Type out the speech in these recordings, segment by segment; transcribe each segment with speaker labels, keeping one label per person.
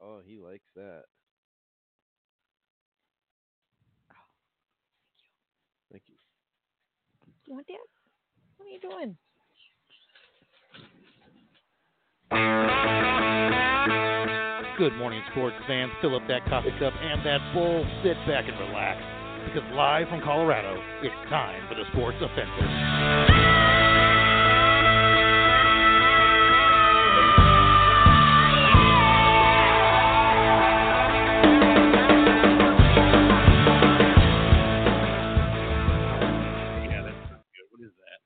Speaker 1: Oh, he likes that. Thank you.
Speaker 2: You want that? What are you doing?
Speaker 3: Good morning, sports fans. Fill up that coffee cup and that bowl. Sit back and relax. Because live from Colorado, it's time for the Sports Offensive.
Speaker 4: Yeah, that's not good. What is that?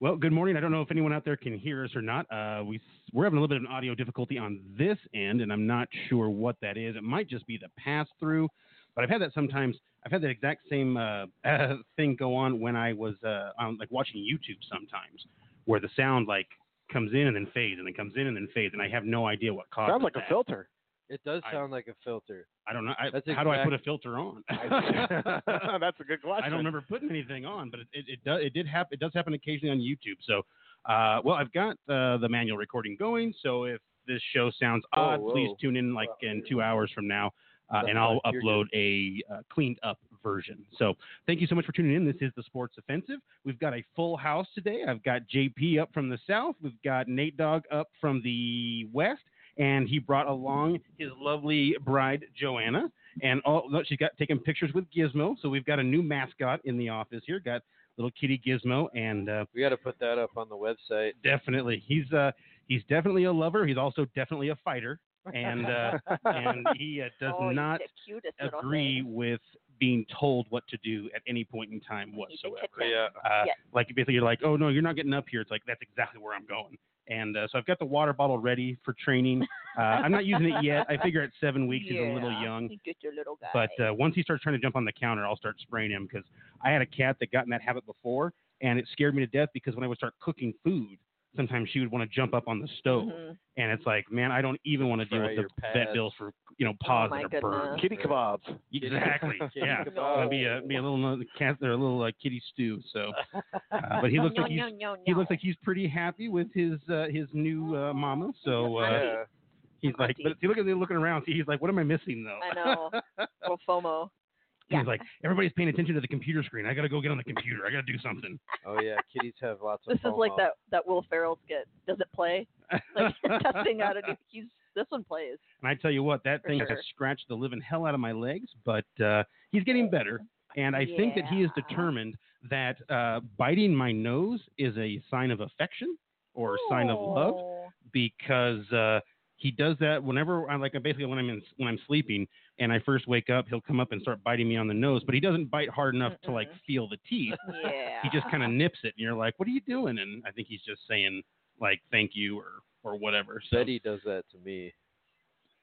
Speaker 4: Well, good morning. I don't know if anyone out there can hear us or not. Uh, we we're having a little bit of an audio difficulty on this end, and I'm not sure what that is. It might just be the pass through, but I've had that sometimes. I've had that exact same uh, thing go on when I was uh, on, like watching YouTube sometimes, where the sound like comes in and then fades, and then comes in and then fades, and I have no idea what caused.
Speaker 5: Sounds like a
Speaker 4: that.
Speaker 5: filter.
Speaker 1: It does
Speaker 4: I-
Speaker 1: sound like a filter.
Speaker 4: I don't know. I,
Speaker 1: That's
Speaker 4: how do I
Speaker 1: exact-
Speaker 4: put a filter on?
Speaker 5: That's a good question.
Speaker 4: I don't remember putting anything on, but it it, it, does, it did happen. It does happen occasionally on YouTube. So, uh, well, I've got uh, the manual recording going. So if this show sounds
Speaker 1: Oh,
Speaker 4: odd, please
Speaker 1: whoa.
Speaker 4: tune in like in two hours from now, uh, and I'll
Speaker 1: You're
Speaker 4: upload a uh, cleaned up version. So thank you so much for tuning in. This is the Sports Offensive. We've got a full house today. I've got JP up from the south. We've got Nate Dog up from the west. And he brought along his lovely bride Joanna and all no, she's got taking pictures with Gizmo. So we've got a new mascot in the office here. Got little kitty Gizmo, and uh,
Speaker 1: We got to put that up on the website.
Speaker 4: definitely he's uh he's definitely a lover. He's also definitely a fighter, and uh, and he uh, does
Speaker 2: oh,
Speaker 4: not
Speaker 2: he's the cutest little
Speaker 4: agree
Speaker 2: thing.
Speaker 4: with being told what to do at any point in time
Speaker 2: He's a
Speaker 4: whatsoever.
Speaker 2: kitten.
Speaker 1: Yeah.
Speaker 4: Uh,
Speaker 2: Yeah.
Speaker 4: Like basically, you're like, oh no, you're not getting up here. It's like that's exactly where I'm going. And uh, so I've got the water bottle ready for training. Uh, I'm not using it yet. I figure at seven weeks he's a little
Speaker 2: Yeah,
Speaker 4: young.
Speaker 2: He's just a little guy.
Speaker 4: But uh, once he starts trying to jump on the counter, I'll start spraying him because I had a cat that got in that habit before, and it scared me to death because when I would start cooking food, sometimes she would want to jump up on the stove,
Speaker 2: Mhm.
Speaker 4: and it's like, man, I don't even want to deal
Speaker 1: Fry
Speaker 4: with the
Speaker 1: your pads.
Speaker 4: vet bills for you know paws
Speaker 2: Oh,
Speaker 4: that
Speaker 2: my
Speaker 4: are burned.
Speaker 5: Kitty kebabs.
Speaker 4: Exactly.
Speaker 1: Kitty
Speaker 4: yeah.
Speaker 1: kebab.
Speaker 4: It'll be a be a little uh, cat or a little uh, kitty stew. So, uh, but he looks
Speaker 2: no,
Speaker 4: like he's.
Speaker 2: no, no, no.
Speaker 4: He looks like he's pretty happy with his uh, his new uh, mama. So uh,
Speaker 1: yeah.
Speaker 4: he's like, but see, look at looking around. See, he's like, what am I missing though?
Speaker 2: I know. Little FOMO. Yeah.
Speaker 4: He's like, everybody's paying attention to the computer screen. I gotta go get on the computer. I gotta do something.
Speaker 1: Oh yeah, kitties have lots of.
Speaker 2: This is like
Speaker 1: FOMO.
Speaker 2: that that Will Ferrell skit. Does it play? Like testing out a new. He's this one plays.
Speaker 4: And I tell you what, that
Speaker 2: For
Speaker 4: thing has
Speaker 2: sure.
Speaker 4: scratched the living hell out of my legs. But uh, he's getting better, and I think that he is
Speaker 2: Yeah.
Speaker 4: determined that uh, biting my nose is a sign of affection or a sign of love.
Speaker 2: Oh.
Speaker 4: because uh, he does that whenever I like basically when I'm in, when I'm sleeping and I first wake up, he'll come up and start biting me on the nose, but he doesn't bite hard enough to like feel the teeth.
Speaker 2: Yeah.
Speaker 4: He just kind of nips it, and you're like, "What are you doing?" And I think he's just saying like "thank you" or or whatever. So,
Speaker 1: Betty does that to me.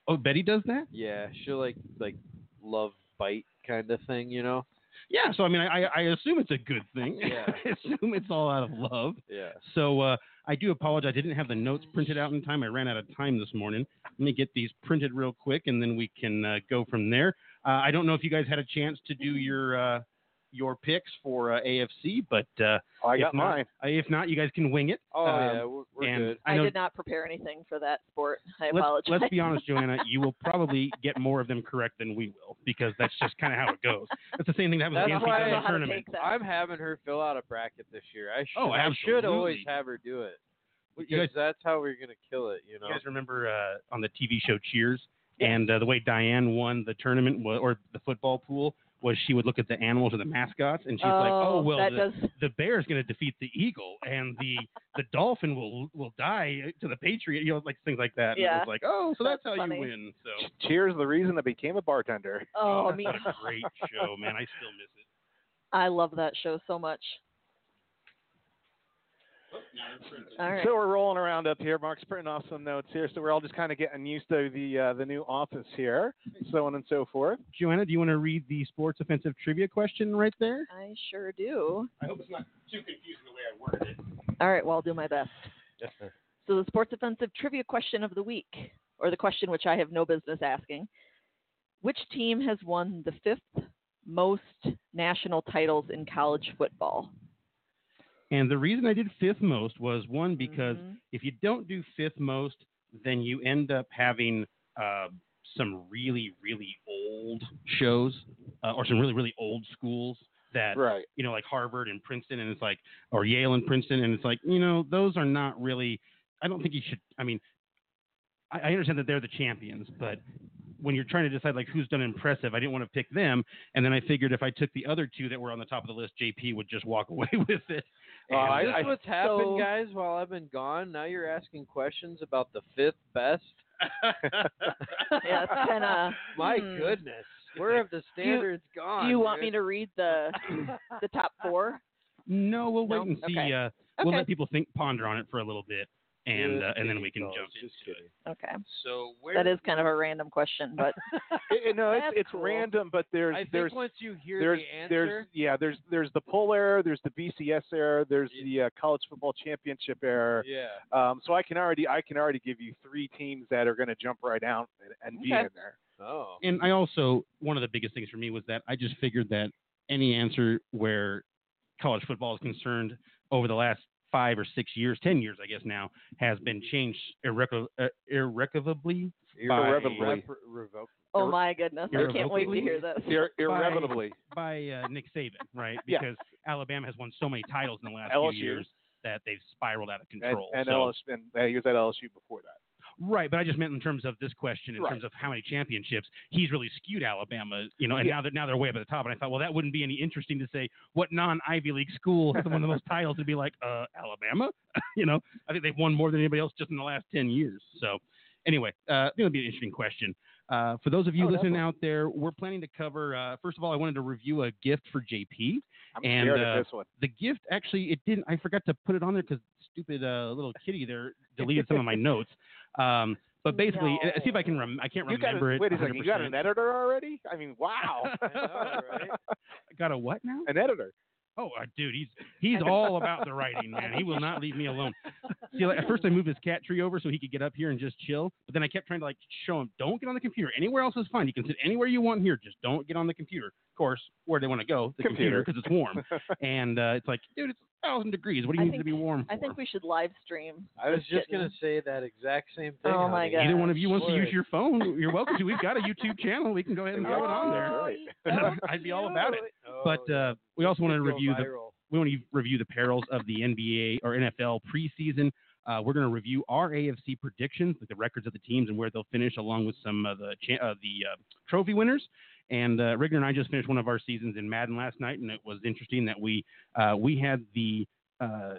Speaker 4: oh, Betty does that.
Speaker 1: Yeah, she'll like like love bite kind of thing, you know.
Speaker 4: Yeah, so I mean, I I I assume it's a good thing.
Speaker 1: Yeah.
Speaker 4: I assume it's all out of love.
Speaker 1: Yeah.
Speaker 4: So uh, I do apologize. I didn't have the notes printed out in time. I ran out of time this morning. Let me get these printed real quick, and then we can uh, go from there. Uh, I don't know if you guys had a chance to do your uh, your picks for uh, AFC, but uh,
Speaker 5: Oh, I
Speaker 4: if
Speaker 5: got
Speaker 4: not-
Speaker 5: mine.
Speaker 4: uh, if not, you guys can wing it.
Speaker 1: Oh
Speaker 4: Um,
Speaker 1: yeah, we're, we're
Speaker 4: and
Speaker 1: good.
Speaker 2: I,
Speaker 4: know.
Speaker 2: did not prepare anything for that sport. I
Speaker 4: let's,
Speaker 2: apologize.
Speaker 4: let's be honest, Joanna. You will probably get more of them correct than we will because that's just kind of how it goes. That's the same thing that was
Speaker 1: That's
Speaker 4: the
Speaker 1: why I
Speaker 4: NCAA
Speaker 1: don't know how to
Speaker 4: tournament.
Speaker 2: take that.
Speaker 1: I'm having her fill out a bracket this year. I should,
Speaker 4: Oh,
Speaker 1: I should always
Speaker 4: absolutely.
Speaker 1: have her do it
Speaker 4: You
Speaker 1: because
Speaker 4: guys-
Speaker 1: that's how we're gonna kill it, you know.
Speaker 4: You guys remember uh, on the TV show Cheers, and uh, the way Diane won the tournament wa- or the football pool was she would look at the animals or the mascots, and she's
Speaker 2: oh,
Speaker 4: like, "Oh well,
Speaker 2: that
Speaker 4: the,
Speaker 2: does.
Speaker 4: the bear's going to defeat the eagle, and the the dolphin will will die to the patriot," you know, like things like that. And
Speaker 2: Yeah.
Speaker 4: it was like, "Oh, so that's,
Speaker 2: That's
Speaker 4: how
Speaker 2: funny.
Speaker 4: you win." So
Speaker 5: Cheers, the reason I became a bartender.
Speaker 2: Oh, me.
Speaker 4: what a great show, man! I still miss it.
Speaker 2: I love that show so much.
Speaker 4: Oh,
Speaker 2: All right.
Speaker 5: So we're rolling around up here. Mark's printing off some notes here, so we're all just kind of getting used to the uh, the new office here, so on and so forth.
Speaker 4: Joanna, do you want to read the sports offensive trivia question right there?
Speaker 2: I sure do.
Speaker 4: I hope it's not too confusing the way I worded it.
Speaker 2: All right, well, I'll do my best. So, the sports offensive trivia question of the week, or the question which I have no business asking Which team has won the fifth most national titles in college football?
Speaker 4: And the reason I did fifth most was one because
Speaker 2: Mhm.
Speaker 4: if you don't do fifth most, then you end up having uh, some really, really old shows uh, or some really, really old schools that,
Speaker 5: Right.
Speaker 4: you know, like Harvard and Princeton, and it's like, or Yale and Princeton, and it's like, you know, those are not really, I don't think you should, I mean, I, I understand that they're the champions, but when you're trying to decide like who's done impressive, I didn't want to pick them, and then I figured if I took the other two that were on the top of the list, JP would just walk away with it.
Speaker 1: Uh,
Speaker 4: And,
Speaker 1: is
Speaker 5: I-
Speaker 1: this what's happened,
Speaker 2: So-
Speaker 1: guys? While I've been gone, now you're asking questions about the fifth best.
Speaker 2: Yeah, it's kind of.
Speaker 1: My
Speaker 2: hmm.
Speaker 1: goodness, where have the standards gone?
Speaker 2: Do you want me to read the the top four?
Speaker 4: No, we'll wait
Speaker 2: No?
Speaker 4: and see.
Speaker 2: Okay.
Speaker 4: Uh,
Speaker 2: Okay.
Speaker 4: We'll let people think, ponder on it for a little bit, and uh, and then we can jump in.
Speaker 2: okay.
Speaker 1: So where
Speaker 2: That is kind of a random question, but
Speaker 5: uh, It- it- no, it's,
Speaker 2: That's
Speaker 5: it's
Speaker 2: cool.
Speaker 5: random, but there's
Speaker 1: I think
Speaker 5: there's
Speaker 1: once you hear
Speaker 5: there's
Speaker 1: the
Speaker 5: there's
Speaker 1: answer,
Speaker 5: yeah there's there's the poll error, there's the BCS error, there's the uh, college football championship error.
Speaker 1: yeah.
Speaker 5: Um, so I can already I can already give you three teams that are going to jump right out and, and be
Speaker 2: Okay.
Speaker 5: in there.
Speaker 1: Oh,
Speaker 4: And I also one of the biggest things for me was that I just figured that any answer where college football is concerned over the last five or six years, ten years, I guess now, has been
Speaker 5: Mm-hmm.
Speaker 4: changed irreco- uh, irrevocably. by-
Speaker 5: Irrevocably.
Speaker 1: Irrever- revoke-
Speaker 2: oh my goodness, I can't wait to
Speaker 4: Irrevocably.
Speaker 2: hear this.
Speaker 5: Ir-
Speaker 4: irrevocably.
Speaker 5: irrevocably.
Speaker 4: by uh, Nick Saban, right?
Speaker 5: Yeah.
Speaker 4: Because Alabama has won so many titles in the last
Speaker 5: LSU.
Speaker 4: few years that they've spiraled out of
Speaker 5: And,
Speaker 4: control.
Speaker 5: and,
Speaker 4: So-
Speaker 5: LSU, and uh, he was at LSU before that.
Speaker 4: Right, but I just meant in terms of this question, in
Speaker 5: Right.
Speaker 4: terms of how many championships he's really skewed Alabama, you know, and
Speaker 5: Yeah.
Speaker 4: now that now they're way up at the top. And I thought, well, that wouldn't be any interesting to say what non Ivy League school has won the most titles and be like, uh, Alabama, you know, I think they've won more than anybody else just in the last ten years. So, anyway, uh, I think it'll be an interesting question. Uh, for those of you
Speaker 5: Oh,
Speaker 4: listening
Speaker 5: definitely.
Speaker 4: out there, we're planning to cover. Uh, first of all, I wanted to review a gift for JP
Speaker 5: I'm
Speaker 4: And,
Speaker 5: scared of
Speaker 4: uh,
Speaker 5: this one.
Speaker 4: the gift actually it didn't i forgot to put it on there because stupid uh, little kitty there deleted some of my notes um, but basically I- I see if i can rem- i can't
Speaker 5: You got
Speaker 4: remember
Speaker 5: a,
Speaker 4: it
Speaker 5: wait a second. You got
Speaker 4: 100%.
Speaker 5: an editor already? I mean, wow,
Speaker 1: I know, right?
Speaker 4: got a what now
Speaker 5: an editor.
Speaker 4: oh uh, dude he's he's all about the writing man he will not leave me alone see like, at first i moved his cat tree over so he could get up here and just chill but then i kept trying to like show him don't get on the computer anywhere else is fine you can sit anywhere you want here just don't get on the computer of course where do they want to go the
Speaker 5: Computer.
Speaker 4: computer because it's warm and uh, it's like dude it's a thousand degrees what do you
Speaker 2: I
Speaker 4: need
Speaker 2: think-
Speaker 4: to be warm for?
Speaker 2: I think we should live stream.
Speaker 1: I was
Speaker 2: Just
Speaker 1: just
Speaker 2: kidding.
Speaker 1: gonna say that exact same thing.
Speaker 2: Oh, my
Speaker 1: honey.
Speaker 2: God.
Speaker 4: either one of you wants to
Speaker 1: Sure.
Speaker 4: use your phone, you're welcome to. We've got a YouTube channel. We can go ahead and throw it on there.
Speaker 2: Oh,
Speaker 4: I'd be all about it.
Speaker 1: Oh,
Speaker 4: But
Speaker 1: yeah.
Speaker 4: uh, we also want to
Speaker 1: Could go
Speaker 4: review the
Speaker 1: viral.
Speaker 4: we want to review the perils of the NBA or NFL preseason. Uh, we're going to review our AFC predictions, like the records of the teams and where they'll finish, along with some of the cha- uh, the uh, trophy winners. And uh, Rigner and I just finished one of our seasons in Madden last night, and it was interesting that we uh, we had the uh,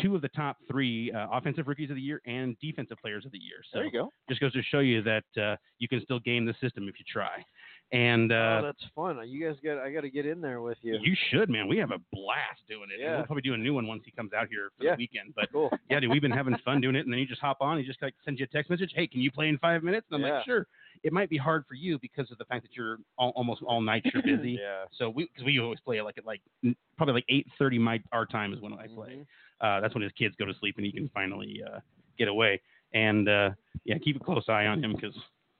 Speaker 4: two of the top three uh, offensive rookies of the year and defensive players of the year. So
Speaker 5: There you go.
Speaker 4: just goes to show you that uh, you can still game the system if you try. And
Speaker 1: oh,
Speaker 4: uh,
Speaker 1: that's fun. You guys got. I got to get in there with you.
Speaker 4: you should, man. We have a blast doing it. And
Speaker 1: Yeah.
Speaker 4: We'll probably do a new one once he comes out here for
Speaker 1: Yeah.
Speaker 4: the weekend. But
Speaker 1: Cool.
Speaker 4: yeah, dude, we've been having fun doing it. And then you just hop on. He just like sends you a text message. Hey, can you play in five minutes? And I'm
Speaker 1: Yeah.
Speaker 4: like, sure. It might be hard for you because of the fact that you're all, almost all night. You're busy.
Speaker 1: Yeah.
Speaker 4: So we, cause we always play like at like n- probably like eight thirty my our time is when I play.
Speaker 1: Mhm.
Speaker 4: Uh, that's when his kids go to sleep and he can finally uh, get away. And uh, yeah, keep a close eye on him because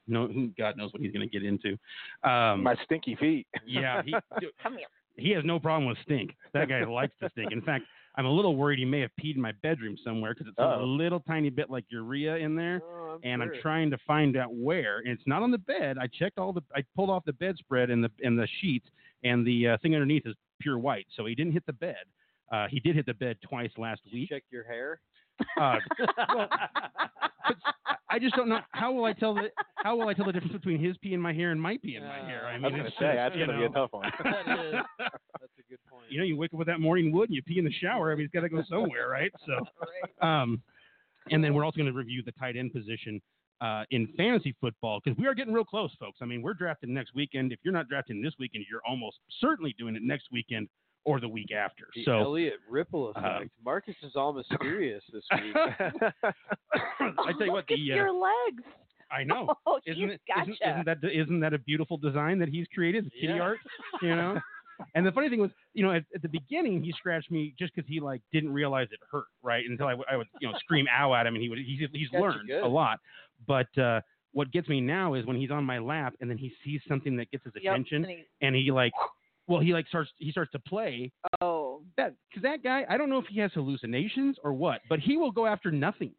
Speaker 4: no, who- God knows what he's going to get into. Um,
Speaker 5: My stinky feet.
Speaker 4: yeah, he, dude,
Speaker 2: Come here.
Speaker 4: he has no problem with stink. That guy likes to stink. In fact, I'm a little worried he may have peed in my bedroom somewhere because it's a
Speaker 5: Uh-oh.
Speaker 4: little tiny bit like urea in there
Speaker 1: Oh, I'm
Speaker 4: and I'm
Speaker 1: sure.
Speaker 4: trying to find out where. And it's not on the bed. I checked all the. I pulled off the bedspread and the and the sheets, and the uh, thing underneath is pure white. So he didn't hit the bed. Uh, he did hit the bed twice last
Speaker 1: Did you
Speaker 4: week.
Speaker 1: check your hair.
Speaker 4: Uh, well, but I- I just don't know how will I tell the how will I tell the difference between his pee and my hair and my pee and my
Speaker 1: Yeah.
Speaker 4: hair.
Speaker 1: I
Speaker 5: Uh, I
Speaker 4: I mean,
Speaker 5: was going to
Speaker 4: it's
Speaker 5: say that's
Speaker 4: just, you
Speaker 5: going to be a
Speaker 4: know.
Speaker 5: tough one.
Speaker 1: That is. That's a good point.
Speaker 4: You know, you wake up with that morning wood and you pee in the shower. I mean, it's got to go somewhere, right? So. Um, and then we're also going to review the tight end position uh, in fantasy football because we are getting real close, folks. I mean, we're drafting next weekend. If you're not drafting this weekend, you're almost certainly doing it next weekend or the week after.
Speaker 1: The
Speaker 4: So
Speaker 1: Elliot Ripple effect.
Speaker 4: Um,
Speaker 1: Marcus is all mysterious this week.
Speaker 4: I tell you what,
Speaker 2: look at
Speaker 4: the uh,
Speaker 2: your legs.
Speaker 4: I know.
Speaker 2: Oh,
Speaker 4: Isn't,
Speaker 2: he's
Speaker 4: it,
Speaker 2: gotcha.
Speaker 4: isn't, isn't that isn't that a beautiful design that he's created? It's kitty
Speaker 1: Yeah.
Speaker 4: art, you know. And the funny thing was, you know, at, at the beginning he scratched me just because he like didn't realize it hurt, right? Until I, would- I would you know scream ow at him, and he would he's he's
Speaker 1: Got you
Speaker 4: learned
Speaker 1: good.
Speaker 4: a lot. But uh, what gets me now is when he's on my lap and then he sees something that gets his
Speaker 2: Yep,
Speaker 4: attention,
Speaker 2: and he-
Speaker 4: and he like, well, he like starts he starts to play
Speaker 2: oh,
Speaker 4: that because that guy I don't know if he has hallucinations or what, but he will go after nothing.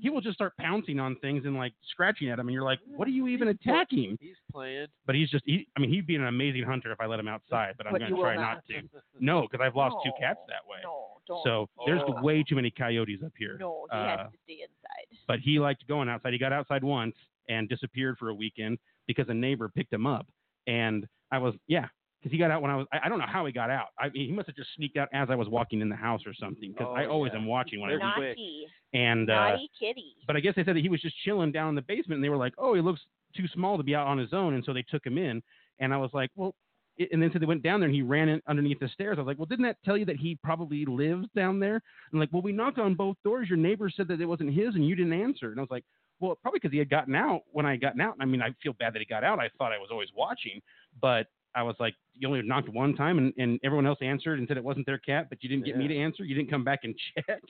Speaker 4: he will just start pouncing on things and like scratching at them, and you're like, what are you even attacking?
Speaker 1: He's playing.
Speaker 4: But he's just, he, I mean, he'd be an amazing hunter if I let him outside, but I'm
Speaker 2: But
Speaker 4: going
Speaker 2: you
Speaker 4: to
Speaker 2: will
Speaker 4: try
Speaker 2: not.
Speaker 4: to. No, because I've lost two cats
Speaker 2: No,
Speaker 4: that way.
Speaker 2: mm-hmm. No, don't.
Speaker 4: So there's
Speaker 1: Oh.
Speaker 4: way too many coyotes up here.
Speaker 2: no, he
Speaker 4: uh,
Speaker 2: has to stay inside.
Speaker 4: But he liked going outside. He got outside once and disappeared for a weekend because a neighbor picked him up. And I was, yeah, because he got out when I was, I, I don't know how he got out. I mean, he must have just sneaked out as I was walking in the house or something because
Speaker 1: Oh,
Speaker 4: I always
Speaker 1: yeah.
Speaker 4: am watching when I
Speaker 1: They're
Speaker 4: leave.
Speaker 2: Naughty,
Speaker 4: And, uh,
Speaker 2: naughty kitty.
Speaker 4: but I guess they said that he was just chilling down in the basement and they were like, oh, he looks too small to be out on his own. And so they took him in. And I was like, well, i- and then so they went down there and he ran in underneath the stairs. I was like, well, didn't that tell you that he probably lives down there? And like, well, we knocked on both doors. Your neighbor said that it wasn't his and you didn't answer. And I was like, well, probably because he had gotten out when I had gotten out. I mean, I feel bad that he got out. I thought I was always watching, but I was like, you only knocked one time and, and everyone else answered and said it wasn't their cat, but you didn't get me
Speaker 1: Yeah.
Speaker 4: to answer. You didn't come back and check.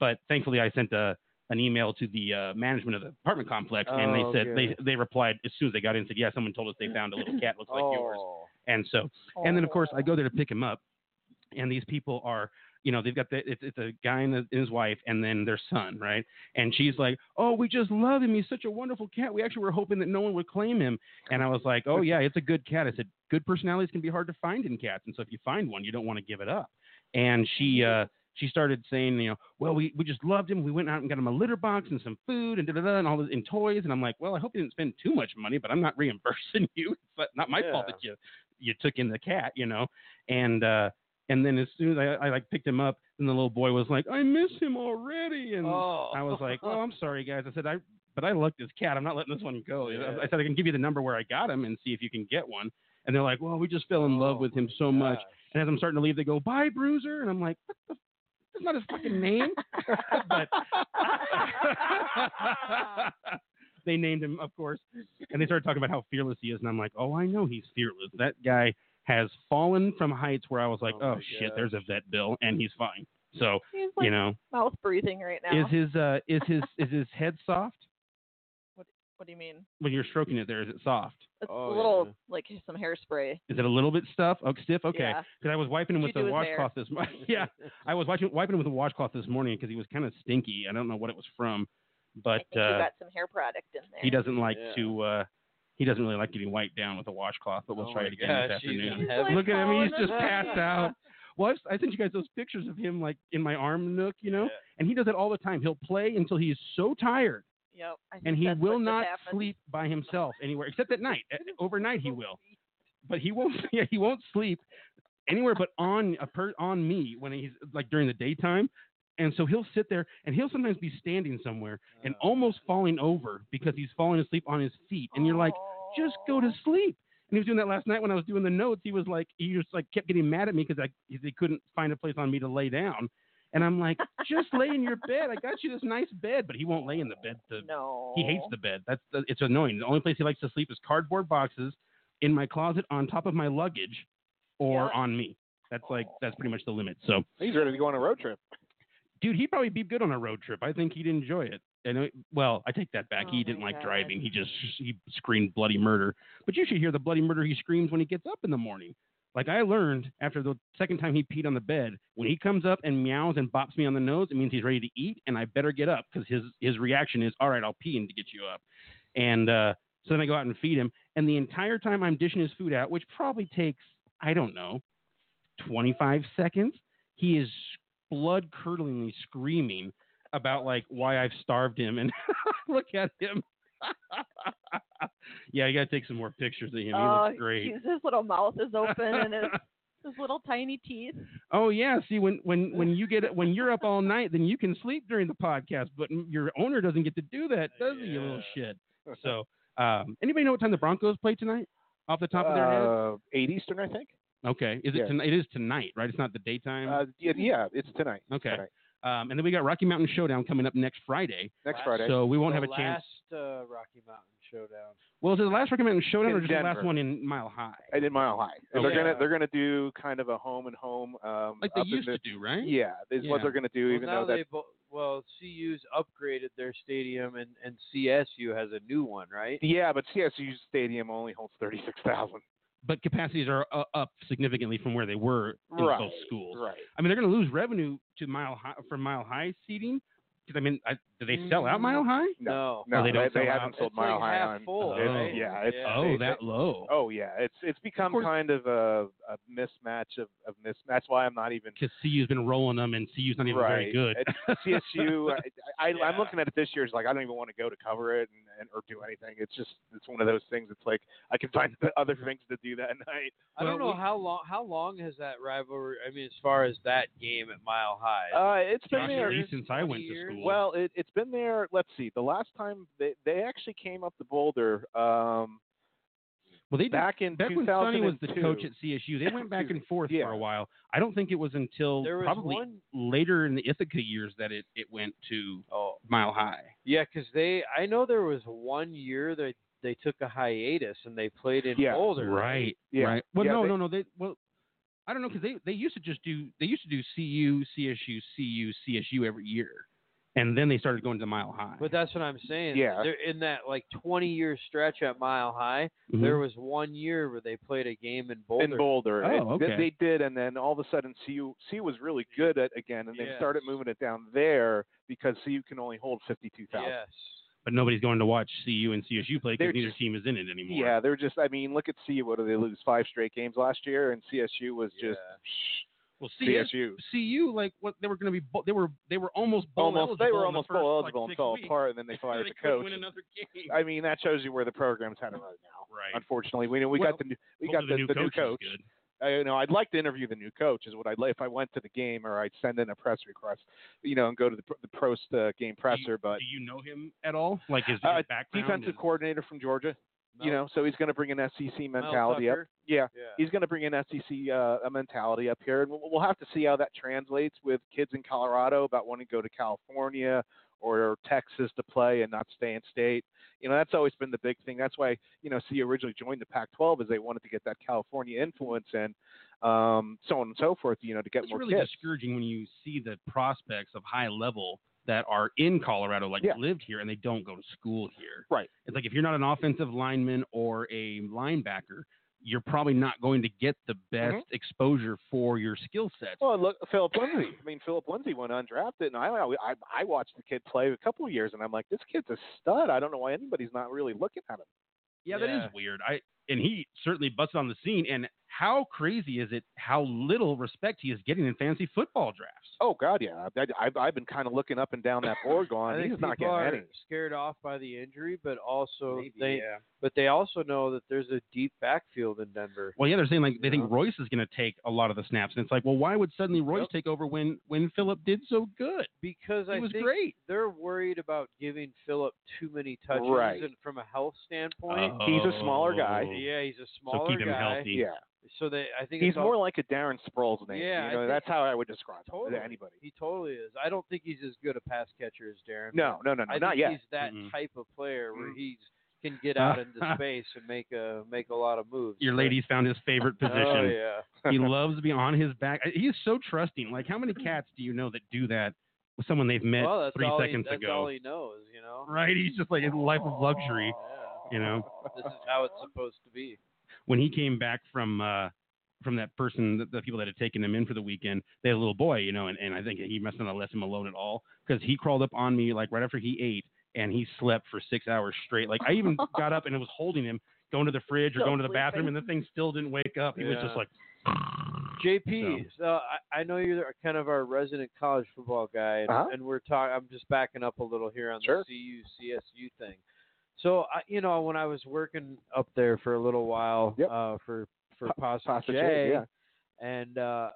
Speaker 4: But thankfully, I sent a, an email to the uh, management of the apartment complex, and
Speaker 1: Oh,
Speaker 4: they said
Speaker 1: good.
Speaker 4: they they replied as soon as they got in, said, "Yeah, someone told us they found a little cat looks like yours."
Speaker 1: Oh.
Speaker 4: And so,
Speaker 2: Oh.
Speaker 4: and then of course I go there to pick him up, and these people are, you know, they've got the it's, it's a guy and his- his wife, and then their son, right? And she's like, "Oh, we just love him. He's such a wonderful cat. We actually were hoping that no one would claim him." And I was like, "Oh yeah, it's a good cat." I said, "Good personalities can be hard to find in cats, and so if you find one, you don't want to give it up." And she. uh she started saying, you know, well, we, we just loved him. We went out and got him a litter box and some food and da da da and all this, and toys. And I'm like, well, I hope you didn't spend too much money, but I'm not reimbursing you. It's not- not my fault
Speaker 1: Yeah.
Speaker 4: that you you took in the cat, you know. And uh, and then as soon as I, I like picked him up, and the little boy was like, I miss him already. And I was like, oh, I'm sorry, guys. I said I. But I like this cat. I'm not letting this one go.
Speaker 1: Yeah.
Speaker 4: I said I can give you the number where I got him and see if you can get one. And they're like, well, we just fell in
Speaker 1: Oh
Speaker 4: love with him so much. And as I'm starting to leave, they go, "Bye, Bruiser," and I'm like, "What the? That's not his fucking name." but
Speaker 2: Ah,
Speaker 4: they named him, of course, and they started talking about how fearless he is, and I'm like, "Oh, I know he's fearless. That guy has fallen from heights where I was like,
Speaker 1: Oh,
Speaker 4: "Oh,
Speaker 1: my
Speaker 4: shit,
Speaker 1: gosh.
Speaker 4: there's a vet bill, and he's fine." So
Speaker 2: He's like
Speaker 4: you know,
Speaker 2: mouth breathing right now.
Speaker 4: is his uh, is his is his head soft
Speaker 2: what do you mean?
Speaker 4: when you're stroking it? There is it soft?
Speaker 2: It's
Speaker 1: Oh,
Speaker 2: a little
Speaker 1: yeah.
Speaker 2: like some hairspray.
Speaker 4: Is it a little bit stuff? Oh, stiff? Okay,
Speaker 2: Yeah.
Speaker 4: because I was wiping him
Speaker 2: What'd
Speaker 4: with
Speaker 2: you
Speaker 4: the
Speaker 2: do with
Speaker 4: washcloth this morning. yeah. I was watching, wiping him with a washcloth this morning because he was kind of stinky. I don't know what it was from,
Speaker 2: I
Speaker 4: but
Speaker 2: think you
Speaker 4: uh,
Speaker 2: got some hair product in there.
Speaker 4: he doesn't like
Speaker 1: Yeah.
Speaker 4: to. Uh, he doesn't really like getting wiped down with a washcloth. But we'll
Speaker 1: Oh
Speaker 4: try
Speaker 1: my
Speaker 4: it again this
Speaker 1: gosh, he's in
Speaker 4: afternoon.
Speaker 2: He's
Speaker 1: heaven.
Speaker 2: like
Speaker 4: Look at him; he's
Speaker 2: falling
Speaker 4: just
Speaker 2: asleep.
Speaker 4: passed out. Well, I've, I sent you guys those pictures of him like in my arm nook, you know,
Speaker 1: Yeah.
Speaker 4: and he does it all the time. He'll play until he's so tired,
Speaker 2: Yep. I think
Speaker 4: and he
Speaker 2: that's
Speaker 4: will
Speaker 2: what just
Speaker 4: not
Speaker 2: happened.
Speaker 4: sleep by himself anywhere except at night. Uh, Overnight, he will but he won't yeah he won't sleep anywhere but on a per, on me when he's like during the daytime and so he'll sit there and he'll sometimes be standing somewhere and
Speaker 2: Oh.
Speaker 4: almost falling over because he's falling asleep on his feet and you're like just go to
Speaker 2: Aw.
Speaker 4: sleep and he was doing that last night when I was doing the notes. He was like, he just like kept getting mad at me because I he couldn't find a place on me to lay down, and I'm like, just lay in your bed. I got you this nice bed, but he won't lay in the bed. To,
Speaker 2: Oh, No.
Speaker 4: he hates the bed. That's the, it's annoying. The only place he likes to sleep is cardboard boxes in my closet on top of my luggage or
Speaker 2: Yeah.
Speaker 4: on me. That's like that's pretty much the limit. So,
Speaker 5: He's ready to go on a road trip.
Speaker 4: dude, he'd probably be good on a road trip. I think he'd enjoy it. And it- well, I take that back.
Speaker 2: Oh
Speaker 4: he
Speaker 2: my
Speaker 4: didn't like
Speaker 2: God.
Speaker 4: driving. He just he screamed bloody murder. But you should hear the bloody murder he screams when he gets up in the morning. Like I learned after the second time he peed on the bed, when he comes up and meows and bops me on the nose, it means he's ready to eat, and I better get up because his his reaction is, "All right, I'll pee and to get you up." And uh, so then I go out and feed him, and the entire time I'm dishing his food out, which probably takes I don't know, 25 seconds, he is blood curdlingly screaming about like why I've starved him and look at him. yeah, I gotta take some more pictures of him. He
Speaker 2: Oh,
Speaker 4: looks great.
Speaker 2: he's- His little mouth is open and his, his little tiny teeth.
Speaker 4: Oh yeah, see when when when you get when you're up all night, then you can sleep during the podcast, but your owner doesn't get to do that, does he? You little shit. So, um, anybody know what time the Broncos play tonight? Off the top of their head.
Speaker 5: uh, eight Eastern, I think.
Speaker 4: Okay, is it
Speaker 5: yeah.
Speaker 4: ton- It is tonight, right? It's not the daytime.
Speaker 5: Uh, yeah, yeah, it's tonight.
Speaker 4: Okay.
Speaker 5: Tonight.
Speaker 4: Um, and then we got Rocky Mountain Showdown coming up next Friday,
Speaker 5: Next
Speaker 1: Wow.
Speaker 5: Friday.
Speaker 4: so we won't
Speaker 1: the
Speaker 4: have a chance.
Speaker 1: Last uh, Rocky Mountain showdown.
Speaker 4: Well, is it the last Rocky Mountain Showdown
Speaker 5: In
Speaker 4: or just the last
Speaker 5: Denver.
Speaker 4: one in Mile High?
Speaker 5: I did Mile High. And
Speaker 4: Okay.
Speaker 5: They're gonna they're gonna do kind of a home and home. Um,
Speaker 4: Like they
Speaker 5: up in
Speaker 4: used
Speaker 5: the-
Speaker 4: to do, right?
Speaker 5: Yeah, is
Speaker 4: Yeah.
Speaker 5: what they're gonna do,
Speaker 1: well,
Speaker 5: even
Speaker 1: now
Speaker 5: though that
Speaker 1: they bo- well, CU's upgraded their stadium, and and CSU has a new one, right?
Speaker 5: Yeah, but CSU Stadium only holds thirty six thousand.
Speaker 4: But capacities are uh, up significantly from where they were in
Speaker 5: Right.
Speaker 4: both schools.
Speaker 5: Right.
Speaker 4: I mean, they're going to lose revenue to Mile High from Mile High seating, Because I mean, I, do they sell
Speaker 5: Mm-hmm.
Speaker 4: out Mile High?
Speaker 1: No.
Speaker 4: Oh,
Speaker 5: No,
Speaker 4: they don't
Speaker 5: they,
Speaker 4: sell out.
Speaker 5: haven't sold
Speaker 1: It's like
Speaker 5: Mile High
Speaker 1: half
Speaker 5: on.
Speaker 1: full,
Speaker 5: it's-
Speaker 4: right?
Speaker 5: Yeah, it's,
Speaker 1: Yeah.
Speaker 4: Oh,
Speaker 5: they-
Speaker 4: that low.
Speaker 5: Oh yeah, it's it's become
Speaker 4: course.
Speaker 5: kind of a, a mismatch of, of mismatch. That's why I'm not even
Speaker 4: Because CU's been rolling them, and CU's not even very
Speaker 5: Right.
Speaker 4: good.
Speaker 5: It's CSU. I, I, I'm
Speaker 1: Yeah.
Speaker 5: looking at it this year. It's like I don't even want to go to cover it and, and or do anything. It's just it's one of those things. It's like I can find other things to do that night.
Speaker 1: I don't
Speaker 4: Well,
Speaker 1: know how long how long has that rivalry I mean as far as that game at Mile High.
Speaker 5: Uh, it's been
Speaker 4: Gosh,
Speaker 5: there.
Speaker 4: at least since I went to
Speaker 1: years.
Speaker 4: school.
Speaker 5: Well, it, it's been there. Let's see. The last time they they actually came up the Boulder um,
Speaker 4: well, they did
Speaker 5: back in
Speaker 4: back when
Speaker 5: 2002.
Speaker 4: Sonny was the coach at CSU, they went back and forth
Speaker 5: Yeah.
Speaker 4: for a while. I don't think it was until
Speaker 1: there was
Speaker 4: probably
Speaker 1: one
Speaker 4: later in the Ithaca years that it, it went to
Speaker 1: Oh.
Speaker 4: Mile High.
Speaker 1: Yeah, cuz they I know there was one year that they took a hiatus and they played in
Speaker 5: Yeah.
Speaker 1: Boulder.
Speaker 4: Right.
Speaker 5: Yeah.
Speaker 4: Right. Well,
Speaker 5: Yeah,
Speaker 4: no,
Speaker 5: they-
Speaker 4: no, no. They well, I don't know because they they used to just do they used to do CU, CSU, CU, CSU every year, and then they started going to Mile High.
Speaker 1: But that's what I'm saying.
Speaker 5: Yeah.
Speaker 1: There- in that like 20 year stretch at Mile High,
Speaker 4: Mhm.
Speaker 1: there was one year where they played a game in Boulder.
Speaker 5: In Boulder, It-
Speaker 4: Oh,
Speaker 5: th-
Speaker 4: okay.
Speaker 5: they, did, and then all of a sudden, CU CU was really good at again, and they
Speaker 1: Yes.
Speaker 5: started moving it down there because CU can only hold fifty-two thousand.
Speaker 1: Yes.
Speaker 4: but nobody's going to watch CU and CSU play
Speaker 5: They're
Speaker 4: because neither
Speaker 5: just-
Speaker 4: team is in it anymore.
Speaker 5: Yeah, they're just. I mean, look at CU. What did they lose? Five straight games last year, and CSU was just
Speaker 4: Well, CS,
Speaker 5: CSU.
Speaker 4: CU like what they were going to be bo- they were they were almost bowl
Speaker 5: almost,
Speaker 4: eligible
Speaker 5: they
Speaker 4: in
Speaker 5: were
Speaker 4: the
Speaker 5: almost
Speaker 4: first,
Speaker 5: bowl
Speaker 4: like,
Speaker 5: eligible and
Speaker 4: six
Speaker 5: fell
Speaker 4: weeks.
Speaker 5: apart, and then they
Speaker 4: So
Speaker 5: fired
Speaker 4: they
Speaker 5: the
Speaker 4: couldn't
Speaker 5: coach.
Speaker 4: Win another game.
Speaker 5: I mean, that shows you where the program's headed right now.
Speaker 4: right.
Speaker 5: Unfortunately, we we
Speaker 4: Well,
Speaker 5: got the new we
Speaker 4: Hopefully
Speaker 5: got the,
Speaker 4: new
Speaker 5: the new
Speaker 4: coach. is
Speaker 5: coach.
Speaker 4: good.
Speaker 5: I, you know, I'd like to interview the new coach. Is what I'd like if I went to the game or I'd send in a press request, you know, and go to the pr- the post uh, game presser. But
Speaker 4: Do you know him at all? Like his, his
Speaker 5: Uh,
Speaker 4: background?
Speaker 5: defensive
Speaker 4: is,
Speaker 5: coordinator from Georgia, you know, so he's going to bring an SEC
Speaker 1: Mel
Speaker 5: mentality up.
Speaker 1: Tucker.
Speaker 5: Yeah,
Speaker 1: Yeah.
Speaker 5: he's going to bring an SEC uh, a mentality up here, and we'll, we'll have to see how that translates with kids in Colorado about wanting to go to California or Texas to play and not stay in state. You know, that's always been the big thing. That's why you know CU originally joined the Pac-12 is they wanted to get that California influence and um, so on and so forth. You know, to get
Speaker 4: it's
Speaker 5: more
Speaker 4: really
Speaker 5: kids.
Speaker 4: discouraging when you see the prospects of high level that are in Colorado, like
Speaker 5: Yeah.
Speaker 4: lived here, and they don't go to school here.
Speaker 5: Right.
Speaker 4: It's like if you're not an offensive lineman or a linebacker, you're probably not going to get the best exposure for your skill sets.
Speaker 5: Mm-hmm. Well, look, Philip Lindsay. I mean, Philip Lindsay went undrafted, and I, I I watched the kid play a couple of years, and I'm like, this kid's a stud. I don't know why anybody's not really looking at him.
Speaker 4: yeah, that is
Speaker 1: yeah.
Speaker 4: weird. I and he certainly busted on the scene. And how crazy is it? How little respect he is getting in fantasy football drafts.
Speaker 5: Oh God, yeah. I, I, I've been kind of looking up and down that board,
Speaker 1: I
Speaker 5: going,
Speaker 1: think
Speaker 5: he's not
Speaker 1: people
Speaker 5: getting
Speaker 1: are
Speaker 5: any.
Speaker 1: scared off by the injury, but also
Speaker 4: Maybe,
Speaker 1: they but they also know that there's a deep backfield in Denver.
Speaker 4: Well, yeah, they're saying like they think
Speaker 1: Yeah.
Speaker 4: Royce is going to take a lot of the snaps, and it's like, well, why would suddenly Royce
Speaker 1: Yep.
Speaker 4: take over when when Philip did so good?
Speaker 1: Because
Speaker 4: He
Speaker 1: I
Speaker 4: was
Speaker 1: think
Speaker 4: great.
Speaker 1: they're worried about giving Philip too many touches
Speaker 5: Right.
Speaker 1: and from a health standpoint.
Speaker 5: he's a smaller guy.
Speaker 4: Oh.
Speaker 1: Yeah, he's a
Speaker 4: So
Speaker 1: smaller
Speaker 4: keep him
Speaker 1: guy.
Speaker 4: healthy.
Speaker 5: Yeah,
Speaker 1: So they I think
Speaker 5: he's
Speaker 1: it's all-
Speaker 5: more like a Darren Sproles name.
Speaker 1: Yeah, I
Speaker 5: you know,
Speaker 1: think-
Speaker 5: that's how I would describe him
Speaker 1: Totally.
Speaker 5: to anybody.
Speaker 1: He totally is. I don't think he's as good a pass catcher as Darren.
Speaker 5: No, no, no, no,
Speaker 1: I
Speaker 5: not
Speaker 1: think
Speaker 5: yet.
Speaker 1: he's that
Speaker 4: Mm-mm.
Speaker 1: type of player where
Speaker 5: Mm.
Speaker 1: he's can get out into space and make a make a lot of moves.
Speaker 4: Your
Speaker 1: but-
Speaker 4: lady's found his favorite position.
Speaker 1: Oh yeah.
Speaker 4: He loves to be on his back. He is so trusting. Like, how many cats do you know that do that with someone they've met
Speaker 1: well, that's
Speaker 4: three
Speaker 1: all
Speaker 4: seconds
Speaker 1: he, that's all
Speaker 4: ago?
Speaker 1: he knows, you know.
Speaker 4: Right? He's just like in a life of luxury.
Speaker 1: Oh,
Speaker 4: You know,
Speaker 1: This is how it's supposed to be.
Speaker 4: when he came back from uh, from that person, the, the people that had taken him in for the weekend, they had a little boy, you know, and, and I think he must not have left him alone at all because he crawled up on me like right after he ate and he slept for six hours straight. Like I even got up and was holding him going to the fridge or
Speaker 2: Still
Speaker 4: going to the bathroom,
Speaker 2: sleeping.
Speaker 4: and the thing still didn't wake up. He was
Speaker 1: Yeah.
Speaker 4: just like,
Speaker 1: JP, so, I, I know you're kind of our resident college football guy, and,
Speaker 5: Uh-huh.
Speaker 1: and we're talking. I'm just backing up a little here on
Speaker 5: Sure.
Speaker 1: the CU CSU thing. So, I, you know, when I was working up there for a little while
Speaker 5: Yep.
Speaker 1: uh, for for Pasa
Speaker 5: Pasta
Speaker 1: J,
Speaker 5: J, yeah.
Speaker 1: and uh,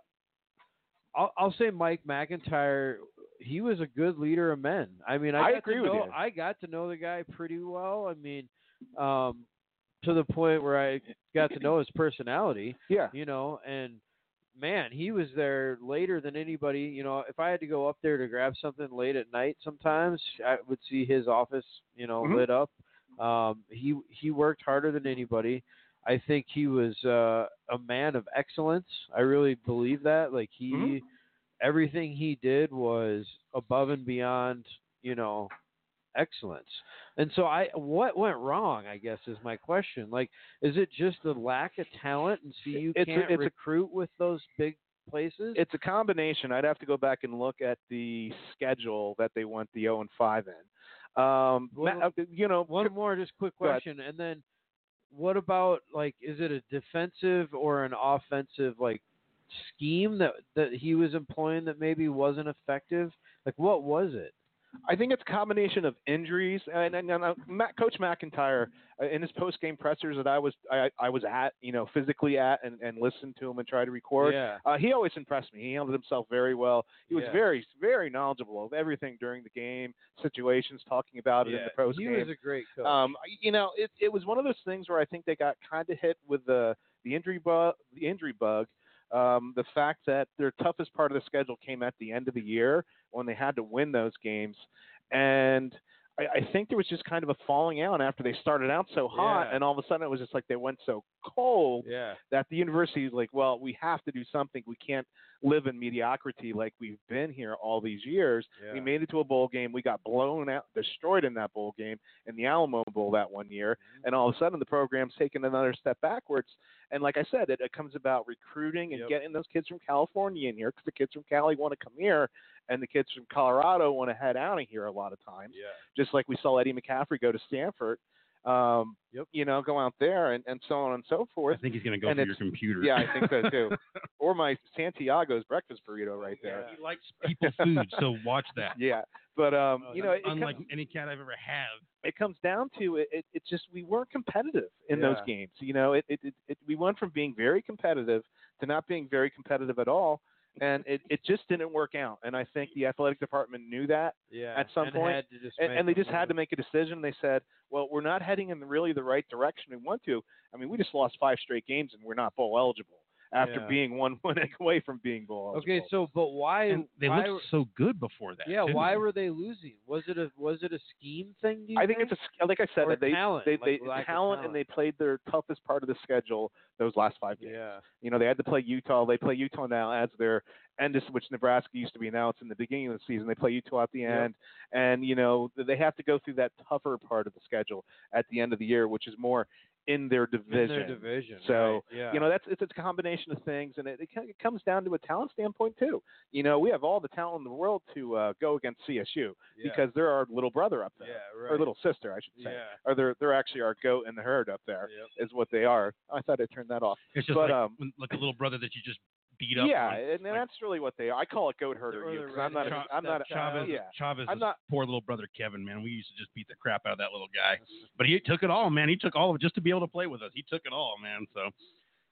Speaker 1: I'll, I'll say Mike McIntyre, he was a good leader of men. I mean, I,
Speaker 5: I
Speaker 1: got
Speaker 5: agree
Speaker 1: to
Speaker 5: with
Speaker 1: know,
Speaker 5: you.
Speaker 1: I got to know the guy pretty well. I mean, um, to the point where I got to know his personality
Speaker 5: Yeah.
Speaker 1: you know, and man, he was there later than anybody. You know, if I had to go up there to grab something late at night, sometimes I would see his office, you know,
Speaker 5: Mhm.
Speaker 1: lit up. Um, he he worked harder than anybody. I think he was uh, a man of excellence. I really believe that. Like he,
Speaker 5: Mhm.
Speaker 1: everything he did was above and beyond. You know, excellence. And so I, what went wrong? I guess is my question. Like. Is it just the lack of talent and see you
Speaker 5: It's a-
Speaker 1: can't
Speaker 5: it's a-
Speaker 1: recruit with those big places.
Speaker 5: It's a combination. I'd have to go back and look at the schedule that they went the 0 and 5 in. Um, ma-
Speaker 1: Well,
Speaker 5: uh, you know,
Speaker 1: One more just quick
Speaker 5: Go ahead.
Speaker 1: question, and then what about like is it a defensive or an offensive like scheme that that he was employing that maybe wasn't effective? Like what was it?
Speaker 5: I think it's a combination of injuries and, and, and uh, Ma- Coach McIntyre uh, in his post game pressers that I was I, I was at, you know, physically at and, and listened to him and tried to record.
Speaker 1: yeah,
Speaker 5: Uh, he always impressed me. He handled himself very well. He was
Speaker 1: Yeah.
Speaker 5: very very knowledgeable of everything during the game, situations, talking about it in the post
Speaker 1: he
Speaker 5: game.
Speaker 1: was a great coach.
Speaker 5: Um, you know, it, it was one of those things where I think they got kind of hit with the the injury bug. The injury bug. Um, the fact that their toughest part of the schedule came at the end of the year when they had to win those games, and I, I think there was just kind of a falling out after they started out so hot,
Speaker 1: Yeah.
Speaker 5: and all of a sudden it was just like they went so cold
Speaker 1: yeah,
Speaker 5: that the university is like, well, we have to do something. We can't live in mediocrity like we've been here all these years. We made it to a bowl game. We got blown out, destroyed in that bowl game in the Alamo Bowl that one year.
Speaker 1: Mm-hmm.
Speaker 5: And all of a sudden, the program's taking another step backwards. And like I said, it, it comes about recruiting and
Speaker 1: Yep.
Speaker 5: getting those kids from California in here because the kids from Cali want to come here and the kids from Colorado want to head out of here a lot of times
Speaker 1: yeah,
Speaker 5: just like we saw Eddie McCaffrey go to Stanford. Um,
Speaker 1: Yep.
Speaker 5: You know, go out there and, and so on and so
Speaker 4: I
Speaker 5: forth.
Speaker 4: think he's going to go
Speaker 5: and
Speaker 4: for your
Speaker 5: it's-
Speaker 4: computer.
Speaker 5: Yeah, I think so too. or my Santiago's breakfast burrito right there.
Speaker 1: Yeah.
Speaker 4: He likes people food, so watch
Speaker 5: Yeah.
Speaker 4: that.
Speaker 5: But um,
Speaker 1: Oh,
Speaker 5: you know, it, it
Speaker 4: Unlike
Speaker 5: comes,
Speaker 4: any cat I've ever had.
Speaker 5: it comes down to it, it. It's just we weren't competitive in those
Speaker 1: Yeah.
Speaker 5: games. You know, it, it, it, it we went from being very competitive to not being very competitive at all, and it, it just didn't work out. And I think the athletic department knew that,
Speaker 1: yeah.
Speaker 5: At some
Speaker 1: and
Speaker 5: point,
Speaker 1: had to just
Speaker 5: and,
Speaker 1: make
Speaker 5: and they
Speaker 1: it
Speaker 5: just had to
Speaker 1: move.
Speaker 5: make a decision. They said, "Well, we're not heading in the, really the right direction we want to. I mean, we just lost five straight games, and we're not bowl eligible after
Speaker 1: Yeah.
Speaker 5: being one win away from being bowl eligible."
Speaker 1: Okay, so but why?
Speaker 4: And they
Speaker 1: why
Speaker 4: looked
Speaker 1: were-
Speaker 4: so good before that.
Speaker 1: yeah,
Speaker 4: didn't
Speaker 1: why
Speaker 4: they?
Speaker 1: were they losing? Was it a was it a scheme thing? Do you
Speaker 5: I think it's a sk- like I said,
Speaker 1: Or
Speaker 5: they
Speaker 1: talent,
Speaker 5: they,
Speaker 1: like
Speaker 5: they
Speaker 1: lack of
Speaker 5: talent, and
Speaker 1: talent.
Speaker 5: they played their toughest part of the schedule those last five games.
Speaker 1: yeah,
Speaker 5: You know, they had to play Utah. They play Utah now as their end, is- which Nebraska used to be announced in the beginning of the season. They play Utah at the
Speaker 1: Yep.
Speaker 5: end, and you know th- they have to go through that tougher part of the schedule at the end of the year, which is more in their division.
Speaker 1: in their division.
Speaker 5: So,
Speaker 1: right, yeah,
Speaker 5: You know, that's it's a combination of things, and it, it kind of comes down to a talent standpoint too. You know, we have all the talent in the world to uh, go against CSU
Speaker 1: yeah,
Speaker 5: because they're our little brother up
Speaker 1: yeah,
Speaker 5: there,
Speaker 1: right.
Speaker 5: or little sister, I should
Speaker 1: yeah,
Speaker 5: say, or they're they're actually our goat in the herd up there, is
Speaker 1: yep.
Speaker 5: what they are. I thought I turned that off.
Speaker 4: It's just
Speaker 5: but,
Speaker 4: like,
Speaker 5: um,
Speaker 4: when- like a little brother that you just beat up.
Speaker 5: yeah,
Speaker 4: on.
Speaker 5: and, and
Speaker 4: like-
Speaker 5: that's really what they are. I call it goat herder
Speaker 1: Or
Speaker 5: you
Speaker 1: the
Speaker 5: 'cause I'm not. A,
Speaker 4: redheaded
Speaker 5: I'm not. A,
Speaker 1: stepchild.
Speaker 4: Chavez,
Speaker 5: Uh, yeah.
Speaker 4: Chavez,
Speaker 5: I'm
Speaker 4: is
Speaker 5: not-
Speaker 4: poor little brother Kevin, man. We used to just beat the crap out of that little guy, but he took it all, man. He took all of it just to be able to play with us. He took it all, man. So,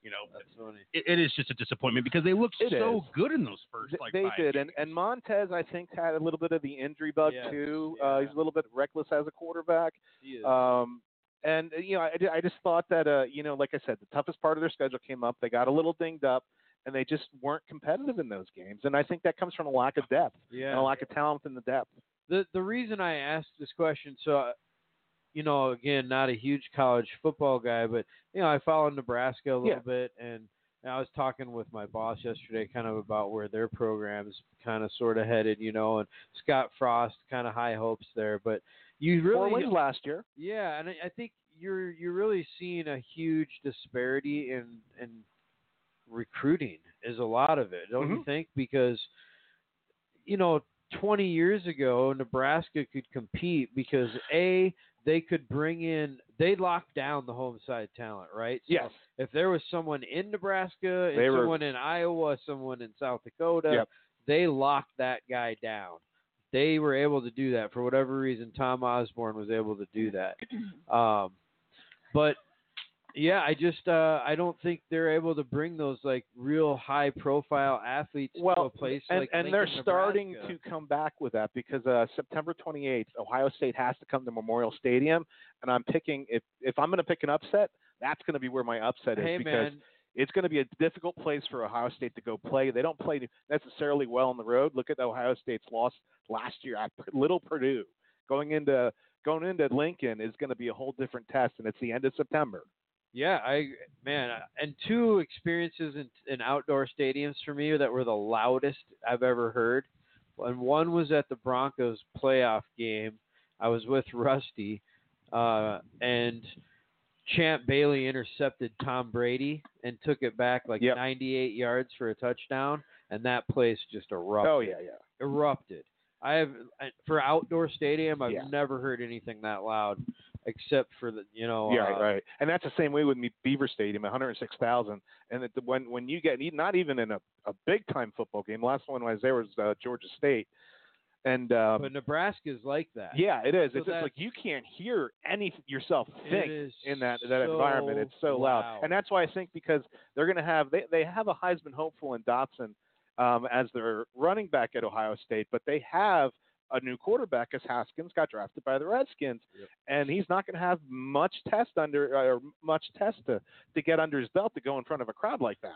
Speaker 4: you know,
Speaker 1: That's funny.
Speaker 4: it, it is just a disappointment because they looked
Speaker 5: It
Speaker 4: so
Speaker 5: is.
Speaker 4: good in those first
Speaker 5: Th-
Speaker 4: like
Speaker 5: they
Speaker 4: five
Speaker 5: did, and
Speaker 4: games.
Speaker 5: and Montez, I think, had a little bit of the injury bug
Speaker 1: Yes,
Speaker 5: too. Uh, he's
Speaker 1: yeah.
Speaker 5: a little bit reckless as a quarterback.
Speaker 1: He is.
Speaker 5: Um, and uh, you know, I, ju- I just thought that uh, you know, like I said, the toughest part of their schedule came up. They got a little dinged up, and they just weren't competitive in those games. And I think that comes from a lack of depth and
Speaker 1: yeah.
Speaker 5: a lack of talent in the depth.
Speaker 1: the the reason I asked this question, so uh, you know, again, not a huge college football guy, but you know, I follow Nebraska a little
Speaker 5: Yeah.
Speaker 1: bit, and, and I was talking with my boss yesterday, kind of about where their program's kind of sort of headed, you know, and Scott Frost, kind of high hopes there, but you
Speaker 5: Four
Speaker 1: really,
Speaker 5: wins last year.
Speaker 1: yeah, and I, I think you're you're really seeing a huge disparity in in recruiting is a lot of it, don't you think? Because you know, 20 years ago, Nebraska could compete because a they could bring in they locked down the home side talent, right? So
Speaker 5: Yes.
Speaker 1: if there was someone in Nebraska, and
Speaker 5: They were-
Speaker 1: someone in Iowa, someone in South Dakota,
Speaker 5: Yep.
Speaker 1: they locked that guy down. They were able to do that for whatever reason. Tom Osborne was able to do that. Um, but yeah, I just uh, I don't think they're able to bring those like real high profile athletes to a
Speaker 5: Well,
Speaker 1: place
Speaker 5: and,
Speaker 1: like
Speaker 5: and they're
Speaker 1: Lincoln,
Speaker 5: starting
Speaker 1: Nebraska.
Speaker 5: to come back with that because uh, September 28th, Ohio State has to come to Memorial Stadium, and I'm picking if if I'm going to pick an upset, that's going to be where my upset is
Speaker 1: Hey
Speaker 5: because
Speaker 1: man,
Speaker 5: it's going to be a difficult place for Ohio State to go play. They don't play necessarily well on the road. Look at Ohio State's loss last year at P- Little Purdue. Going into going into Lincoln is going to be a whole different test, and it's the end of September.
Speaker 1: Yeah, I man, I- and two experiences in, in outdoor stadiums for me that were the loudest I've ever heard. And one was at the Broncos playoff game. I was with Rusty, uh, and Champ Bailey intercepted Tom Brady and took it back like
Speaker 5: Yep.
Speaker 1: 98 yards for a touchdown, and that place just erupted.
Speaker 5: Oh yeah, yeah.
Speaker 1: erupted. I have I- for outdoor stadium. I've
Speaker 5: Yeah.
Speaker 1: never heard anything that loud, except for the you know.
Speaker 5: yeah,
Speaker 1: uh,
Speaker 5: right, right. And that's the same way with me, Beaver Stadium, 106,000. And it, when when you get e, not even in a, a big time football game, last one I was there was uh, Georgia State, and um,
Speaker 1: But Nebraska's like that.
Speaker 5: yeah, it is.
Speaker 1: so
Speaker 5: it's just like
Speaker 1: that's-
Speaker 5: you can't hear any yourself
Speaker 1: It
Speaker 5: think
Speaker 1: is
Speaker 5: in that that environment. It's so loud. and that's why I think because they're going to have they they have a Heisman hopeful in Dotson um, as their running back at Ohio State, but they have a new quarterback as Haskins got drafted by the Redskins,
Speaker 1: Yep.
Speaker 5: and he's not going to have much test under or much test to to get under his belt to go in front of a crowd like that.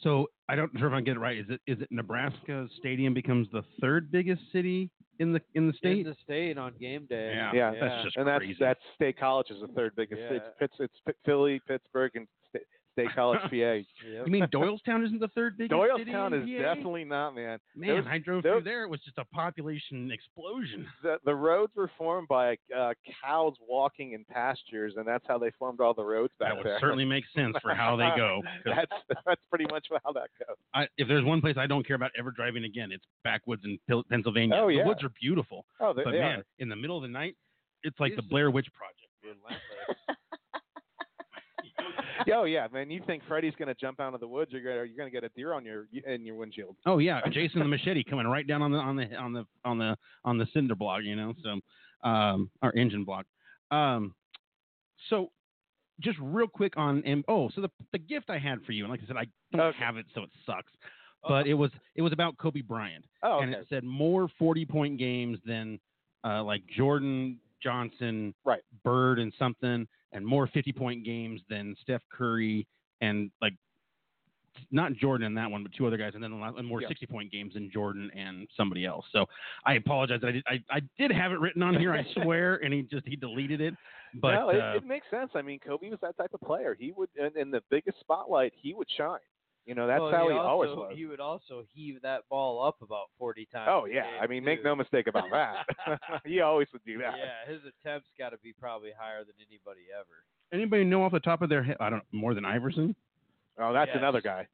Speaker 4: So I don't sure if I get it right. Is it is it Nebraska Stadium becomes the third biggest city in the in the
Speaker 1: In
Speaker 4: state?
Speaker 1: the state on game day.
Speaker 4: Yeah,
Speaker 5: Yeah.
Speaker 1: Yeah.
Speaker 4: that's just
Speaker 5: and that's
Speaker 4: crazy.
Speaker 5: that's State College is the third biggest.
Speaker 1: Yeah.
Speaker 5: It's, Pitts, it's Pitt- Philly, Pittsburgh, and State, State College, PA.
Speaker 1: Yep.
Speaker 4: you mean Doylestown isn't the third biggest city?
Speaker 5: Doylestown
Speaker 4: in
Speaker 5: is
Speaker 4: PA?
Speaker 5: definitely not, man.
Speaker 4: Man,
Speaker 5: those-
Speaker 4: I drove
Speaker 5: those-
Speaker 4: through there. It was just a population explosion.
Speaker 5: the, the roads were formed by uh, cows walking in pastures, and that's how they formed all the roads back
Speaker 4: That would
Speaker 5: there.
Speaker 4: certainly make sense for how they go. 'cause
Speaker 5: that's that's pretty much how that goes.
Speaker 4: I, if there's one place I don't care about ever driving again, it's backwoods in Pil- Pennsylvania.
Speaker 5: Oh, yeah.
Speaker 4: The woods are beautiful,
Speaker 5: Oh, they,
Speaker 4: but
Speaker 5: they
Speaker 4: man,
Speaker 5: are.
Speaker 4: in the middle of the night, it's like the
Speaker 1: These-
Speaker 4: Blair Witch Project.
Speaker 5: Yeah, oh yeah, man. You think Freddy's gonna jump out of the woods? You're gonna you're gonna get a deer on your in your windshield.
Speaker 4: Oh yeah, Jason the Machete coming right down on the on the on the on the on the cinder block, you know, so um our engine block. Um so just real quick on and oh, so the the gift I had for you, and like I said, I don't
Speaker 5: Okay. Uh-huh.
Speaker 4: have it, so it sucks. But it was it was about Kobe Bryant,
Speaker 5: Oh, okay.
Speaker 4: and it said more forty point games than uh, like Jordan Johnson,
Speaker 5: Right.
Speaker 4: Bird, and something, and more fifty point games than Steph Curry and like not Jordan in that one, but two other guys, and then a lot, and more
Speaker 5: Yeah.
Speaker 4: sixty point games than Jordan and somebody else. So I apologize. I did, I, I did have it written on here, I swear, and he just he deleted it. But
Speaker 5: no, it,
Speaker 4: uh,
Speaker 5: it makes sense. I mean, Kobe was that type of player. He would in, in the biggest spotlight, he would shine. You know, that's
Speaker 1: Well,
Speaker 5: how
Speaker 1: he
Speaker 5: he always
Speaker 1: also-
Speaker 5: was.
Speaker 1: He would also heave that ball up about 40 times.
Speaker 5: Oh
Speaker 1: a
Speaker 5: yeah,
Speaker 1: game,
Speaker 5: I mean, make
Speaker 1: too.
Speaker 5: no mistake about that. he always would do that.
Speaker 1: Yeah, his attempts got to be probably higher than anybody ever.
Speaker 4: anybody know off the top of their head? I don't more than Iverson.
Speaker 5: Oh, that's
Speaker 1: Yes.
Speaker 5: another guy.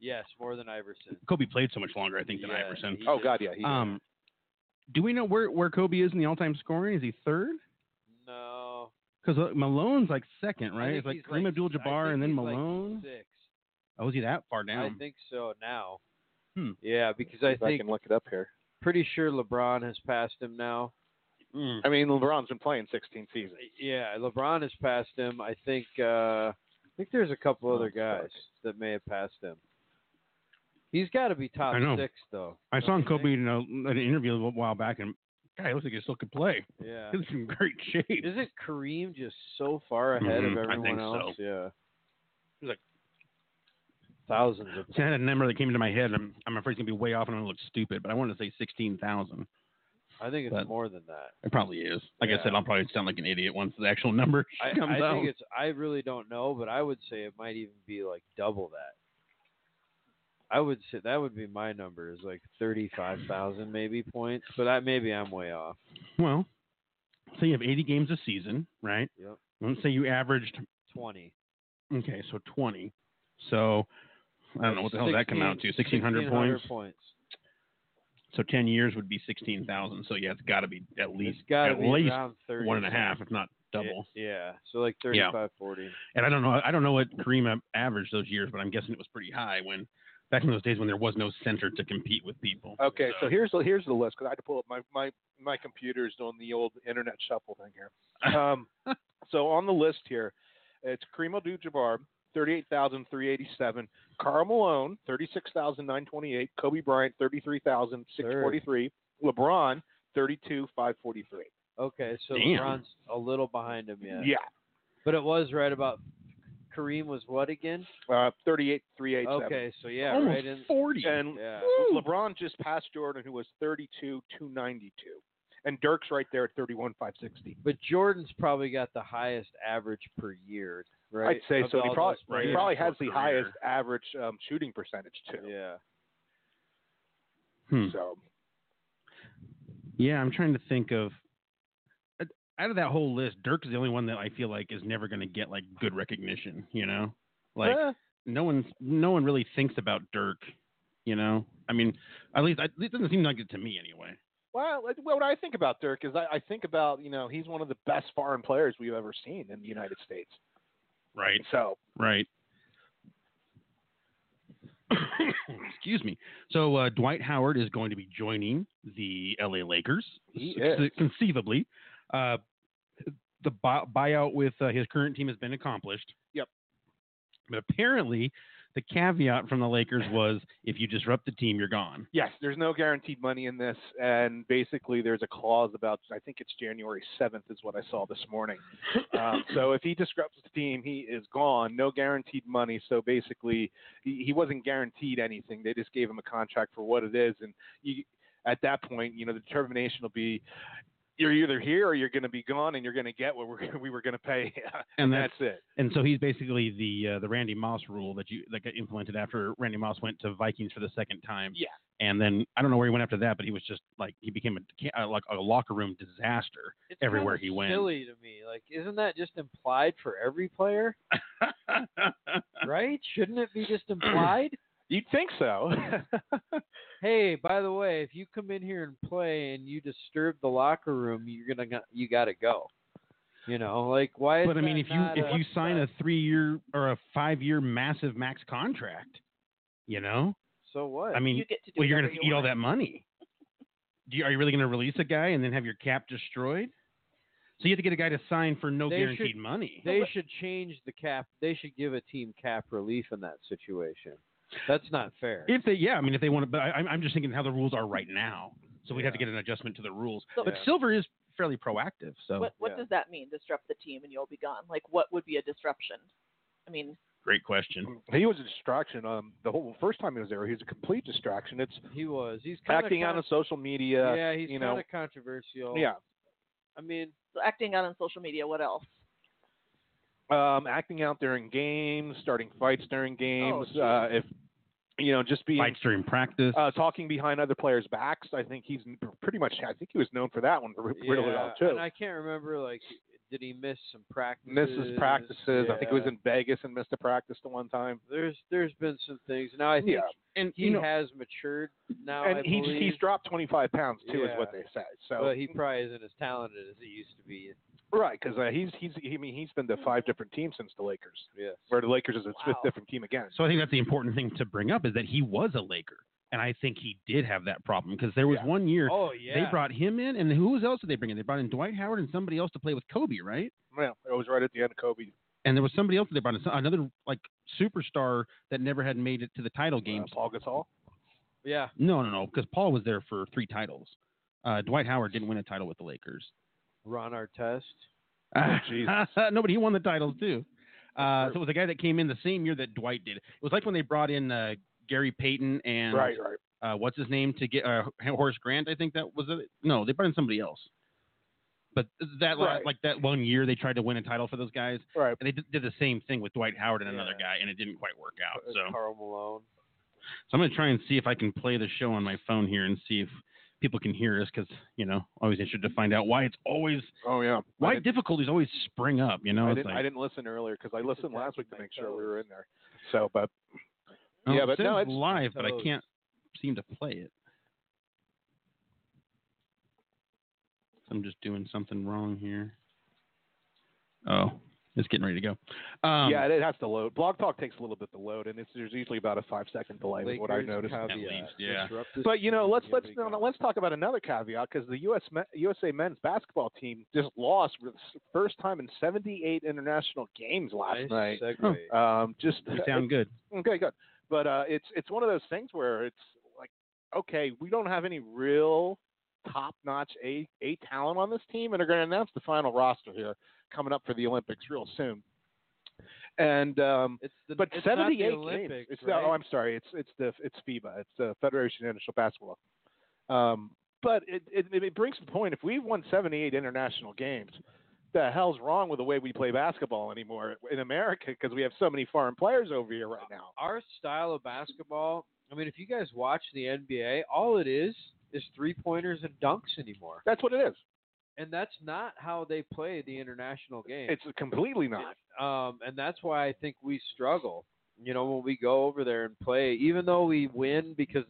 Speaker 1: Yes, more than Iverson.
Speaker 4: Kobe played so much longer, I think, than
Speaker 1: Yeah,
Speaker 4: Iverson.
Speaker 1: he
Speaker 5: Oh
Speaker 1: did.
Speaker 5: God, yeah. He,
Speaker 4: Um, do we know where, where Kobe is in the all time scoring? Is he third?
Speaker 1: No.
Speaker 4: Because Malone's like second,
Speaker 1: I
Speaker 4: right?
Speaker 1: think
Speaker 4: It's like
Speaker 1: he's
Speaker 4: Kareem
Speaker 1: like-
Speaker 4: Abdul
Speaker 1: I
Speaker 4: Jabbar
Speaker 1: think
Speaker 4: and then
Speaker 1: he's like
Speaker 4: Malone.
Speaker 1: sixth.
Speaker 4: oh, is he that far
Speaker 1: I
Speaker 4: down?
Speaker 1: think so now.
Speaker 4: Hmm.
Speaker 1: Yeah, because I
Speaker 5: if I
Speaker 1: think
Speaker 5: can look it up here.
Speaker 1: pretty sure LeBron has passed him now.
Speaker 4: Mm.
Speaker 5: I mean, LeBron's been playing 16 seasons.
Speaker 1: Yeah, LeBron has passed him. I think uh I think there's a couple
Speaker 5: Oh,
Speaker 1: other
Speaker 5: fuck.
Speaker 1: guys that may have passed him. He's got to be top
Speaker 4: I know.
Speaker 1: six though.
Speaker 4: I saw
Speaker 1: don't you
Speaker 4: Kobe in, a, in an interview a while back, and guy it looks like he still could play.
Speaker 1: think? Yeah.
Speaker 4: He was in great shape. He
Speaker 1: Isn't Kareem just so far ahead
Speaker 4: Mhm,
Speaker 1: of
Speaker 4: I
Speaker 1: everyone
Speaker 4: think so.
Speaker 1: else? Yeah.
Speaker 4: He's like-
Speaker 1: thousands of.
Speaker 4: See, I had a number that came into my head. I'm, I'm afraid it's gonna be way off, and I'm gonna look stupid. But I wanted to say sixteen thousand.
Speaker 1: I think it's
Speaker 4: But-
Speaker 1: more than that.
Speaker 4: It probably is. Like I said,
Speaker 1: Yeah.
Speaker 4: I'll probably sound like an idiot once the actual number
Speaker 1: I,
Speaker 4: comes
Speaker 1: I
Speaker 4: out.
Speaker 1: think it's. I really don't know, but I would say it might even be like double that. I would say that would be my number is like thirty-five thousand maybe points, but I maybe I'm way off.
Speaker 4: Well, so you have 80 games a season, right?
Speaker 1: Yep.
Speaker 4: Let's say you averaged
Speaker 1: Twenty.
Speaker 4: okay, so 20. So I don't know what the hell that come out to. 1600 points. So 10 years would be 16,000. So yeah, it's got to be at least
Speaker 1: It's got to
Speaker 4: at
Speaker 1: be
Speaker 4: least
Speaker 1: around 30.
Speaker 4: one and a half, if not double.
Speaker 1: Yeah, yeah. so like 35, 40.
Speaker 4: And I don't know. I don't know what Kareem a- averaged those years, but I'm guessing it was pretty high when back in those days when there was no center to compete with people.
Speaker 1: Oh,
Speaker 5: Okay, so here's the here's the list because I had to pull up my my my computer's doing the old internet shuffle thing here. Um, so on the list here, it's Kareem Abdul-Jabbar, thirty-eight thousand three eighty-seven. Carl Malone, thirty-six thousand nine twenty-eight. Kobe Bryant, thirty-three thousand six forty-three. LeBron, thirty-two five forty-three.
Speaker 1: Okay, so
Speaker 4: Damn.
Speaker 1: LeBron's a little behind him yet. But it was right about Kareem was what again?
Speaker 5: uh, thirty-eight three eight seven.
Speaker 1: Okay, so yeah,
Speaker 4: Almost
Speaker 1: right in
Speaker 4: 40.
Speaker 5: And
Speaker 1: yeah.
Speaker 4: Woo!
Speaker 5: LeBron just passed Jordan, who was 32, 292. And Dirk's right there at 31, 560.
Speaker 1: But Jordan's probably got the highest average per year, right?
Speaker 5: I'd say
Speaker 1: Of
Speaker 5: so. He
Speaker 1: all
Speaker 5: probably,
Speaker 1: those players.
Speaker 5: he probably
Speaker 4: Yeah.
Speaker 5: has the
Speaker 4: Career.
Speaker 5: highest average um, shooting percentage, too.
Speaker 1: Yeah.
Speaker 4: Hmm.
Speaker 5: So, Hmm.
Speaker 4: Yeah, I'm trying to think of. I- out of that whole list, Dirk is the only one that I feel like is never going to get like good recognition. You know, like
Speaker 5: Eh,
Speaker 4: no one's no one really thinks about Dirk. You know, I mean, at least I, it doesn't seem like it to me anyway.
Speaker 5: well, like, what I think about Dirk is I, I think about you know he's one of the best foreign players we've ever seen in the United States.
Speaker 4: Right.
Speaker 5: So
Speaker 4: Right. Excuse me. So uh, Dwight Howard is going to be joining the LA Lakers,
Speaker 5: He
Speaker 4: s-
Speaker 5: is.
Speaker 4: conceivably. Uh, the bu- buyout with uh, his current team has been accomplished.
Speaker 5: Yep.
Speaker 4: But apparently, the caveat from the Lakers was if you disrupt the team, you're gone.
Speaker 5: yes, there's no guaranteed money in this, and basically there's a clause about I think it's January 7th is what I saw this morning. Um, so if he disrupts the team, he is gone. No guaranteed money. So basically, he, he wasn't guaranteed anything. They just gave him a contract for what it is, and you, at that point, you know, the determination will be. You're either here or you're going to be gone, and you're going to get what we're, we were going to pay.
Speaker 4: And that's
Speaker 5: That's it.
Speaker 4: and so he's basically the uh, the Randy Moss rule that you that got implemented after Randy Moss went to Vikings for the second time.
Speaker 5: Yeah.
Speaker 4: and then I don't know where he went after that, but he was just like he became a ca- uh, like a locker room disaster.
Speaker 1: It's
Speaker 4: Everywhere
Speaker 1: kinda
Speaker 4: he went.
Speaker 1: Silly to me. Like, isn't that just implied for every player? Right? Shouldn't it be just implied?
Speaker 5: You'd think so.
Speaker 1: hey, by the way, if you come in here and play and you disturb the locker room, you're gonna go- you got to go. You know, like why? Is
Speaker 4: but I mean,
Speaker 1: that
Speaker 4: if you
Speaker 1: not
Speaker 4: if
Speaker 1: a-
Speaker 4: you sign a three year or a five year massive max contract, you know,
Speaker 1: so what?
Speaker 4: I mean,
Speaker 2: you get to do
Speaker 4: well, you're
Speaker 2: whatever
Speaker 4: gonna
Speaker 2: you
Speaker 4: eat all
Speaker 2: want.
Speaker 4: that money. Do you, are you really gonna release a guy and then have your cap destroyed? So you have to get a guy to sign for no
Speaker 1: They should-
Speaker 4: guaranteed money.
Speaker 1: they should change the cap. They should give a team cap relief in that situation. That's not fair.
Speaker 4: If they, yeah, I mean, if they want to, but I, I'm- I'm just thinking how the rules are right now. So we'd have to
Speaker 1: Yeah.
Speaker 4: get an adjustment to the rules.
Speaker 2: So-
Speaker 4: But
Speaker 5: Yeah.
Speaker 4: Silver is fairly proactive. So
Speaker 2: What what
Speaker 5: Yeah.
Speaker 2: does that mean? Disrupt the team and you'll be gone. Like what would be a disruption? I mean,
Speaker 4: great question.
Speaker 5: he was a distraction. Um, the whole first time he was there, he was a complete distraction. It's
Speaker 1: he was, he's kinda
Speaker 5: acting out
Speaker 1: con-
Speaker 5: on social media.
Speaker 1: yeah, he's
Speaker 5: you
Speaker 1: kind
Speaker 5: know.
Speaker 1: of controversial.
Speaker 5: Yeah.
Speaker 1: I mean,
Speaker 2: so acting out on social media. What else?
Speaker 5: Um, acting out during games, starting fights
Speaker 1: Oh,
Speaker 5: during games.
Speaker 2: geez.
Speaker 5: uh, if you know, just being
Speaker 4: Fights during practice.
Speaker 5: uh, talking behind other players' backs. I think he's n- pretty much. I think he was known for that one r- really well
Speaker 1: yeah,
Speaker 5: too.
Speaker 1: and I can't remember like did he miss some practices?
Speaker 5: Misses practices. I think he was
Speaker 1: Yeah.
Speaker 5: in Vegas and missed a practice the one time.
Speaker 1: There's there's been some things. Now I think
Speaker 5: Yeah.
Speaker 4: and
Speaker 1: he
Speaker 4: you know,
Speaker 1: has matured now. I
Speaker 5: and he
Speaker 1: believe,
Speaker 5: he's dropped 25 pounds too, is
Speaker 1: Yeah.
Speaker 5: what they said. So
Speaker 1: but he probably isn't as talented as he used to be.
Speaker 5: right, because uh, he's he's I mean he's been to five different teams since the Lakers,
Speaker 1: Yes.
Speaker 5: where the Lakers is its fifth
Speaker 2: Wow.
Speaker 5: different team again.
Speaker 4: so I think that's the important thing to bring up is that he was a Laker, and I think he did have that problem because there was
Speaker 5: Yeah.
Speaker 4: one year
Speaker 1: Oh yeah.
Speaker 4: they brought him in, and who else did they bring in? They brought in Dwight Howard and somebody else to play with Kobe, right?
Speaker 5: Yeah, it was right at the end of Kobe.
Speaker 4: And there was somebody else that they brought in, so- another like superstar that never had made it to the title
Speaker 5: Uh,
Speaker 4: games.
Speaker 5: Paul Gasol.
Speaker 1: yeah.
Speaker 4: No, no, no, because Paul was there for three titles. Uh, Dwight Howard didn't win a title with the Lakers.
Speaker 1: Ron Artest.
Speaker 5: Oh, Jesus.
Speaker 4: no, but he won the titles too. Uh,
Speaker 5: That's
Speaker 4: so it was a guy that came in the same year that Dwight did. It was like when they brought in uh, Gary Payton and
Speaker 5: Right, right.
Speaker 4: uh, what's his name to get uh, Horace Grant. I think that was it. No, they brought in somebody else. But that la-
Speaker 5: Right.
Speaker 4: like that one year they tried to win a title for those guys,
Speaker 5: Right.
Speaker 4: and they did, did the same thing with Dwight Howard and another
Speaker 1: Yeah.
Speaker 4: guy, and it didn't quite work out.
Speaker 1: uh,
Speaker 4: So,
Speaker 1: Carl Malone.
Speaker 4: so I'm gonna try and see if I can play the show on my phone here and see if people can hear us, because you know, always interested to find out why it's always
Speaker 5: Oh yeah.
Speaker 4: why
Speaker 5: I didn't,
Speaker 4: difficulties always spring up. You know,
Speaker 5: I
Speaker 4: it's
Speaker 5: didn't,
Speaker 4: like,
Speaker 5: I didn't listen earlier because I listened last week to
Speaker 1: my
Speaker 5: make sure we
Speaker 1: toes.
Speaker 5: were in there. So, but
Speaker 4: Oh,
Speaker 5: Yeah,
Speaker 4: it
Speaker 5: but no,
Speaker 4: says
Speaker 5: it's-
Speaker 4: live, but I
Speaker 1: Toes.
Speaker 4: can't seem to play it. I'm just doing something wrong here. Oh, it's getting ready to go. Um,
Speaker 5: yeah, it has to load. Blog Talk takes a little bit to load, and it's, there's usually about a five second delay. is what I
Speaker 1: Lakers
Speaker 5: noticed.
Speaker 1: caveat.
Speaker 4: least, yeah.
Speaker 1: Disrupt this
Speaker 5: But you know,
Speaker 1: team,
Speaker 5: let's
Speaker 1: here
Speaker 5: let's
Speaker 1: we
Speaker 5: no,
Speaker 1: go.
Speaker 5: no, let's talk about another caveat because the U.S. men, USA men's basketball team just lost for the s- first time in 78 international games last
Speaker 1: Nice
Speaker 5: night.
Speaker 1: segue.
Speaker 5: Um, just
Speaker 4: you sound good.
Speaker 5: Okay, good. But uh, it's it's one of those things where it's like, okay, we don't have any real top-notch A A talent on this team, and they're going to announce the final roster here coming up for the Olympics real soon. And um,
Speaker 1: It's the
Speaker 5: but
Speaker 1: it's not the
Speaker 5: 78 games.
Speaker 1: Olympics,
Speaker 5: It's
Speaker 1: right?
Speaker 5: the, oh, I'm sorry. It's it's the it's FIBA. It's the Federation of International Basketball. Um, but it, it it brings the point. If we've won 78 international games, the hell's wrong with the way we play basketball anymore in America? Because we have so many foreign players over here right now.
Speaker 1: our style of basketball. I mean, if you guys watch the NBA, all it is is three pointers and dunks anymore.
Speaker 5: That's what it is.
Speaker 1: and that's not how they play the international game.
Speaker 5: It's completely not.
Speaker 1: um, and that's why I think we struggle. You know, when we go over there and play, even though we win because,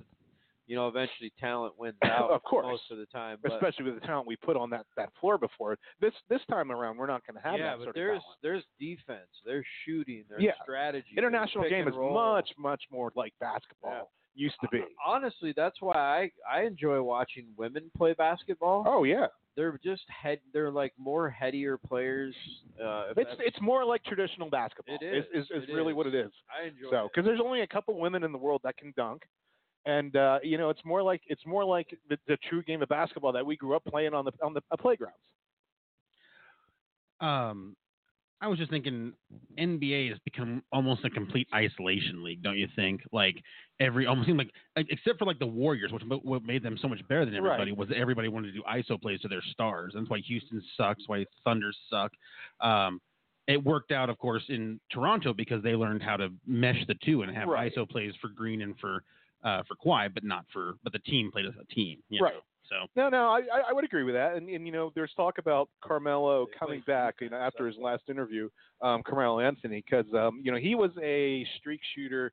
Speaker 1: you know, eventually talent wins out
Speaker 5: Of course.
Speaker 1: most of the time. But,
Speaker 5: Especially with the talent we put on that, that floor before. This this time around, we're not going to have
Speaker 1: yeah,
Speaker 5: that
Speaker 1: but
Speaker 5: sort
Speaker 1: there's
Speaker 5: of talent.
Speaker 1: there's defense, there's shooting, there's
Speaker 5: Yeah.
Speaker 1: strategy. there's
Speaker 5: International
Speaker 1: pick
Speaker 5: game
Speaker 1: and
Speaker 5: is
Speaker 1: roll. Uh, Uh-huh.
Speaker 5: much much more like basketball used to be.
Speaker 1: Honestly, that's why I I enjoy watching women play basketball.
Speaker 5: Oh yeah,
Speaker 1: They're just head. They're like more headier players. Uh, if
Speaker 5: it's
Speaker 1: that's-
Speaker 5: it's more like traditional basketball.
Speaker 1: It
Speaker 5: Is
Speaker 1: is.
Speaker 5: is, is
Speaker 1: It
Speaker 5: really
Speaker 1: is.
Speaker 5: what it is.
Speaker 1: I enjoy.
Speaker 5: So,
Speaker 1: it.
Speaker 5: because there's only a couple women in the world that can dunk, and uh, you know, it's more like it's more like the, the true game of basketball that we grew up playing on the on the uh, playgrounds.
Speaker 4: Um, I was just thinking, NBA has become almost a complete isolation league, don't you think? Like every almost seemed like, like, except for like the Warriors, which ma- what made them so much better than
Speaker 5: Right.
Speaker 4: everybody was that everybody wanted to do ISO plays to their stars. That's why Houston sucks, why Thunder suck. Um, it worked out, of course, in Toronto because they learned how to mesh the two and have
Speaker 5: Right.
Speaker 4: ISO plays for Green and for uh, for Kawhi, but not for but the team played as a team, you
Speaker 5: Right.
Speaker 4: Know? So
Speaker 5: No, no, I, I- I would agree with that. And, and you know, there's talk about Carmelo
Speaker 1: They
Speaker 5: coming
Speaker 1: play
Speaker 5: back. You know,
Speaker 1: defense,
Speaker 5: after his
Speaker 1: so-
Speaker 5: last interview, um, Carmelo Anthony, because um, you know he was a streak shooter.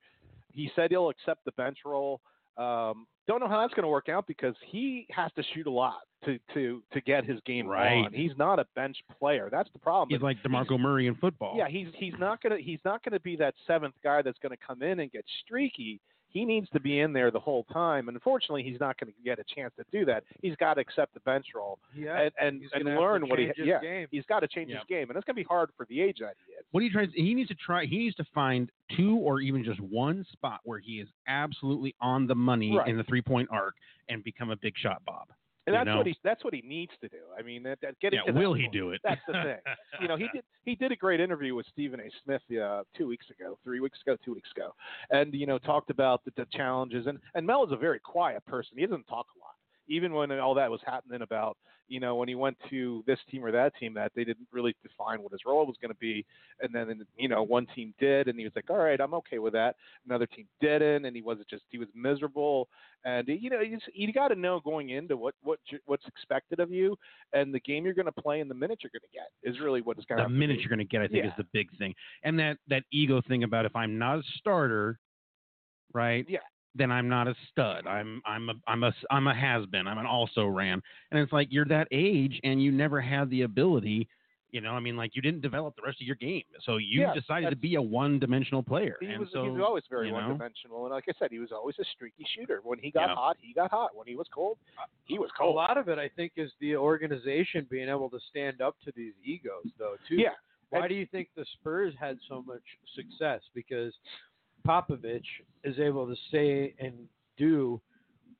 Speaker 5: He said he'll accept the bench role. Um, don't know how that's going to work out because he has to shoot a lot to to to get his game
Speaker 4: Right.
Speaker 5: on. He's not a bench player. That's the problem.
Speaker 4: he's like DeMarco Murray in football.
Speaker 5: Yeah, he's he's not gonna he's not gonna be that seventh guy that's gonna come in and get streaky. He needs to be in there the whole time, and unfortunately, he's not going to get a chance to do that. He's got to accept the bench role
Speaker 1: yeah,
Speaker 5: and and,
Speaker 1: he's
Speaker 5: and
Speaker 1: gonna have to
Speaker 5: learn what he
Speaker 1: change his
Speaker 5: yeah
Speaker 1: game.
Speaker 5: he's got to change his game, and it's going to be hard for the age that he is.
Speaker 4: what he tries he needs to try he needs to find two or even just one spot where he is absolutely on the money
Speaker 5: Right.
Speaker 4: in the three point arc and become a big shot bob
Speaker 5: And
Speaker 4: You
Speaker 5: that's
Speaker 4: know.
Speaker 5: what he that's what he needs to do. I mean, that, that getting
Speaker 4: yeah will he do it
Speaker 5: That's the thing. you know, he did he did a great interview with Stephen A. Smith uh, two weeks ago, three weeks ago, two weeks ago, and you know talked about the, the challenges. and And Mel is a very quiet person. He doesn't talk a lot, even when all that was happening about you know when he went to this team or that team that they didn't really define what his role was going to be. And then you know one team did, and he was like, all right, I'm okay with that. Another team didn't, and he wasn't just he was miserable. And you know you, you got to know going into what what you- what's expected of you and the game you're going to play and the minutes you're going to get is really what it's going
Speaker 4: the
Speaker 5: to
Speaker 4: minute you're going to get i think
Speaker 5: Yeah.
Speaker 4: is the big thing and that that ego thing about if i'm not a starter right
Speaker 5: Yeah.
Speaker 4: then i'm not a stud i'm i'm a i'm a i'm a has been i'm an also ran and it's like you're that age and you never had the ability you know, I mean, like you didn't develop the rest of your game, so you
Speaker 5: Yeah,
Speaker 4: decided to
Speaker 5: that's-
Speaker 4: be a one-dimensional player.
Speaker 5: He
Speaker 4: and
Speaker 5: was,
Speaker 4: so,
Speaker 5: he was always very
Speaker 4: you know.
Speaker 5: one dimensional, and like I said, he was always a streaky shooter. When he got
Speaker 4: Yeah. Uh,
Speaker 5: hot, he got hot. When he was cold, he was
Speaker 1: a
Speaker 5: cold.
Speaker 1: lot of it, I think, is the organization being able to stand up to these egos, though. Too.
Speaker 5: Yeah.
Speaker 1: Why
Speaker 5: And-
Speaker 1: do you think the Spurs had so much success? Because Popovich is able to say and do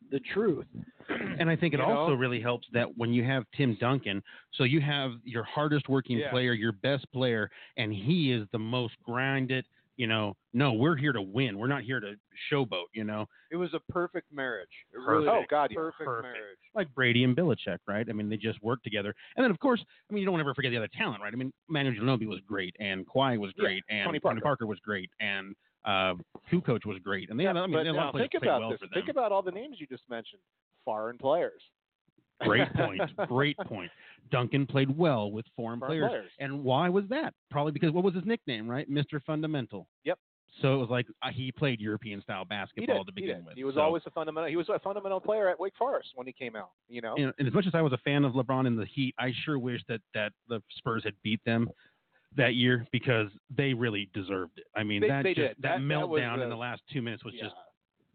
Speaker 1: the truth.
Speaker 4: And I think it
Speaker 1: You
Speaker 4: also
Speaker 1: know?
Speaker 4: really helps that when you have Tim Duncan, so you have your hardest working
Speaker 1: Yeah.
Speaker 4: player, your best player, and he is the most grinded. You know, no, we're here to win. We're not here to showboat. You know,
Speaker 1: It was a perfect marriage. It really
Speaker 5: Perfect. Oh, God, yeah.
Speaker 1: perfect,
Speaker 4: Perfect.
Speaker 1: marriage.
Speaker 4: like Brady and Belichick, right? I mean, they just work together. And then, of course, I mean, you don't ever forget the other talent, right? I mean, Manu Ginobili was great, and Kawhi was
Speaker 5: Yeah,
Speaker 4: great, and
Speaker 5: Tony Parker.
Speaker 4: was great, and uh, Kukoc was great, and they had, I mean,
Speaker 5: but
Speaker 4: they had a lot
Speaker 5: now
Speaker 4: of players
Speaker 5: think
Speaker 4: played
Speaker 5: about
Speaker 4: well
Speaker 5: this.
Speaker 4: for them.
Speaker 5: Think about all the names you just mentioned. Foreign players.
Speaker 4: Great point. Great point. Duncan played well with foreign,
Speaker 5: Foreign
Speaker 4: players.
Speaker 5: players.
Speaker 4: And why was that? Probably because what was his nickname, right? Mr. Fundamental.
Speaker 5: Yep.
Speaker 4: So it was like uh, he played European style
Speaker 5: He
Speaker 4: basketball
Speaker 5: did.
Speaker 4: to
Speaker 5: He,
Speaker 4: begin
Speaker 5: did.
Speaker 4: with.
Speaker 5: he was
Speaker 4: So,
Speaker 5: always a fundamental. He was a fundamental player at Wake Forest when he came out. You know.
Speaker 4: you know, and as much as I was a fan of LeBron and the Heat, I sure wish that, that the Spurs had beat them that year because they really deserved it. I mean,
Speaker 5: They-
Speaker 4: that
Speaker 5: they
Speaker 4: just,
Speaker 5: did.
Speaker 4: that,
Speaker 5: That- that was
Speaker 4: meltdown
Speaker 5: a-
Speaker 4: in the last two minutes was
Speaker 5: Yeah.
Speaker 4: just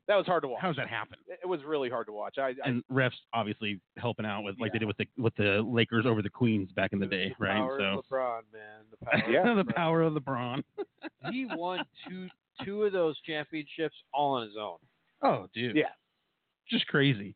Speaker 5: that was hard to watch.
Speaker 4: how does that happen?
Speaker 5: It it was really hard to watch. I, I
Speaker 4: And refs obviously helping out with like
Speaker 5: Yeah.
Speaker 4: they did with the with the Lakers over the Queens back in the day,
Speaker 1: The
Speaker 4: right?
Speaker 1: power
Speaker 4: so
Speaker 1: of LeBron, man. The power.
Speaker 5: Yeah.
Speaker 1: of
Speaker 4: the
Speaker 1: LeBron.
Speaker 4: power of LeBron.
Speaker 1: He won two two of those championships all on his own.
Speaker 4: Oh, dude.
Speaker 5: Yeah.
Speaker 4: Just crazy.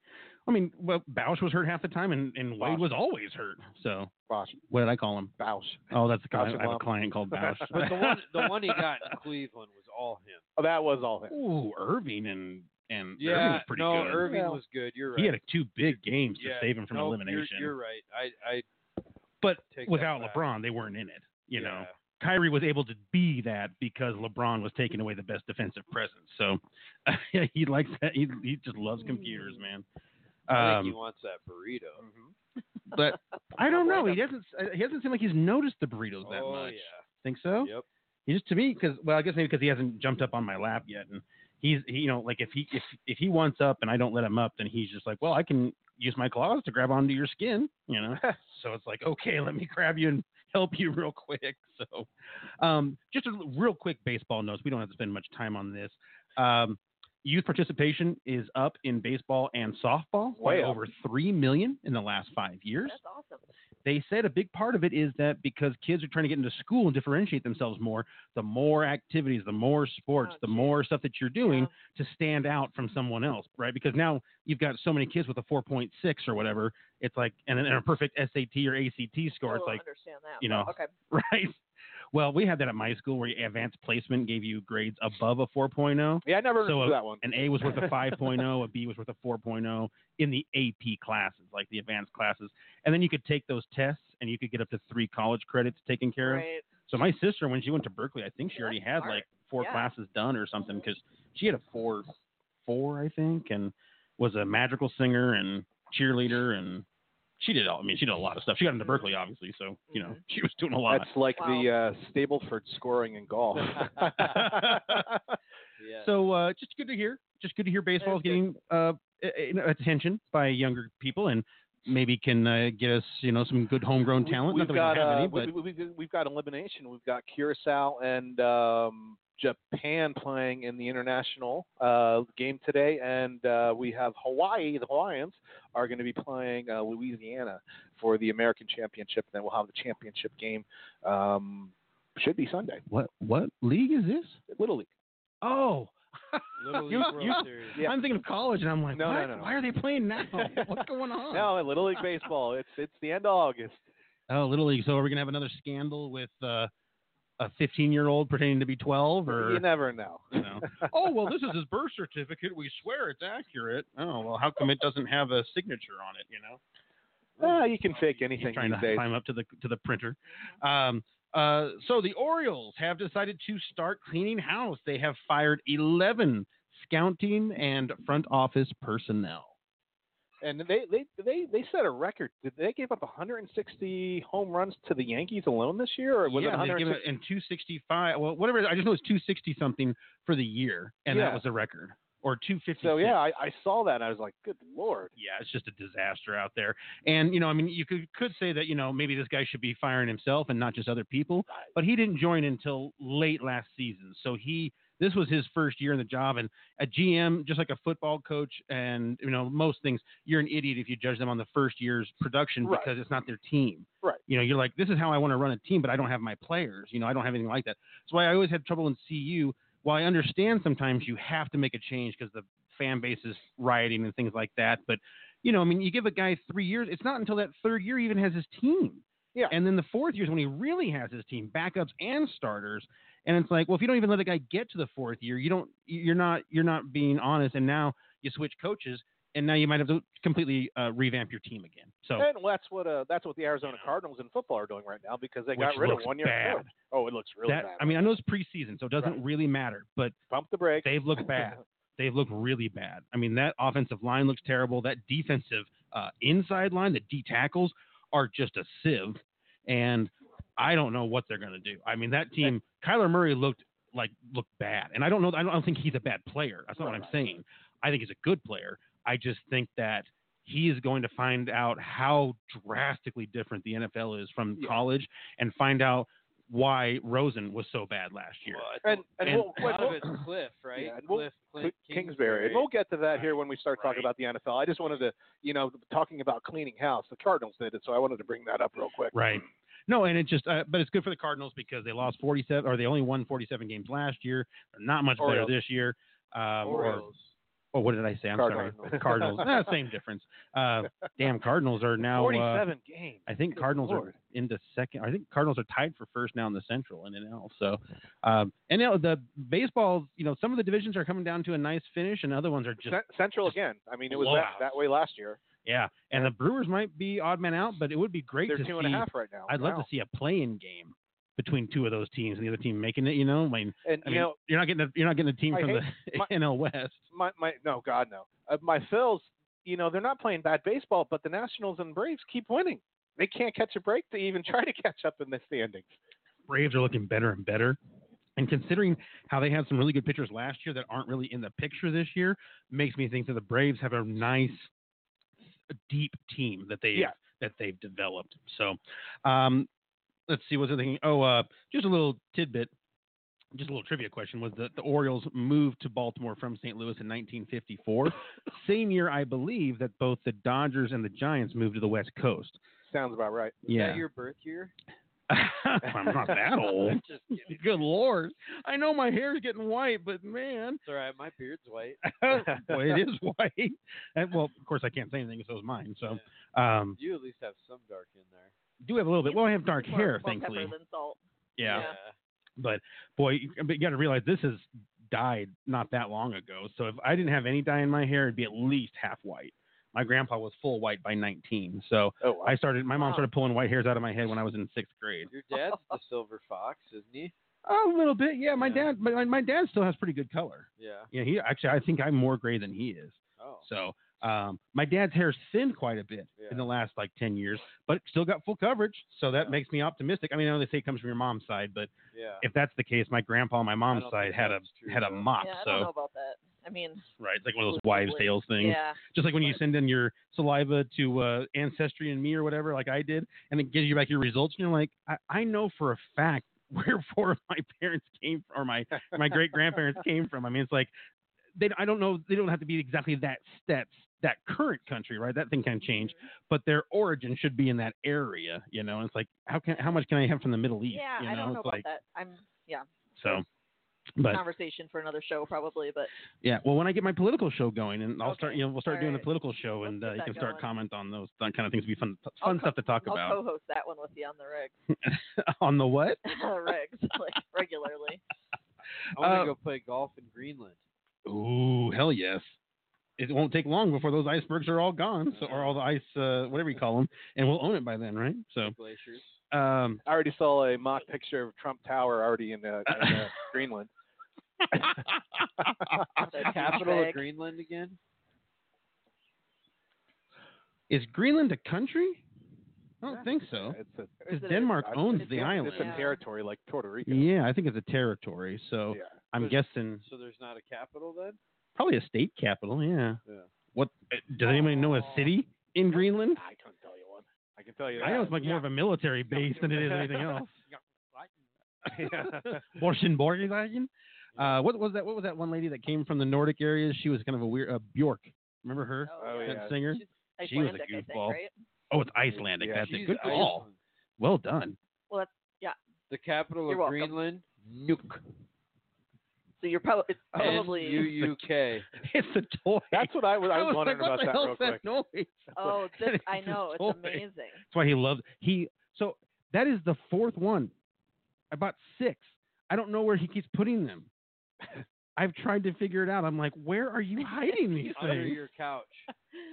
Speaker 4: I mean, well, Bausch was hurt half the time, and, and Wade
Speaker 5: Bosh.
Speaker 4: was always hurt. So
Speaker 5: Bosh,
Speaker 4: what did I call him?
Speaker 5: Bausch.
Speaker 4: Oh, that's the guy.
Speaker 5: Bausch and
Speaker 4: I have a
Speaker 5: Lomb.
Speaker 4: client called Bausch.
Speaker 1: But the one the one he got in Cleveland was all him.
Speaker 5: Oh, that was all him.
Speaker 4: Ooh, Irving and and
Speaker 1: Yeah,
Speaker 4: Irving was pretty
Speaker 1: no,
Speaker 4: good.
Speaker 1: Irving
Speaker 5: Well,
Speaker 1: was good. You're right.
Speaker 4: He had a, two big games to
Speaker 1: Yeah,
Speaker 4: save him from
Speaker 1: no,
Speaker 4: elimination.
Speaker 1: You're, you're right. I, I
Speaker 4: but
Speaker 1: take that
Speaker 4: without
Speaker 1: back.
Speaker 4: LeBron, they weren't in it. You know,
Speaker 1: yeah.
Speaker 4: Kyrie was able to be that because LeBron was taking away the best defensive presence. So he likes that. He, he just loves computers, man.
Speaker 1: Mm. I think
Speaker 4: Um, mm,
Speaker 1: he wants that burrito.
Speaker 5: Mm-hmm.
Speaker 4: but I don't know.
Speaker 2: Burrito.
Speaker 4: He doesn't. He doesn't seem like he's noticed the burritos that
Speaker 1: oh
Speaker 4: much.
Speaker 1: yeah.
Speaker 4: Think so?
Speaker 1: Yep.
Speaker 4: He just to me because well, I guess maybe because he hasn't jumped up on my lap yet, and he's he, you know like if he if if he wants up and I don't let him up, then he's just like, well, I can use my claws to grab onto your skin, you know. so it's like, okay, let me grab you and help you real quick. So, um, just a l- real quick baseball notes. We don't have to spend much time on this. Um, youth participation is up in baseball and softball
Speaker 5: Way
Speaker 4: by
Speaker 5: up.
Speaker 4: over three million in the last five years
Speaker 2: That's awesome.
Speaker 4: they said a big part of it is that because kids are trying to get into school and differentiate themselves more, the more activities, the more sports,
Speaker 2: Oh,
Speaker 4: the
Speaker 2: geez.
Speaker 4: more stuff that you're doing to stand out from someone else, right? Because now you've got so many kids with a 4.6 or whatever. It's like, and, and a perfect SAT or ACT
Speaker 2: Yeah,
Speaker 4: score. It's
Speaker 2: still don't
Speaker 4: like,
Speaker 2: understand that.
Speaker 4: you know,
Speaker 2: Well, okay.
Speaker 4: right? Well, we had that at my school where advanced placement gave you grades above a 4.0.
Speaker 5: Yeah, I never
Speaker 4: So,
Speaker 5: knew
Speaker 4: uh,
Speaker 5: that one.
Speaker 4: An A was worth a 5.0, a B was worth a 4.0 in the AP classes, like the advanced classes. And then you could take those tests and you could get up to three college credits taken care of.
Speaker 2: Right.
Speaker 4: So my sister, when she went to Berkeley, I think she
Speaker 2: Yeah,
Speaker 4: already
Speaker 2: that's
Speaker 4: had
Speaker 2: smart.
Speaker 4: like four
Speaker 2: Yeah. Mm-hmm.
Speaker 4: classes done or something because she had a four, four I think, and was a magical singer and cheerleader and she did all. I mean, she did a lot of stuff. She got
Speaker 2: Mm-hmm.
Speaker 4: into Berkeley, obviously, so you know
Speaker 2: Mhm.
Speaker 4: she was doing a lot.
Speaker 5: That's like
Speaker 2: Wow.
Speaker 5: the uh, Stableford scoring in golf.
Speaker 1: Yeah.
Speaker 4: So uh, just good to hear. Just good to hear baseball's
Speaker 2: That's
Speaker 4: getting uh, a- a- you know, attention by younger people and maybe can uh, get us you know some good homegrown
Speaker 5: We-
Speaker 4: talent.
Speaker 5: We've
Speaker 4: Not that
Speaker 5: got
Speaker 4: we don't have
Speaker 5: uh,
Speaker 4: any,
Speaker 5: we-
Speaker 4: but
Speaker 5: we, have got elimination. We've got Curacao and um, Japan playing in the international uh, game today, and uh, we have Hawaii. The Hawaiians are going to be playing uh, Louisiana for the American Championship, and then we'll have the championship game. Um, should be Sunday.
Speaker 4: what what league is this?
Speaker 5: Little League.
Speaker 4: Oh,
Speaker 1: Little League
Speaker 4: You-
Speaker 1: World
Speaker 4: you-
Speaker 1: Series.
Speaker 5: Yeah.
Speaker 4: I'm thinking of college, and I'm like,
Speaker 5: No, no,
Speaker 4: what?
Speaker 5: no, no.
Speaker 4: Why are they playing now? What's going on?
Speaker 5: No, Little League baseball. It's it's the end of August.
Speaker 4: Oh, little league. So are we gonna have another scandal with uh, a 15 year old pretending to be 12 or?
Speaker 5: You never know.
Speaker 4: you know? oh well, this is his birth certificate. We swear it's accurate. Oh well, how come it doesn't have a signature on it? You know.
Speaker 5: Ah, you can fake anything
Speaker 4: He's trying
Speaker 5: these
Speaker 4: to
Speaker 5: days.
Speaker 4: climb up to the to the printer. Um, uh, so the Orioles have decided to start cleaning house. They have fired eleven scouting and front office personnel.
Speaker 5: and they they they they set a record. Did they give up 160 home runs to the Yankees alone this year, or was it
Speaker 4: yeah, they've
Speaker 5: 160?
Speaker 4: given it in two sixty five. Well, whatever. it is, I just know it's two sixty something for the year, and
Speaker 5: Yeah.
Speaker 4: that was the record, or two fifty.
Speaker 5: so yeah, I, I saw that. and I was like, good lord.
Speaker 4: yeah, it's just a disaster out there. And you know, I mean, you could could say that you know maybe this guy should be firing himself and not just other people, but he didn't join until late last season, so he this was his first year in the job. And a GM, just like a football coach, and you know most things, you're an idiot if you judge them on the first year's production
Speaker 5: Right.
Speaker 4: because it's not their team.
Speaker 5: Right.
Speaker 4: You know, you're like, this is how I want to run a team, but I don't have my players. You know, I don't have anything like that. That's why I always had trouble in CU. While I understand sometimes you have to make a change because the fan base is rioting and things like that, but you know, I mean, you give a guy three years. It's not until that third year he even has his team.
Speaker 5: Yeah.
Speaker 4: And then the fourth year is when he really has his team, backups and starters. And it's like, well, if you don't even let a guy get to the fourth year, you don't, you're not, you're not being honest. And now you switch coaches, and now you might have to completely uh, revamp your team again. So
Speaker 5: And that's what uh, that's what the Arizona Cardinals in football are doing right now because they got
Speaker 4: Which
Speaker 5: rid of
Speaker 4: looks
Speaker 5: one year
Speaker 4: bad.
Speaker 5: coach. Oh, it looks really
Speaker 4: that,
Speaker 5: bad.
Speaker 4: I mean, I know it's preseason, so it doesn't
Speaker 5: Right.
Speaker 4: really matter, but
Speaker 5: Pump the brakes.
Speaker 4: they've looked bad. They've looked really bad. I mean, that offensive line looks terrible. That defensive uh, inside line, the D tackles, are just a sieve. And I don't know what they're going to do. I mean, that team, Kyler Murray looked like looked bad. And I don't know. I don't, I don't think he's a bad player. That's not what I'm saying. I think he's a good player. I just think that he is going to find out how drastically different the NFL is from
Speaker 5: Yeah.
Speaker 4: college and find out why Rosen was so bad last year.
Speaker 1: Well, I
Speaker 5: And and,
Speaker 4: And-
Speaker 5: we'll,
Speaker 1: A lot
Speaker 5: we'll-
Speaker 1: of it's Cliff, right?
Speaker 5: Yeah, and we'll-
Speaker 1: Cliff, Clint
Speaker 5: Clint Kingsbury. And we'll get to that here when we start talking
Speaker 4: Right.
Speaker 5: about the NFL. I just wanted to, you know, talking about cleaning house. The Cardinals did it, so I wanted to bring that up real quick.
Speaker 4: Right. No, and it just, uh, but it's good for the Cardinals because they lost 47, or they only won 47 games last year. They're not much
Speaker 5: Orioles.
Speaker 4: better this year. Um, or,
Speaker 1: Orioles.
Speaker 4: or oh, what did I say? I'm sorry.
Speaker 5: Cardinals.
Speaker 4: Cardinals. Ah, same difference. Uh, damn, Cardinals are now. Uh,
Speaker 5: 47 games.
Speaker 4: I think
Speaker 5: Good
Speaker 4: Cardinals
Speaker 5: Lord.
Speaker 4: are into second. I think Cardinals are tied for first now in the Central and NL. So, um, and now the baseball, you know, some of the divisions are coming down to a nice finish, and other ones are just
Speaker 5: Cent- Central again. I mean, it was
Speaker 4: blowouts.
Speaker 5: that, that way last year.
Speaker 4: yeah. And the Brewers might be odd man out, but it would be great
Speaker 5: They're
Speaker 4: to
Speaker 5: two
Speaker 4: see.
Speaker 5: and a half right now.
Speaker 4: I'd love
Speaker 5: Oh, Wow.
Speaker 4: to see a play-in game between two of those teams and the other team making it. You know, I mean,
Speaker 5: And
Speaker 4: I
Speaker 5: you
Speaker 4: mean,
Speaker 5: know,
Speaker 4: you're not getting a, you're not getting a team
Speaker 5: I
Speaker 4: from
Speaker 5: hate
Speaker 4: the
Speaker 5: my-
Speaker 4: NL West.
Speaker 5: my my no, God no. Uh, my Phils you know, they're not playing bad baseball, but the Nationals and Braves keep winning. They can't catch a break to even try to catch up in the standings.
Speaker 4: Braves are looking better and better. And considering how they had some really good pitchers last year that aren't really in the picture this year, makes me think that the Braves have a nice, deep team that they
Speaker 5: Yeah.
Speaker 4: that they've developed. So, um, let's see what's the thing. Oh, uh, just a little tidbit, just a little trivia question: Was that the Orioles moved to Baltimore from St. Louis in 1954? Same year, I believe that both the Dodgers and the Giants moved to the West Coast.
Speaker 5: Sounds about right.
Speaker 1: Is
Speaker 4: Yeah,
Speaker 1: that your birth year?
Speaker 4: I'm not that old.
Speaker 1: Just kidding.
Speaker 4: Good lord. I know my hair's getting white, but man.
Speaker 1: It's all right. My beard's white.
Speaker 4: Boy, it is white. And, well, of course I can't say anything because it was mine. So um
Speaker 1: You at least have some dark in there.
Speaker 4: do have a little bit. Well I have dark
Speaker 2: More-
Speaker 4: hair,
Speaker 2: more pepper
Speaker 4: thankfully.
Speaker 2: than salt.
Speaker 4: Yeah.
Speaker 2: Yeah.
Speaker 4: But boy, you- but you gotta realize this has died not that long ago. So if I didn't have any dye in my hair, it'd be at least half white. My grandpa was full white by nineteen. So
Speaker 5: Oh, wow.
Speaker 4: I started my mom
Speaker 2: Wow.
Speaker 4: started pulling white hairs out of my head when I was in sixth grade.
Speaker 1: Your dad's the silver fox, isn't he?
Speaker 4: A little bit, yeah. My
Speaker 1: Yeah.
Speaker 4: dad my, my dad still has pretty good color.
Speaker 1: Yeah.
Speaker 4: Yeah, he actually I think I'm more gray than he is.
Speaker 1: Oh.
Speaker 4: So um, my dad's hair's thinned quite a bit in
Speaker 1: Yeah.
Speaker 4: the last like ten years, but still got full coverage. So that
Speaker 1: Yeah.
Speaker 4: makes me optimistic. I mean, I know they say it comes from your mom's side, but
Speaker 1: yeah.
Speaker 4: if that's the case, my grandpa on my mom's
Speaker 1: don't
Speaker 4: side
Speaker 1: think
Speaker 4: had a
Speaker 1: that's true,
Speaker 4: had a
Speaker 1: though.
Speaker 4: mop.
Speaker 2: Yeah, I
Speaker 4: so
Speaker 2: don't know about that. I mean,
Speaker 4: right, it's like one of those wives'
Speaker 2: Exclusively.
Speaker 4: tales things.
Speaker 2: yeah.
Speaker 4: Just like when you
Speaker 2: Right.
Speaker 4: send in your saliva to uh, Ancestry and Me or whatever, like I did, and it gives you back your results, and you're like, I, I know for a fact where four of my parents came from, or my my great grandparents came from. I mean, it's like they I don't know they don't have to be exactly that that's that current country, right? That thing can change,
Speaker 2: Mm-hmm.
Speaker 4: but their origin should be in that area, you know. And it's like how can how much can I have from the Middle East?
Speaker 2: Yeah,
Speaker 4: you
Speaker 2: I don't know
Speaker 4: it's
Speaker 2: about
Speaker 4: like
Speaker 2: that. I'm yeah,
Speaker 4: so. But
Speaker 2: conversation for another show probably, but
Speaker 4: yeah, well, when I get my political show going, and I'll start,
Speaker 2: Okay.
Speaker 4: you know, we'll start
Speaker 2: All
Speaker 4: doing a
Speaker 2: right.
Speaker 4: political show,
Speaker 2: Let's
Speaker 4: and
Speaker 2: get
Speaker 4: uh, you
Speaker 2: that
Speaker 4: can start
Speaker 2: going.
Speaker 4: comment on those th- kind of things. It'd be fun,
Speaker 2: I'll
Speaker 4: fun
Speaker 2: co-
Speaker 4: stuff to talk
Speaker 2: I'll
Speaker 4: about.
Speaker 2: co-host that one with you on the rigs,
Speaker 4: on the what?
Speaker 2: rigs like regularly.
Speaker 1: I want to
Speaker 4: uh,
Speaker 1: go play golf in Greenland.
Speaker 4: Ooh, hell yes. It won't take long before those icebergs are all gone, so, or all the ice, uh, whatever you call them, and we'll own it by then, right? So,
Speaker 1: Glaciers.
Speaker 4: um,
Speaker 5: I already saw a mock picture of Trump Tower already in, uh, in uh, Greenland.
Speaker 2: The
Speaker 1: Capital of
Speaker 2: douchebag.
Speaker 1: Greenland again?
Speaker 4: is Greenland a country? I don't
Speaker 5: Yeah.
Speaker 4: think so,
Speaker 5: It's a,
Speaker 2: Is
Speaker 4: because
Speaker 2: it a-
Speaker 4: Denmark
Speaker 5: I-
Speaker 4: owns
Speaker 2: it's
Speaker 4: the
Speaker 2: a-
Speaker 4: island.
Speaker 5: It's a territory like Puerto Rico.
Speaker 4: Yeah, I think it's a territory, so
Speaker 5: Yeah.
Speaker 4: I'm
Speaker 1: There's-
Speaker 4: guessing
Speaker 1: So there's not a capital then?
Speaker 4: probably a state capital. Yeah.
Speaker 1: Yeah.
Speaker 4: What? uh, Does anybody know a
Speaker 2: Aw.
Speaker 4: city in Greenland?
Speaker 5: I couldn't tell you one. I can tell you that.
Speaker 4: I know it's like more of a military base than it is anything else.
Speaker 5: Yeah.
Speaker 4: Borsenborgen. Uh, what was that? What was that one lady that came from the Nordic areas? She was kind of a weird uh, Bjork. Remember her?
Speaker 5: Oh,
Speaker 4: that
Speaker 5: yeah.
Speaker 4: singer.
Speaker 2: She's
Speaker 4: She was a
Speaker 2: Icelandic, I think,
Speaker 4: goofball.
Speaker 2: right?
Speaker 4: Oh, it's Icelandic.
Speaker 5: Yeah,
Speaker 4: That's
Speaker 1: Jeez,
Speaker 4: it. Good
Speaker 1: I-
Speaker 4: call. Well done.
Speaker 1: The capital
Speaker 2: You're
Speaker 1: of
Speaker 2: welcome.
Speaker 1: Greenland? Nuuk.
Speaker 2: So you're probably it's probably
Speaker 1: N-U-U-K.
Speaker 4: It's a toy.
Speaker 5: That's what I was, I was, wondering
Speaker 4: like, what
Speaker 5: about
Speaker 4: the
Speaker 5: that
Speaker 4: hell's
Speaker 5: real
Speaker 4: that
Speaker 5: quick.
Speaker 4: noise?
Speaker 2: oh, this, I
Speaker 4: It's a
Speaker 2: know
Speaker 4: toy.
Speaker 2: it's amazing.
Speaker 4: That's why he loved he. So that is the fourth one. I bought six. I don't know where he keeps putting them. I've tried to figure it out. I'm like, where are you hiding these
Speaker 1: Under
Speaker 4: things?
Speaker 1: your couch.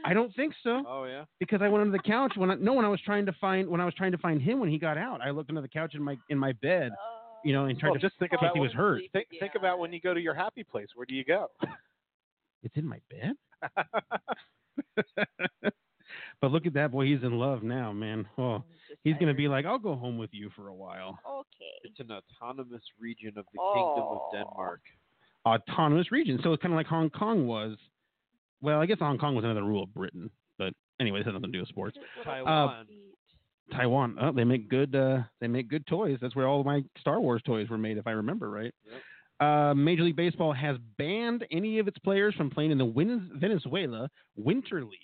Speaker 4: I don't think so
Speaker 1: Oh, yeah?
Speaker 4: because I went under the couch when I, no when I was trying to find when I was trying to find him when he got out. I looked under the couch in my in my bed,
Speaker 2: Oh.
Speaker 4: you know, and tried
Speaker 5: Well,
Speaker 4: to
Speaker 5: just think
Speaker 4: see if
Speaker 5: about
Speaker 4: he was hurt.
Speaker 5: Think, think about when you go to your happy place. Where do you go?
Speaker 4: It's in my bed. but look at that boy. He's in love now, man. Oh,
Speaker 2: Just
Speaker 4: he's gonna
Speaker 2: tired.
Speaker 4: be like, I'll go home with you for a while.
Speaker 2: okay.
Speaker 1: It's an autonomous region of the
Speaker 2: Oh.
Speaker 1: Kingdom of Denmark.
Speaker 4: Autonomous region. So it's kind of like Hong Kong was. Well, I guess Hong Kong was another rule of Britain, but anyway, this has nothing to do with sports.
Speaker 2: Cute little
Speaker 1: Taiwan.
Speaker 4: Uh,
Speaker 2: feet.
Speaker 4: Taiwan. Oh, they make good. Uh, they make good toys. That's where all my Star Wars toys were made, if I remember right.
Speaker 1: Yep.
Speaker 4: Uh, Major League Baseball has banned any of its players from playing in the Win- Venezuela Winter League,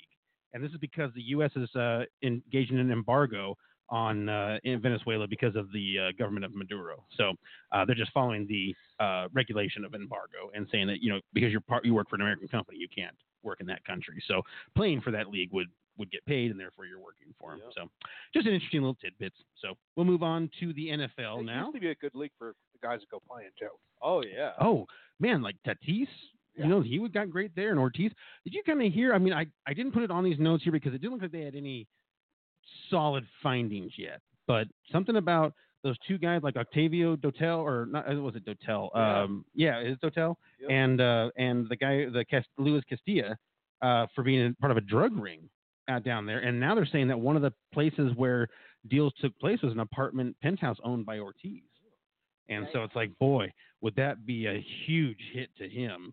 Speaker 4: and this is because the U.S. is uh, engaged in an embargo on uh, in Venezuela because of the uh, government of Maduro. So uh, they're just following the uh, regulation of embargo and saying that you know because you're part you work for an American company, you can't work in that country. So playing for that league would would get paid, and therefore you're working for them.
Speaker 1: Yep.
Speaker 4: So just an interesting little tidbits. So we'll move on to the NFL
Speaker 5: it
Speaker 4: now.
Speaker 5: used to be a good league for the guys that go playing, Joe.
Speaker 1: Oh, yeah.
Speaker 4: Oh man, like Tatis,
Speaker 5: Yeah.
Speaker 4: you know he would got great there, and Ortiz. Did you kind of hear? I mean, I I didn't put it on these notes here because it didn't look like they had any solid findings yet. But something about those two guys, like Octavio Dotel, or not uh, was it Dotel?
Speaker 5: Yeah.
Speaker 4: Um, yeah, is it Dotel
Speaker 1: Yep.
Speaker 4: and uh, and the guy, the Cast- Luis Castilla. uh, for being part of a drug ring uh, down there. And now they're saying that one of the places where deals took place was an apartment penthouse owned by Ortiz. And so it's like, boy, would that be a huge hit to him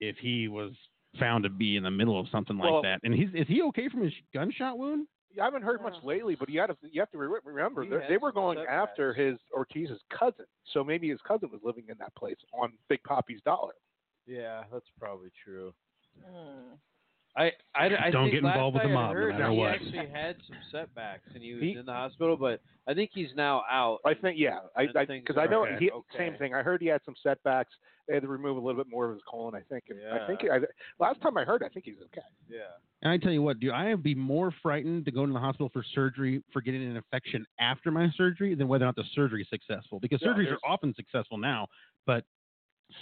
Speaker 4: if he was found to be in the middle of something like
Speaker 5: Well-
Speaker 4: that? And he's is he okay from his gunshot wound?
Speaker 5: I haven't heard much
Speaker 2: Yeah.
Speaker 5: lately, but you got to you have to re- remember
Speaker 1: He
Speaker 5: they-
Speaker 1: had
Speaker 5: they were
Speaker 1: some
Speaker 5: going
Speaker 1: setbacks.
Speaker 5: after his Ortiz's cousin, so maybe his cousin was living in that place on Big Poppy's dollar.
Speaker 1: Yeah, that's probably true.
Speaker 2: Mm.
Speaker 1: I, I, I
Speaker 4: Don't
Speaker 1: think
Speaker 4: get involved
Speaker 1: last
Speaker 4: with the
Speaker 1: I
Speaker 4: mob, no
Speaker 1: heard,
Speaker 4: matter
Speaker 1: he
Speaker 4: what.
Speaker 1: actually had some setbacks and he was
Speaker 5: He-
Speaker 1: in the hospital, but I think he's now out.
Speaker 5: I think, yeah, I
Speaker 1: And things
Speaker 5: because I,
Speaker 1: are
Speaker 5: know
Speaker 1: okay.
Speaker 5: he
Speaker 1: Okay.
Speaker 5: same thing. I heard he had some setbacks. They had to remove a little bit more of his colon, I think. And I think I, last time I heard, I think he's okay.
Speaker 1: Yeah.
Speaker 4: And I tell you what, dude, I would be more frightened to go to the hospital for surgery for getting an infection after my surgery than whether or not the surgery is successful. Because
Speaker 5: Yeah,
Speaker 4: surgeries
Speaker 5: there's-
Speaker 4: are often successful now, but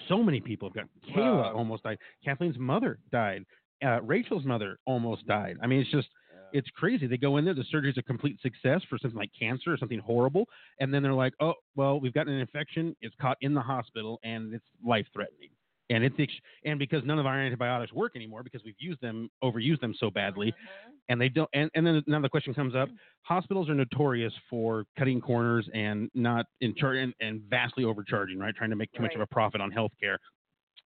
Speaker 4: so many people have got. Kayla
Speaker 5: Well-
Speaker 4: almost died. Kathleen's mother died. Uh, Rachel's mother almost died. I mean, it's just it's crazy. They go in there, the surgery's a complete success for something like cancer or something horrible, and then they're like, "Oh, well, we've gotten an infection. It's caught in the hospital, and it's life threatening." And it's ex- and because none of our antibiotics work anymore because we've used them, overused them so badly,
Speaker 2: Mm-hmm.
Speaker 4: and they don't. And, and then another question comes up: hospitals are notorious for cutting corners and not inter- and, and vastly overcharging, right? Trying to make too much of a
Speaker 2: Right.
Speaker 4: profit on healthcare.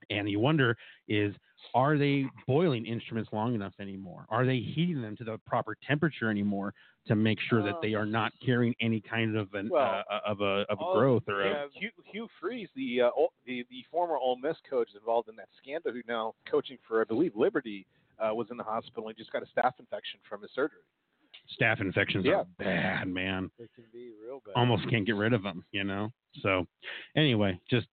Speaker 4: And you wonder is are they boiling instruments long enough anymore? Are they heating them to the proper temperature anymore to make sure that
Speaker 2: Oh.
Speaker 4: they are not carrying any kind of an
Speaker 5: Well,
Speaker 4: uh, of a of a
Speaker 1: all-
Speaker 4: growth or a,
Speaker 5: Yeah, Hugh, Hugh Freeze, the, uh, Ole- the the former Ole Miss coach is involved in that scandal, who now coaching for I believe Liberty, uh, was in the hospital and just got a staph infection from his surgery.
Speaker 4: staph infections
Speaker 5: Yeah.
Speaker 4: are bad, man.
Speaker 1: It can be real bad.
Speaker 4: almost can't get rid of them, you know. So, anyway, just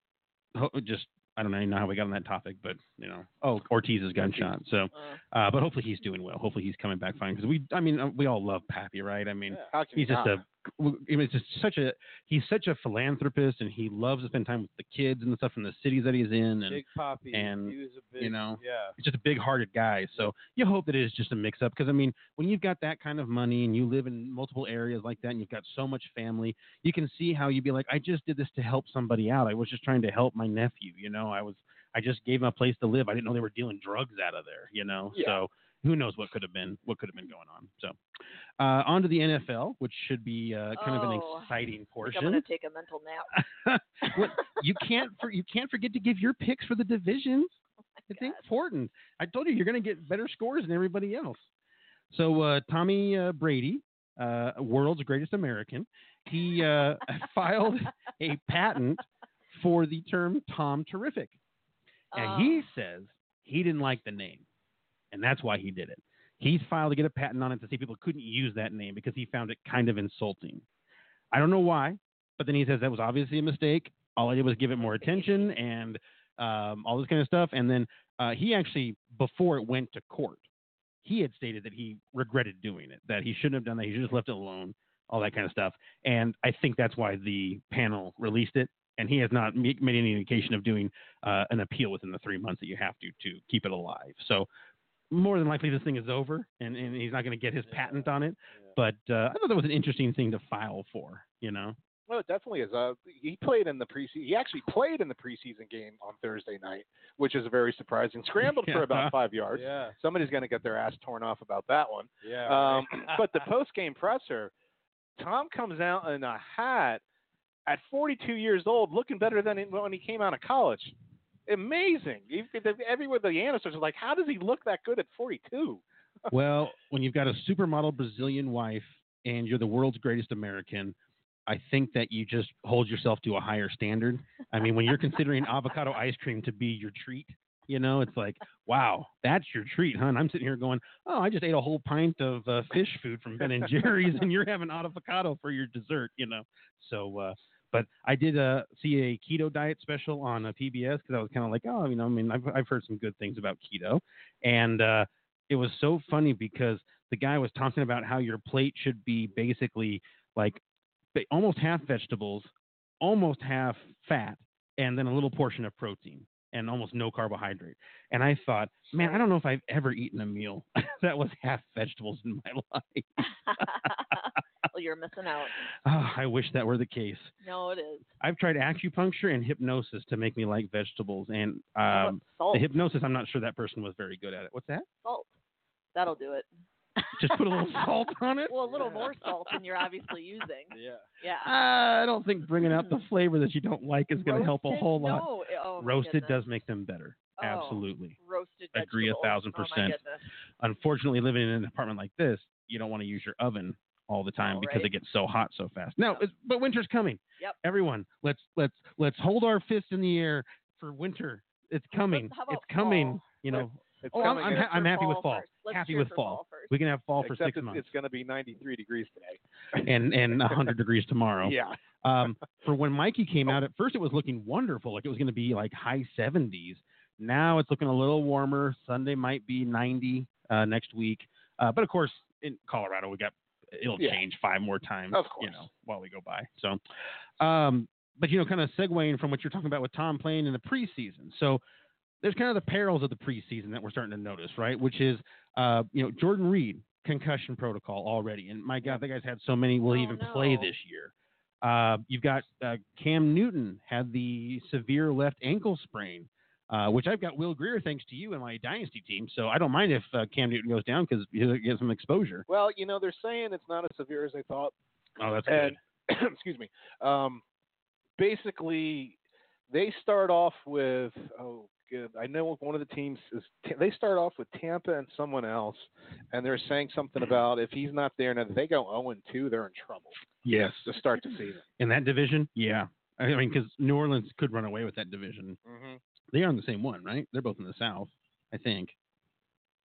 Speaker 4: ho- just I don't even know how we got on that topic, but you know, oh Ortiz's gunshot. So,
Speaker 2: Uh,
Speaker 4: uh, but hopefully he's doing well. Hopefully he's coming back fine because we, I mean, uh, we all love Pappy, right? I mean,
Speaker 5: How can
Speaker 4: he's
Speaker 5: you
Speaker 4: just
Speaker 5: not?
Speaker 4: a I mean, it's just such a he's such a philanthropist and he loves to spend time with the kids and the stuff from the cities that he's in and
Speaker 1: Big Poppy.
Speaker 4: and,
Speaker 1: he was a
Speaker 4: you
Speaker 1: big,
Speaker 4: know,
Speaker 1: Yeah.
Speaker 4: he's just a big-hearted guy. So you hope that it is just a mix-up because I mean, when you've got that kind of money and you live in multiple areas like that, and you've got so much family, you can see how you'd be like, I just did this to help somebody out. I was just trying to help my nephew. You know, I was, I just gave him a place to live. I didn't know they were dealing drugs out of there. You know,
Speaker 5: Yeah.
Speaker 4: so who knows what could have been what could have been going on. So uh, on to the NFL, which should be uh, kind of an
Speaker 2: Oh,
Speaker 4: exciting
Speaker 2: I think I'm gonna
Speaker 4: portion.
Speaker 2: take a mental nap.
Speaker 4: What- you can't for, you can't forget to give your picks for the divisions. It's
Speaker 2: God.
Speaker 4: important. I told you you're going to get better scores than everybody else. So uh, Tommy uh, Brady, uh, world's greatest American, he uh, filed a patent for the term Tom Terrific, and
Speaker 2: Uh,
Speaker 4: he says he didn't like the name, and that's why he did it. He filed to get a patent on it to see people couldn't use that name because he found it kind of insulting. I don't know why, but then he says that was obviously a mistake. All I did was give it more attention and um, all this kind of stuff. And then uh, he actually, before it went to court, he had stated that he regretted doing it, that he shouldn't have done that. He should have just left it alone, all that kind of stuff. And I think that's why the panel released it. And he has not ma- made any indication of doing uh, an appeal within the three months that you have to to keep it alive. So more than likely, this thing is over, and, and he's not going to get his
Speaker 1: Yeah.
Speaker 4: patent on it.
Speaker 1: yeah.
Speaker 4: But uh, I thought that was an interesting thing to file for. You know,
Speaker 5: Well, it definitely is. Uh, he played in the preseason. He actually played in the preseason game on Thursday night, which is very surprising. Scrambled for
Speaker 4: Yeah.
Speaker 5: about five yards.
Speaker 1: Yeah.
Speaker 5: Somebody's going to get their ass torn off about that one.
Speaker 1: Yeah.
Speaker 5: Um,
Speaker 1: right.
Speaker 5: but the post game presser, Tom comes out in a hat at 42 years old, looking better than when he came out of college. Amazing. You- Everywhere the announcers are like, how does he look that good at 42?
Speaker 4: well, when you've got a supermodel Brazilian wife and you're the world's greatest American, I think that you just hold yourself to a higher standard. I mean, when you're considering avocado ice cream to be your treat, you know, it's like, wow, that's your treat, huh? And I'm sitting here going, oh, I just ate a whole pint of uh, fish food from Ben and Jerry's, and you're having avocado for your dessert, you know. So, uh, but I did uh, see a keto diet special on uh, PBS because I was kind of like, oh, you know, I mean, I've, I've heard some good things about keto, and uh, it was so funny because the guy was talking about how your plate should be basically like ba- almost half vegetables, almost half fat, and then a little portion of protein and almost no carbohydrate. And I thought, man, I don't know if I've ever eaten a meal that was half vegetables in my life.
Speaker 2: well, you're missing out.
Speaker 4: Ah, I wish that were the case.
Speaker 2: No, it is.
Speaker 4: I've tried acupuncture and hypnosis to make me like vegetables, and
Speaker 2: How
Speaker 4: um,
Speaker 2: about salt.
Speaker 4: the hypnosis, I'm not sure that person was very good at it. What's that?
Speaker 2: salt. That'll do it.
Speaker 4: Just put a little salt on it.
Speaker 2: Well, a little more salt than you're obviously using.
Speaker 5: Yeah.
Speaker 4: Ah,
Speaker 2: Yeah.
Speaker 4: I don't think bringing out the flavor that you don't like is going to help a
Speaker 2: Mm. Roasted?
Speaker 4: whole lot.
Speaker 2: No. it- Oh, my
Speaker 4: Roasted
Speaker 2: goodness.
Speaker 4: does make them better.
Speaker 2: Oh,
Speaker 4: Absolutely.
Speaker 2: Roasted.
Speaker 4: Agree a
Speaker 2: vegetables.
Speaker 4: thousand
Speaker 2: Oh, my
Speaker 4: percent.
Speaker 2: goodness.
Speaker 4: Unfortunately, living in an apartment like this, you don't want to use your oven all the time
Speaker 2: No,
Speaker 4: because
Speaker 2: right?
Speaker 4: it gets so hot so fast. No,
Speaker 2: Yep.
Speaker 4: it's, but winter's coming.
Speaker 2: Yep.
Speaker 4: Everyone, let's let's let's hold our fists in the air for winter. It's coming.
Speaker 2: how about
Speaker 4: It's coming.
Speaker 2: fall?
Speaker 4: You know,
Speaker 5: It's
Speaker 4: Oh, I'm-
Speaker 5: coming
Speaker 4: I'm
Speaker 5: in-
Speaker 4: ha- happy with fall.
Speaker 2: first. Let's
Speaker 4: Happy
Speaker 2: cheer
Speaker 4: with
Speaker 2: for
Speaker 4: fall.
Speaker 2: first.
Speaker 4: we can have fall for
Speaker 5: except
Speaker 4: six
Speaker 5: it's,
Speaker 4: months
Speaker 5: It's going to be 93 degrees today.
Speaker 4: and and 100 degrees tomorrow.
Speaker 5: Yeah.
Speaker 4: um, for when Mikey
Speaker 5: Oh.
Speaker 4: came out, at first it was looking wonderful, like it was going to be like high 70s. Now it's looking a little warmer. Sunday might be 90 uh, next week, uh, but of course in Colorado we got it'll
Speaker 5: Yeah.
Speaker 4: change five more times,
Speaker 5: Of
Speaker 4: you
Speaker 5: course.
Speaker 4: know, while we go by. So, um, but you know, kind of segueing from what you're talking about with Tom playing in the preseason. So there's kind of the perils of the preseason that we're starting to notice, right? Which is, uh, you know, Jordan Reed concussion protocol already, and my God, that guy's had so many. Will he
Speaker 2: Oh,
Speaker 4: even play
Speaker 2: no.
Speaker 4: this year? Uh, you've got uh, Cam Newton had the severe left ankle sprain, uh, which I've got Will Greer thanks to you and my dynasty team. So I don't mind if uh, Cam Newton goes down because it gives him exposure.
Speaker 5: Well, you know, they're saying it's not as severe as they thought.
Speaker 4: Oh, that's
Speaker 5: and excuse me. Um, basically, they start off with oh, good. I know one of the teams is they start off with Tampa and someone else, and they're saying something about if he's not there now, they go 0 and 2, they're in trouble
Speaker 4: Yes.
Speaker 5: to start the season.
Speaker 4: In that division, yeah. I mean, because New Orleans could run away with that division.
Speaker 5: Mm-hmm.
Speaker 4: They are in the same one, right? They're both in the South, I think.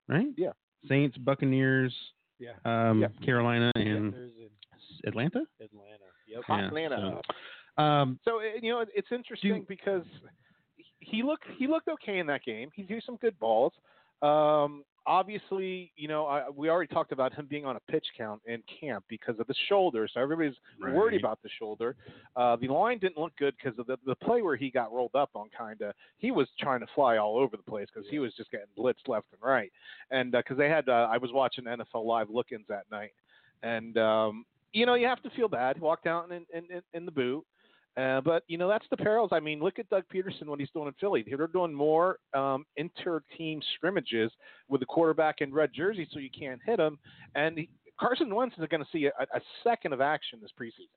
Speaker 4: Right?
Speaker 5: Yeah.
Speaker 4: Saints, Buccaneers,
Speaker 1: Yeah.
Speaker 4: um,
Speaker 5: Yeah.
Speaker 4: Carolina, and
Speaker 1: Panthers in
Speaker 4: Atlanta.
Speaker 1: Atlanta. Yep.
Speaker 4: Yeah,
Speaker 5: Atlanta.
Speaker 4: so, um,
Speaker 5: So eh, you know, it- it's interesting because he looked he looked okay in that game. He threw some good balls. Um, obviously, you know, I, we already talked about him being on a pitch count in camp because of the shoulder. So everybody's worried
Speaker 4: Right.
Speaker 5: about the shoulder. Uh, the line didn't look good because of the, the play where he got rolled up on. Kinda, he was trying to fly all over the place because he was just getting blitzed left and right. And because they had, uh, I was watching NFL live look-ins that night, and um, you know, you have to feel bad. He walked out in in, in, in the boot. Uh, but you know that's the perils. I mean, look at Doug Peterson what he's doing in Philly. They're doing more um, inter-team scrimmages with the quarterback in red jersey, so you can't hit him. And he, Carson Wentz is going to see a, a second of action this preseason.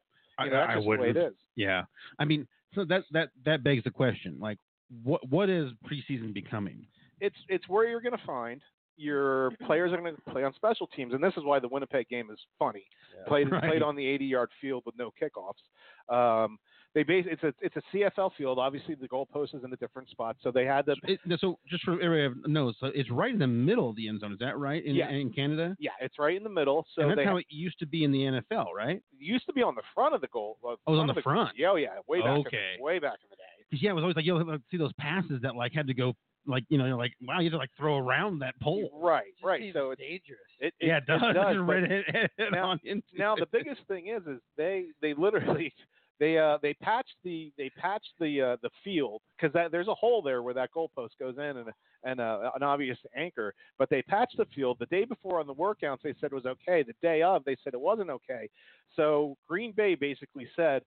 Speaker 5: You know, that's just the way it is.
Speaker 4: Yeah, I mean, so that that that begs the question, like, what what is preseason becoming?
Speaker 5: It's it's where you're going to find your players are going to play on special teams, and this is why the Winnipeg game is funny.
Speaker 1: Yeah.
Speaker 5: Played
Speaker 4: Right.
Speaker 5: played on the 80-yard field with no kickoffs. Um, they base it's a it's a CFL field. Obviously, the goalpost is in a different spot, so they had to
Speaker 4: It, so just for everybody to know, so it's right in the middle of the end zone. Is that right? In,
Speaker 5: Yeah.
Speaker 4: in Canada,
Speaker 5: Yeah, it's right in the middle. So
Speaker 4: and that's
Speaker 5: they
Speaker 4: how it used to be in the NFL, right?
Speaker 5: it used to be on the front of the goal. well,
Speaker 4: Oh, it was on the
Speaker 5: of
Speaker 4: front.
Speaker 5: Yeah, oh, yeah, way back.
Speaker 4: Okay.
Speaker 5: In, way back in the day.
Speaker 4: Because yeah, it was always like you'll have- see those passes that like had to go like you know you're like wow you had to like throw around that pole.
Speaker 5: Right,
Speaker 1: It just
Speaker 5: right.
Speaker 1: seems
Speaker 5: So it's
Speaker 1: dangerous.
Speaker 5: it, it,
Speaker 4: yeah, it does.
Speaker 5: does,
Speaker 4: Just
Speaker 5: but
Speaker 4: right head, head- head
Speaker 5: now-
Speaker 4: on into
Speaker 5: now the
Speaker 4: it.
Speaker 5: biggest thing is, is they they literally they uh they patched the they patched the uh the field because that there's a hole there where that goalpost goes in and and uh, an obvious anchor. But they patched the field the day before on the workouts. They said it was okay. The day of, they said it wasn't okay. So Green Bay basically said.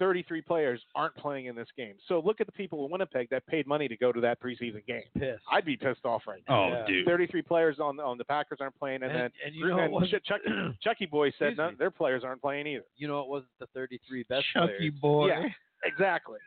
Speaker 5: 33 players aren't playing in this game. So look at the people in Winnipeg that paid money to go to that preseason game.
Speaker 1: Pissed.
Speaker 5: I'd be pissed off right now.
Speaker 4: oh
Speaker 1: yeah.
Speaker 4: dude.
Speaker 5: 33 players on on the Packers aren't playing, and, then
Speaker 1: and you know it
Speaker 5: and
Speaker 1: wasn't.
Speaker 5: shit, Chuck, Chucky Boy said
Speaker 1: Excuse
Speaker 5: none,
Speaker 1: me.
Speaker 5: their players aren't playing either.
Speaker 1: You know it wasn't the 33 best
Speaker 4: Chucky
Speaker 1: players.
Speaker 4: boy.
Speaker 5: Yeah, exactly.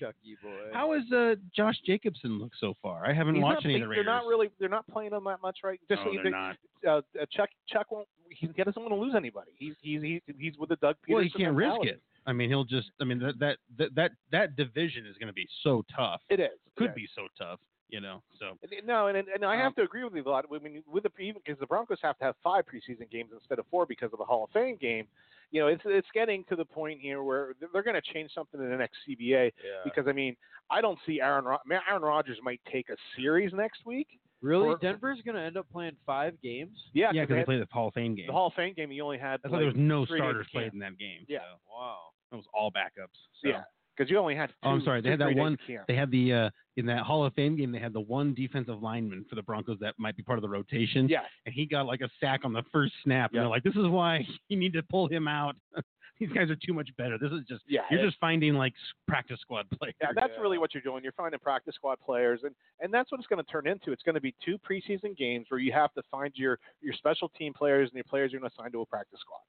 Speaker 1: Chucky boy.
Speaker 4: How has uh, Josh Jacobson look so far? I haven't
Speaker 5: He's not-
Speaker 4: watched any of
Speaker 5: they-
Speaker 4: the
Speaker 5: they're
Speaker 4: Raiders.
Speaker 5: not really they're not playing him that much right. Just
Speaker 4: No,
Speaker 5: so you
Speaker 4: they're
Speaker 5: think,
Speaker 4: not.
Speaker 5: Uh, uh, Chuck Chuck won't he, he doesn't want to lose anybody. He's he's he's, he's with the Doug Peterson.
Speaker 4: Well, he can't risk
Speaker 5: mentality.
Speaker 4: it. I mean, he'll just. I mean, that that that that, that division is going to be so tough.
Speaker 5: It is
Speaker 4: could
Speaker 5: yeah.
Speaker 4: be so tough. You know. So
Speaker 5: No, and and I
Speaker 4: Um,
Speaker 5: have to agree with you a lot. I mean, with the even because the Broncos have to have five preseason games instead of four because of the Hall of Fame game. You know, it's it's getting to the point here where they're- they're going to change something in the next CBA
Speaker 1: Yeah.
Speaker 5: because I mean, I don't see Aaron Rod- man, Aaron Rodgers might take a series next week.
Speaker 1: Really,
Speaker 5: for-
Speaker 1: Denver's going to end up playing five games?
Speaker 5: Yeah,
Speaker 4: yeah, because
Speaker 5: they
Speaker 4: they
Speaker 5: had-
Speaker 4: played the Hall of Fame game.
Speaker 5: the Hall of Fame game. He only had
Speaker 4: That's why there was no
Speaker 5: three days
Speaker 4: starters
Speaker 5: of
Speaker 4: played
Speaker 5: camp.
Speaker 4: in that game.
Speaker 5: Yeah.
Speaker 4: so
Speaker 1: Wow.
Speaker 4: it was all backups. So.
Speaker 5: Yeah. because you only had. Two,
Speaker 4: Oh, I'm sorry, they
Speaker 5: two,
Speaker 4: had that
Speaker 5: three days
Speaker 4: one-
Speaker 5: of camp.
Speaker 4: They had the uh, in that Hall of Fame game. They had the one defensive lineman for the Broncos that might be part of the rotation.
Speaker 5: Yeah,
Speaker 4: and he got like a sack on the first snap.
Speaker 5: Yeah.
Speaker 4: And they're like, "This is why you need to pull him out. These guys are too much better. This is just
Speaker 5: yeah.
Speaker 4: you're
Speaker 5: it-
Speaker 4: just finding like s- practice squad players."
Speaker 5: Yeah, that's really what you're doing. You're finding practice squad players, and and that's what it's going to turn into. It's going to be two preseason games where you have to find your your special team players and your players you're going to assign to a practice squad,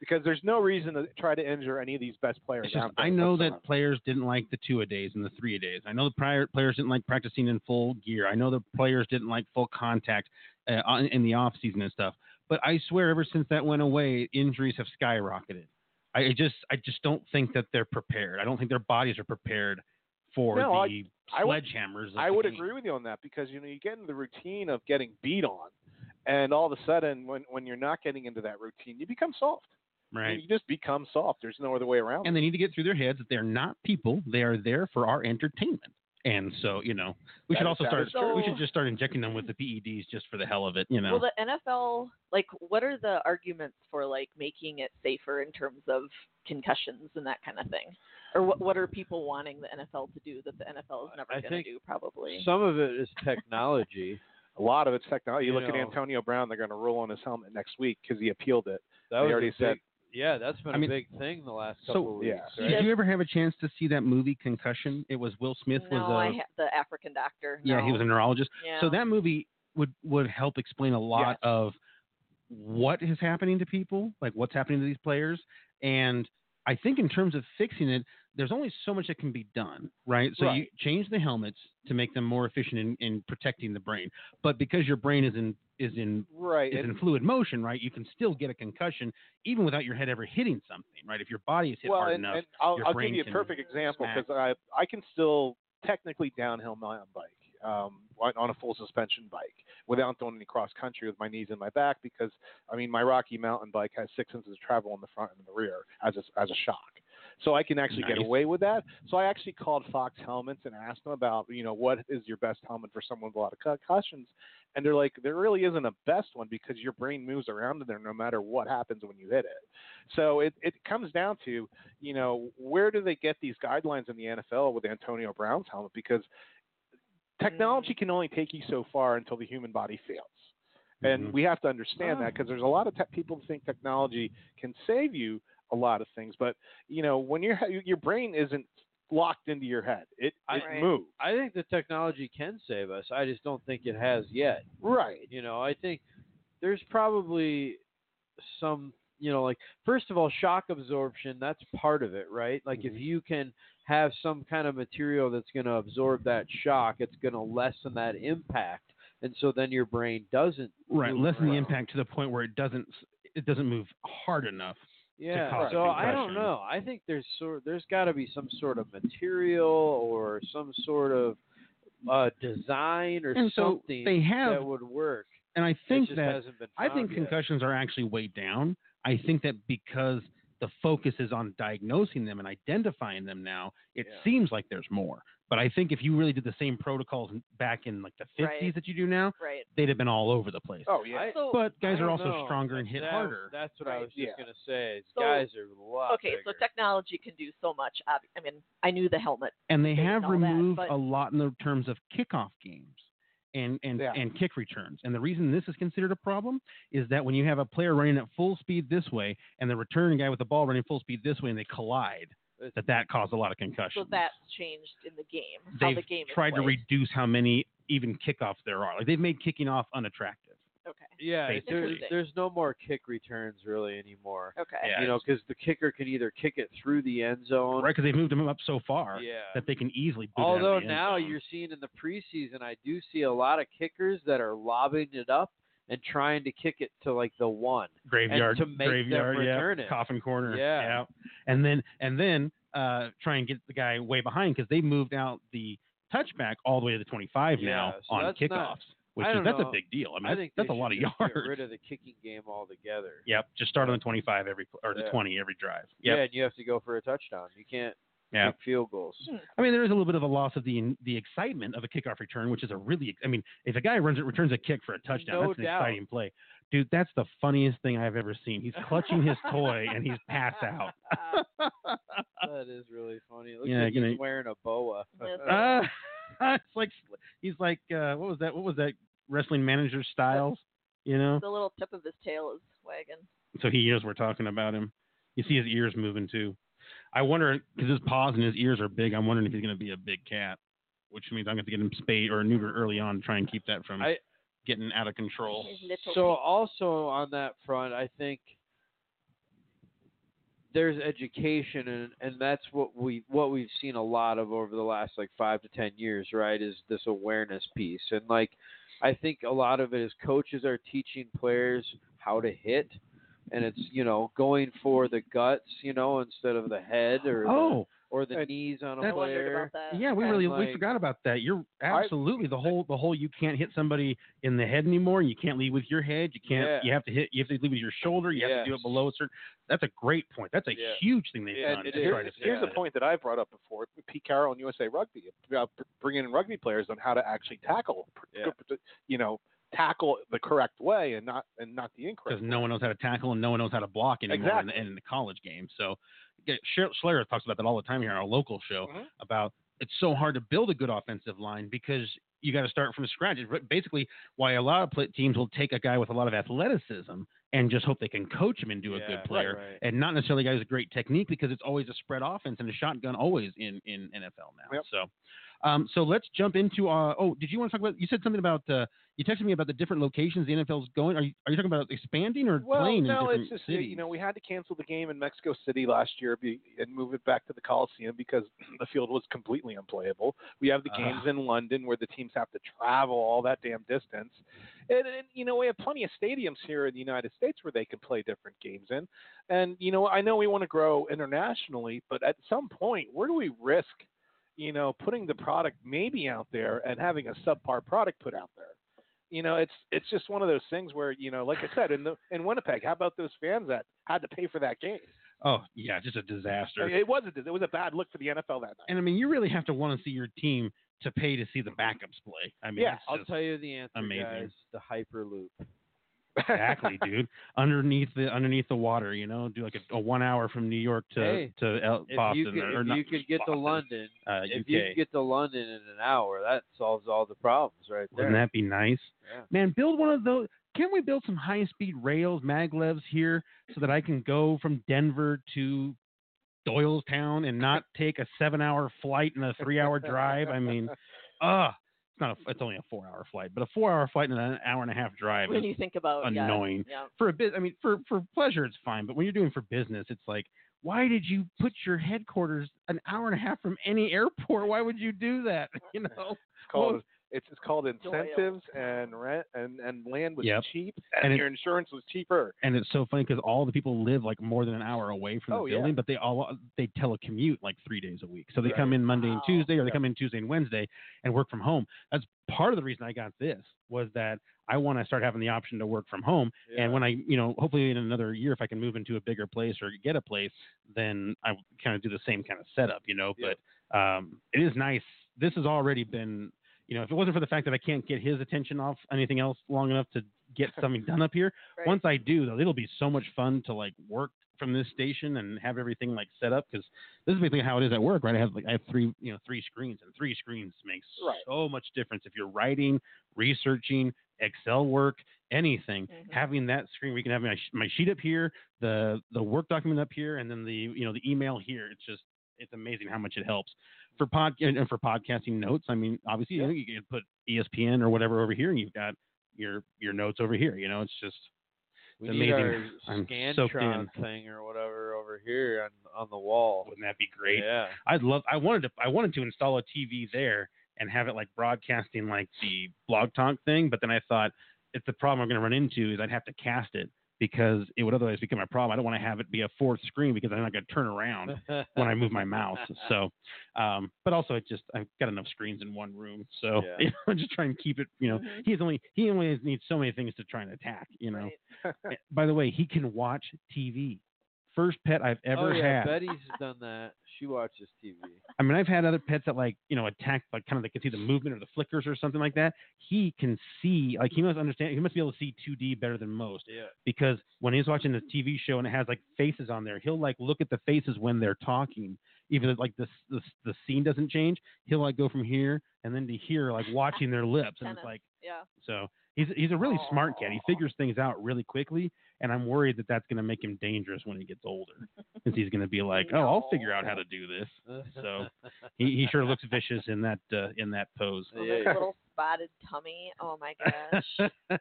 Speaker 5: because there's no reason to try to injure any of these best players.
Speaker 4: It's just,
Speaker 5: out there
Speaker 4: I know that
Speaker 5: whatsoever.
Speaker 4: players didn't like the two a days and the three a days. I know the prior players didn't like practicing in full gear. I know the players didn't like full contact uh, on, in the off season and stuff. But I swear, ever since that went away, injuries have skyrocketed. I I just, I just don't think that they're prepared. I don't think their bodies are prepared for
Speaker 5: No, I-
Speaker 4: the
Speaker 5: I would-
Speaker 4: sledgehammers. of
Speaker 5: I
Speaker 4: the
Speaker 5: would
Speaker 4: game.
Speaker 5: agree with you on that because you know you get into the routine of getting beat on, and all of a sudden when when you're not getting into that routine, you become soft.
Speaker 4: right?
Speaker 5: You just become soft. There's no other way around.
Speaker 4: and
Speaker 5: it.
Speaker 4: they need to get through their heads that they're not people. They are there for our entertainment. And so, you know, we
Speaker 5: That
Speaker 4: should
Speaker 5: is-
Speaker 4: also
Speaker 5: that
Speaker 4: start.
Speaker 5: is
Speaker 2: true.
Speaker 4: we should just start injecting them with the PEDs just for the hell of it, you
Speaker 2: Well,
Speaker 4: know.
Speaker 2: the NFL, like, what are the arguments for like making it safer in terms of concussions and that kind of thing? Or what what are people wanting the NFL to do that the NFL is never
Speaker 1: I
Speaker 2: going
Speaker 1: think
Speaker 2: to do? Probably.
Speaker 1: Some of it is technology.
Speaker 5: a lot of it's technology. You
Speaker 1: You
Speaker 5: look at
Speaker 1: know.
Speaker 5: Antonio Brown; they're going to roll on his helmet next week because he appealed it.
Speaker 1: That
Speaker 5: They
Speaker 1: was a
Speaker 5: already said-
Speaker 1: big- Yeah, that's been
Speaker 4: I mean-
Speaker 1: a big thing the last
Speaker 4: So-
Speaker 1: couple of weeks.
Speaker 5: yeah.
Speaker 1: right?
Speaker 4: Did you ever have a chance to see that movie Concussion? It was Will Smith
Speaker 2: no,
Speaker 4: was
Speaker 2: I
Speaker 4: a
Speaker 2: ha- the African doctor.
Speaker 4: yeah, he
Speaker 2: no.
Speaker 4: was a neurologist.
Speaker 2: Yeah.
Speaker 4: So that movie would would help explain a lot of what is happening to people, like what's happening to these players, and I think in terms of fixing it, there's only so much that can be done, right? So you change the helmets to make them more efficient in, in protecting the brain, but because your brain is in is in
Speaker 5: Right.
Speaker 4: is
Speaker 5: and-
Speaker 4: in fluid motion, right? You can still get a concussion even without your head ever hitting something, right? If your body is hit
Speaker 5: well,
Speaker 4: hard
Speaker 5: and,
Speaker 4: enough.
Speaker 5: and I'll,
Speaker 4: your
Speaker 5: I'll
Speaker 4: brain
Speaker 5: give you a
Speaker 4: can
Speaker 5: perfect example
Speaker 4: smack.
Speaker 5: because I I can still technically downhill mountain bike um, on on a full suspension bike without doing any cross country with my knees in my back because I mean my Rocky Mountain bike has six inches of travel in the front and in the rear as a, as a shock. So I can actually get
Speaker 4: Nice.
Speaker 5: away with that. So I actually called Fox Helmets and asked them about, you know, what is your best helmet for someone with a lot of concussions? And they're like, there really isn't a best one because your brain moves around in there no matter what happens when you hit it. So it, it comes down to, you know, where do they get these guidelines in the NFL with Antonio Brown's helmet? Because technology can only take you so far until the human body fails. And
Speaker 4: Mhm.
Speaker 5: we have to understand
Speaker 1: Ah.
Speaker 5: that because there's a lot of te- people who think technology can save you a lot of things, but you know when your he- your brain isn't locked into your head, it
Speaker 1: I-
Speaker 5: it
Speaker 2: Right.
Speaker 5: moves.
Speaker 1: I think the technology can save us. I just don't think it has yet.
Speaker 5: Right.
Speaker 1: You know, I think there's probably some, you know, like first of all, shock absorption, that's part of it, right? Like if you can have some kind of material that's going to absorb that shock, it's going to lessen that impact. And so then your brain doesn't
Speaker 4: right,
Speaker 1: move
Speaker 4: lessen the
Speaker 1: around.
Speaker 4: impact to the point where it doesn't it doesn't move hard enough.
Speaker 1: Yeah.
Speaker 4: cause
Speaker 1: So I don't
Speaker 4: concussion.
Speaker 1: know. I think there's sort there's got to be some sort of material or some sort of uh, design or
Speaker 4: And so
Speaker 1: something
Speaker 4: they have
Speaker 1: that would work.
Speaker 4: and I
Speaker 1: It
Speaker 4: think
Speaker 1: just
Speaker 4: that
Speaker 1: hasn't been
Speaker 4: I
Speaker 1: found
Speaker 4: think
Speaker 1: yet.
Speaker 4: concussions are actually way down. I think that because the focus is on diagnosing them and identifying them now, it
Speaker 1: Yeah.
Speaker 4: seems like there's more. But I think if you really did the same protocols in- back in like the 50s
Speaker 2: Right.
Speaker 4: that you do now,
Speaker 2: right.
Speaker 4: they'd have been all over the place.
Speaker 5: Oh yeah.
Speaker 1: I-
Speaker 2: So
Speaker 4: but guys
Speaker 1: I
Speaker 4: are
Speaker 1: don't
Speaker 4: also
Speaker 1: know.
Speaker 4: stronger and hit
Speaker 1: That-
Speaker 4: harder.
Speaker 1: That's what I
Speaker 2: Right.
Speaker 1: was just
Speaker 5: Yeah.
Speaker 1: gonna say. is
Speaker 2: So-
Speaker 1: guys are a lot.
Speaker 2: okay, so
Speaker 1: bigger.
Speaker 2: technology can do so much. ob- I mean, I knew the helmet.
Speaker 4: and they
Speaker 2: debate
Speaker 4: have
Speaker 2: and all that,
Speaker 4: removed
Speaker 2: but-
Speaker 4: a lot in the terms of kickoff games and and
Speaker 5: Yeah.
Speaker 4: and kick returns. And the reason this is considered a problem is that when you have a player running at full speed this way and the return guy with the ball running full speed this way and they collide,
Speaker 1: It's-
Speaker 4: that that caused a lot of concussions.
Speaker 2: So that's changed in the game. how
Speaker 4: they've
Speaker 2: the game is
Speaker 4: tried to
Speaker 2: played.
Speaker 4: reduce how many even kickoffs there are. Like they've made kicking off unattractive.
Speaker 2: Okay.
Speaker 1: yeah,
Speaker 4: basically.
Speaker 1: there's
Speaker 2: Interesting.
Speaker 1: there's no more kick returns really anymore.
Speaker 2: Okay.
Speaker 4: Yeah,
Speaker 1: you know, because the kicker can either kick it through the end zone.
Speaker 4: Right, because they've moved them up so far
Speaker 1: Yeah.
Speaker 4: that they can easily. boot it out of
Speaker 1: Although
Speaker 4: the end
Speaker 1: now
Speaker 4: zone.
Speaker 1: you're seeing in the preseason, I do see a lot of kickers that are lobbing it up and trying to kick it to like the one.
Speaker 4: graveyard
Speaker 1: to make them
Speaker 4: graveyard yeah,
Speaker 1: return it.
Speaker 4: coffin corner
Speaker 1: Yeah.
Speaker 4: and then and then uh try and get the guy way behind because they moved out the touchback all the way to the 25 now
Speaker 1: Yeah, so
Speaker 4: on
Speaker 1: that's
Speaker 4: kickoffs
Speaker 1: not-
Speaker 4: which
Speaker 1: I
Speaker 4: is
Speaker 1: don't
Speaker 4: that's a
Speaker 1: know.
Speaker 4: big deal i mean
Speaker 1: I
Speaker 4: that's-
Speaker 1: think
Speaker 4: that's
Speaker 1: they
Speaker 4: a lot of
Speaker 1: should just Get
Speaker 4: yards
Speaker 1: rid of the kicking game altogether.
Speaker 4: yep just start on the 25 every or the
Speaker 1: Yeah.
Speaker 4: 20 every drive
Speaker 1: Yeah,
Speaker 4: yep.
Speaker 1: and you have to go for a touchdown. You can't
Speaker 4: Yeah.
Speaker 1: kick field goals.
Speaker 4: i mean there is a little bit of a loss of the the excitement of a kickoff return which is a really i mean if a guy runs it returns a kick for a touchdown
Speaker 1: No
Speaker 4: that's an
Speaker 1: doubt.
Speaker 4: exciting play dude that's the
Speaker 2: Uh,
Speaker 4: funniest thing i've ever seen he's clutching his toy and he's passed out
Speaker 1: That that is really funny. It looks
Speaker 4: Yeah,
Speaker 1: like
Speaker 4: you
Speaker 1: he's
Speaker 4: know-
Speaker 1: wearing a boa. Ah.
Speaker 4: Uh, it's like he's like uh, what was that? What was that wrestling manager styles? You know.
Speaker 2: the little tip of his tail is wagging.
Speaker 4: so he knows we're talking about him. You see his ears moving too. I wonder because his paws and his ears are big. I'm wondering if he's going to be a big cat, which means I'm going to get him spayed or neutered early on to try and keep that from
Speaker 1: I-
Speaker 4: getting out of control.
Speaker 2: His little
Speaker 1: So also on that front, I think there's education and and that's what we what we've seen a lot of over the last like 5 to 10 years, right? Is this awareness piece. And like I think a lot of it is coaches are teaching players how to hit and it's, you know, going for the guts, you know, instead of the head or
Speaker 4: Oh
Speaker 1: the, or the
Speaker 4: uh,
Speaker 1: knees on
Speaker 2: I
Speaker 1: a
Speaker 2: wondered
Speaker 1: player.
Speaker 2: about that.
Speaker 4: yeah, we
Speaker 1: And,
Speaker 4: really we
Speaker 1: like-
Speaker 4: forgot about that. You're absolutely the whole the whole you can't hit somebody in the head anymore, and you can't lead with your head. You can't.
Speaker 1: Yeah.
Speaker 4: You have to hit. You have to lead with your shoulder. You have to do
Speaker 1: Yes.
Speaker 4: it below a certain. That's a great point. That's a
Speaker 1: Yeah.
Speaker 4: huge thing they've
Speaker 1: Yeah,
Speaker 4: done.
Speaker 1: it
Speaker 4: to
Speaker 1: is.
Speaker 4: try to
Speaker 5: Here's,
Speaker 1: Right,
Speaker 5: here's
Speaker 4: fix
Speaker 5: a
Speaker 4: that.
Speaker 5: point that I brought up before. Pete Carroll and USA Rugby about br- bringing in rugby players on how to actually tackle, pr-
Speaker 1: Yeah.
Speaker 5: pr- you know, tackle the correct way and not and not the incorrect.
Speaker 4: because no one knows how to tackle and no one knows how to block anymore
Speaker 5: Exactly.
Speaker 4: in, in the college game. So yeah, Sher- Schler talks about that all the time here on our local show
Speaker 5: Mhm.
Speaker 4: about it's so hard to build a good offensive line because you got to start from scratch. It's re- basically why a lot of pl- teams will take a guy with a lot of athleticism and just hope they can coach him into a good player. And not necessarily a guy who's a great technique because it's always a spread offense and a shotgun always in, in NFL now.
Speaker 5: Yep.
Speaker 4: So, um, so let's jump into. Uh, oh, did you want to talk about? You said something about. Uh, you texted me about the different locations the NFL's going. Are you are you talking about expanding or
Speaker 5: well,
Speaker 4: playing in
Speaker 5: no,
Speaker 4: different
Speaker 5: it's just
Speaker 4: cities?
Speaker 5: you know we had to cancel the game in Mexico City last year be, and move it back to the Coliseum because the field was completely unplayable. We have the
Speaker 4: Ah.
Speaker 5: games in London where the teams have to travel all that damn distance, and, and you know we have plenty of stadiums here in the United States where they can play different games in. And you know I know we want to grow internationally, but at some point where do we risk, you know, putting the product maybe out there and having a subpar product put out there? you know, it's it's just one of those things where you know, like I said, in the in Winnipeg, how about those fans that had to pay for that game?
Speaker 4: oh yeah, just a
Speaker 1: Oh,
Speaker 4: disaster.
Speaker 5: It was a it was a bad look for the NFL that night.
Speaker 4: and I mean, you really have to want to see your team to pay to see the backups play. I mean,
Speaker 5: Yeah,
Speaker 4: it's
Speaker 1: I'll
Speaker 4: just-
Speaker 1: tell you the answer
Speaker 4: amazing.
Speaker 1: guys, the hyperloop.
Speaker 4: exactly, dude. Underneath the underneath the water, you know, do like a, a one hour from New York to
Speaker 1: Hey,
Speaker 4: to El,
Speaker 1: If
Speaker 4: Boston
Speaker 1: you could,
Speaker 4: or, or
Speaker 1: if
Speaker 4: not
Speaker 1: you could get to
Speaker 4: Boston,
Speaker 1: London,
Speaker 4: uh,
Speaker 1: if
Speaker 4: UK.
Speaker 1: you could get to London in an hour, that solves all the problems right there.
Speaker 4: Wouldn't that be nice?
Speaker 1: Yeah.
Speaker 4: Man, build one of those. Can we build some high speed rails, maglevs here so that I can go from Denver to Doylestown and not take a seven hour flight and a three hour drive? I mean, uh, it's not a, it's only a four hour flight, but a four hour flight and an hour and a half drive
Speaker 2: when
Speaker 4: is
Speaker 2: you think about yeah,
Speaker 4: annoying.
Speaker 2: Yeah,
Speaker 4: for a bit. I mean, for for pleasure, it's fine, but when you're doing for business, it's like, why did you put your headquarters an hour and a half from any airport? Why would you do that? You know.
Speaker 5: It's called
Speaker 4: Well-
Speaker 5: it's, it's called
Speaker 2: Doyle.
Speaker 5: incentives and rent and and land was
Speaker 4: Yep.
Speaker 5: cheap and,
Speaker 4: And it-
Speaker 5: your insurance was cheaper.
Speaker 4: and it's so funny because all the people live like more than an hour away from the
Speaker 5: Oh, yeah.
Speaker 4: building, but they all they telecommute like three days a week. So they come
Speaker 5: Right.
Speaker 4: in Monday and
Speaker 2: Wow.
Speaker 4: Tuesday, or they
Speaker 5: Yeah.
Speaker 4: come in Tuesday and Wednesday and work from home. That's part of the reason I got this was that I want to start having the option to work from home.
Speaker 1: Yeah.
Speaker 4: And when I, you know, hopefully in another year, if I can move into a bigger place or get a place, then I kind of do the same kind of setup, you know.
Speaker 1: Yeah.
Speaker 4: But um, it is nice. This has already been, you know, if it wasn't for the fact that I can't get his attention off anything else long enough to get something done up here,
Speaker 2: right.
Speaker 4: once I do though, it'll be so much fun to like work from this station and have everything like set up because this is basically how it is at work, right? I have like I have three you know three screens and three screens makes
Speaker 5: Right.
Speaker 4: so much difference if you're writing, researching, Excel work, anything.
Speaker 2: Mhm.
Speaker 4: Having that screen, we can have my, sh- my sheet up here, the the work document up here, and then the you know the email here. It's just it's amazing how much it helps for pod and and for podcasting notes. I mean, obviously you, know, you can put E ESPN or whatever over here, and you've got your your notes over here. You know, it's just
Speaker 1: we
Speaker 4: it's
Speaker 1: need
Speaker 4: amazing.
Speaker 1: our
Speaker 4: I'm soaked
Speaker 1: Scantron thing or whatever over here on on the wall.
Speaker 4: Wouldn't that be great?
Speaker 1: Yeah.
Speaker 4: I'd love. I wanted to. I wanted to install a TV there and have it like broadcasting like the blog talk thing. But then I thought, if the problem I'm going to run into is I'd have to cast it because it would otherwise become a problem. I don't want to have it be a fourth screen because I'm not going to turn around when I move my mouse. So, um, but also it just I've got enough screens in one room, so
Speaker 1: Yeah.
Speaker 4: you know, I'm just trying to keep it. You know,
Speaker 2: Mhm.
Speaker 4: he's only he only needs so many things to try and attack. You know.
Speaker 2: Right.
Speaker 4: By the way, he can watch TV first pet I've
Speaker 1: oh,
Speaker 4: ever
Speaker 1: yeah,
Speaker 4: had.
Speaker 1: Betty's done that. She watches TV.
Speaker 4: I mean, I've had other pets that like you know attack like kind of they can see the movement or the flickers or something like that. He can see like he must understand. He must be able to see 2D better than most
Speaker 1: Yeah.
Speaker 4: because when he's watching the TV show and it has like faces on there, he'll like look at the faces when they're talking. Even though like the the, the scene doesn't change, he'll like go from here and then to here, like watching their lips, and it's
Speaker 2: Tennis.
Speaker 4: like
Speaker 2: Yeah.
Speaker 4: so. He's, he's a really smart cat. He figures things out really quickly, and I'm worried that that's going to make him dangerous when he gets older, since he's going to be like, "Oh, I'll figure out how to do this." So, He, he sure looks vicious in that uh, in that pose.
Speaker 2: Oh,
Speaker 1: Yeah,
Speaker 2: his
Speaker 1: yeah.
Speaker 2: little spotted tummy. Oh my gosh.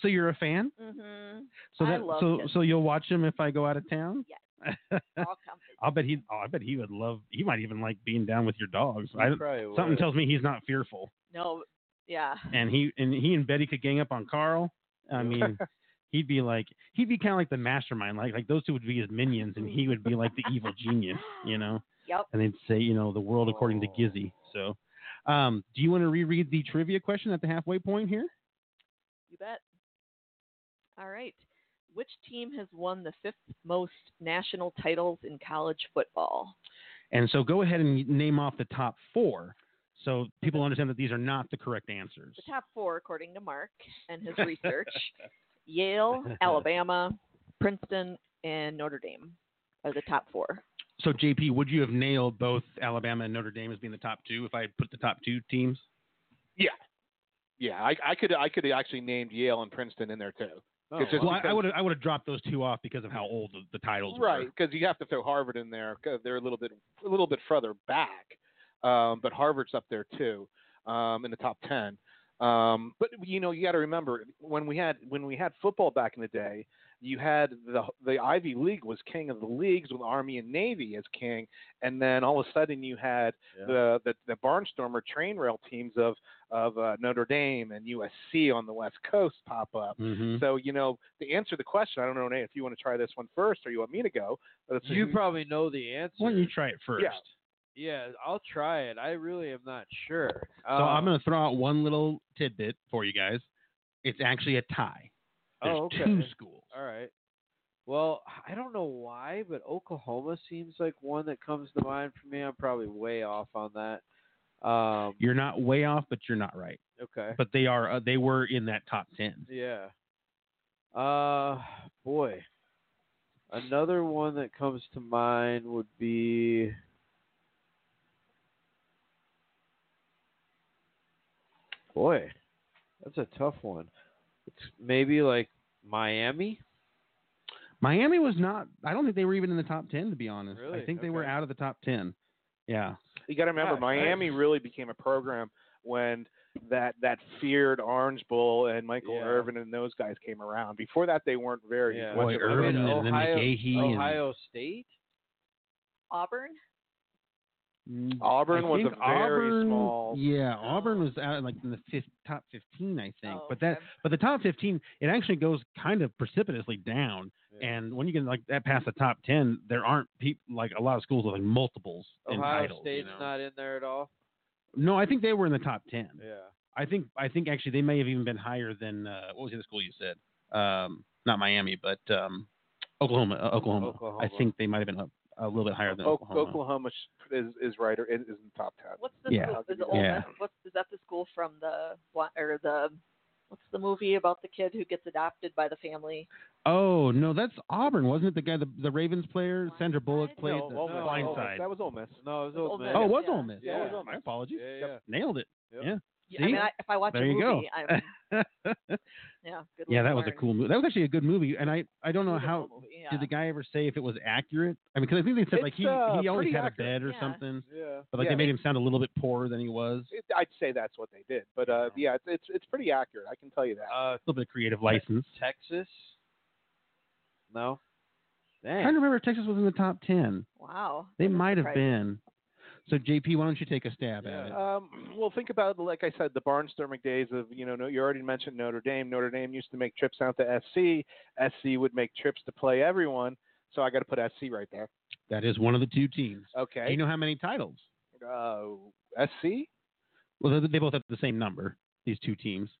Speaker 4: so you're a fan?
Speaker 2: hmm
Speaker 4: So
Speaker 2: I
Speaker 4: that
Speaker 2: love
Speaker 4: so
Speaker 2: him.
Speaker 4: so you'll watch him if I go out of town?
Speaker 2: All comfy.
Speaker 4: I'll bet he oh, I bet he would love he might even like being down with your dogs. I,
Speaker 1: Probably
Speaker 4: something
Speaker 1: would.
Speaker 4: tells me he's not fearful.
Speaker 2: No. Yeah.
Speaker 4: And he and he and Betty could gang up on Carl. I mean he'd be like he'd be kinda like the mastermind, like like those two would be his minions and he would be like the evil genius, you know?
Speaker 2: Yep.
Speaker 4: And they'd say, you know, the world according to
Speaker 1: Oh.
Speaker 4: Gizzy. So um, do you want to reread the trivia question at the halfway point here?
Speaker 2: You bet. All right. Which team has won the fifth most national titles in college football?
Speaker 4: And so go ahead and name off the top four so people understand that these are not the correct answers.
Speaker 2: The top four, according to Mark and his research Yale, Alabama, Princeton, and Notre Dame are the top four.
Speaker 4: So, JP, would you have nailed both Alabama and Notre Dame as being the top two if I had put the top two teams?
Speaker 5: Yeah, I, I could I could have actually named Yale and Princeton in there too.
Speaker 1: Oh,
Speaker 5: It's just-
Speaker 4: Well,
Speaker 1: wow.
Speaker 4: I, I would have I would have dropped those two off because of how old the, the titles were.
Speaker 5: Right, because you have to throw Harvard in there. 'cause they're a little bit a little bit further back, um, but Harvard's up there too um, in the top ten. Um, but you know, you got to remember when we had when we had football back in the day, you had the the Ivy League was king of the leagues with Army and Navy as king, and then all of a sudden you had
Speaker 1: Yeah.
Speaker 5: the, the the barnstormer train rail teams of of uh, Notre Dame and USC on the West Coast pop up.
Speaker 4: Mhm.
Speaker 5: So, you know, to answer the question, I don't know, Nate, if you want to try this one first or you want me to go. Let's see
Speaker 1: You
Speaker 5: who-
Speaker 1: probably know the answer.
Speaker 4: Why don't you try it first?
Speaker 5: Yeah.
Speaker 1: Yeah, I'll try it. I really am not sure.
Speaker 4: So I'm
Speaker 5: um,
Speaker 4: going to throw out one little tidbit for you guys. It's actually a tie. There's
Speaker 1: Oh, okay.
Speaker 4: two schools.
Speaker 1: All right. Well, I don't know why, but Oklahoma seems like one that comes to mind for me. I'm probably way off on that. Um,
Speaker 4: You're not way off, but you're not right.
Speaker 1: okay.
Speaker 4: But they are uh, they were in that top ten.
Speaker 1: Yeah. Uh, boy. Another one that comes to mind would be. Boy, that's a tough one. It's maybe like Miami.
Speaker 4: Miami was not. I don't think they were even in the top ten, to be honest. I
Speaker 1: Really?
Speaker 4: think they were
Speaker 1: Okay.
Speaker 4: out of the top ten. Yeah.
Speaker 5: you got to remember,
Speaker 1: Yeah,
Speaker 5: Miami really became a program when that that feared Orange Bowl and Michael
Speaker 1: Yeah.
Speaker 5: Irvin and those guys came around. Before that, they weren't very.
Speaker 1: Yeah.
Speaker 4: Boy,
Speaker 5: once they're-
Speaker 4: Irvin
Speaker 1: I mean,
Speaker 4: and then
Speaker 1: Ohio-
Speaker 4: McGahee and-
Speaker 1: Ohio State.
Speaker 2: Auburn?
Speaker 4: Mm,
Speaker 5: Auburn
Speaker 4: I
Speaker 5: was
Speaker 4: think
Speaker 5: a very
Speaker 4: Auburn-
Speaker 5: small.
Speaker 4: Yeah, Auburn was out in like in the fifth, top fifteen, I think.
Speaker 2: Oh,
Speaker 4: but that,
Speaker 2: okay.
Speaker 4: but the top fifteen, it actually goes kind of precipitously down.
Speaker 1: Yeah.
Speaker 4: And when you get like that past the top ten, there aren't peop like a lot of schools with like multiples in
Speaker 1: Ohio
Speaker 4: titles. you
Speaker 1: State's
Speaker 4: know?
Speaker 1: not in there at all.
Speaker 4: No, I think they were in the top ten.
Speaker 1: Yeah.
Speaker 4: I think I think actually they may have even been higher than uh, what was the other school you said? Um, not Miami, but um, Oklahoma, uh, Oklahoma. I
Speaker 1: Oklahoma.
Speaker 4: think they might have been a, a little bit higher than
Speaker 5: O-
Speaker 4: Oklahoma.
Speaker 5: Oklahoma sh- is is right or is, is in the top ten.
Speaker 2: What's the
Speaker 4: Yeah.
Speaker 2: school? Is, it Ole
Speaker 4: Yeah.
Speaker 2: Miss? What's, is that the school from the what- or the what's the movie about the kid who gets adopted by the family?
Speaker 4: Oh no, that's Auburn, wasn't it? The guy, the, the Ravens player, Sandra Bullock
Speaker 2: Blindside?
Speaker 4: played
Speaker 5: no,
Speaker 4: the
Speaker 5: Ole Miss,
Speaker 1: no,
Speaker 4: blind
Speaker 5: Ole Miss.
Speaker 4: side.
Speaker 5: That was Ole Miss.
Speaker 1: No, it was
Speaker 2: It was
Speaker 1: Ole
Speaker 2: Ole
Speaker 1: Miss.
Speaker 4: Oh, it
Speaker 2: Miss.
Speaker 4: was
Speaker 2: Yeah.
Speaker 4: Ole Miss.
Speaker 1: Yeah.
Speaker 4: Oh, it was Ole Miss. My apologies.
Speaker 1: Yeah,
Speaker 4: Yep, Nailed it.
Speaker 2: Yeah, I mean,
Speaker 4: See?
Speaker 2: I, if I watch
Speaker 4: There
Speaker 2: a
Speaker 4: you go.
Speaker 2: movie, I'm yeah. Good
Speaker 4: yeah,
Speaker 2: Lord
Speaker 4: that was a
Speaker 2: Lauren.
Speaker 4: cool movie. That was actually a good movie, and I I don't
Speaker 2: It
Speaker 4: know
Speaker 2: was a
Speaker 4: how
Speaker 2: cool movie, yeah.
Speaker 4: did the guy ever say if it was accurate? I mean, because I think they said like
Speaker 5: It's,
Speaker 4: he
Speaker 5: uh,
Speaker 4: he always
Speaker 5: pretty
Speaker 4: had
Speaker 5: accurate.
Speaker 4: a bed or
Speaker 2: Yeah.
Speaker 4: something,
Speaker 1: Yeah. Yeah.
Speaker 4: but like
Speaker 5: Yeah.
Speaker 4: they made him sound a little bit poorer than he was.
Speaker 5: It, I'd say that's what they did, but uh, yeah, it's, it's it's pretty accurate. I can tell you that.
Speaker 1: Uh,
Speaker 4: a little bit of creative license.
Speaker 1: Texas. No.
Speaker 4: I'm trying
Speaker 1: Dang.
Speaker 4: to remember if Texas was in the top ten.
Speaker 2: Wow.
Speaker 4: They might have
Speaker 2: surprised.
Speaker 4: been. So JP, why don't you take a stab at
Speaker 1: Yeah.
Speaker 4: it?
Speaker 5: Um, well, think about like I said, the barnstorming days of you know. no- You already mentioned Notre Dame. Notre Dame used to make trips out to SC. SC would make trips to play everyone. So I got to put SC right there.
Speaker 4: that is one of the two teams. Do you
Speaker 5: Okay.
Speaker 4: know how many titles?
Speaker 5: uh, SC.
Speaker 4: Well, they- they both have the same number. These two teams.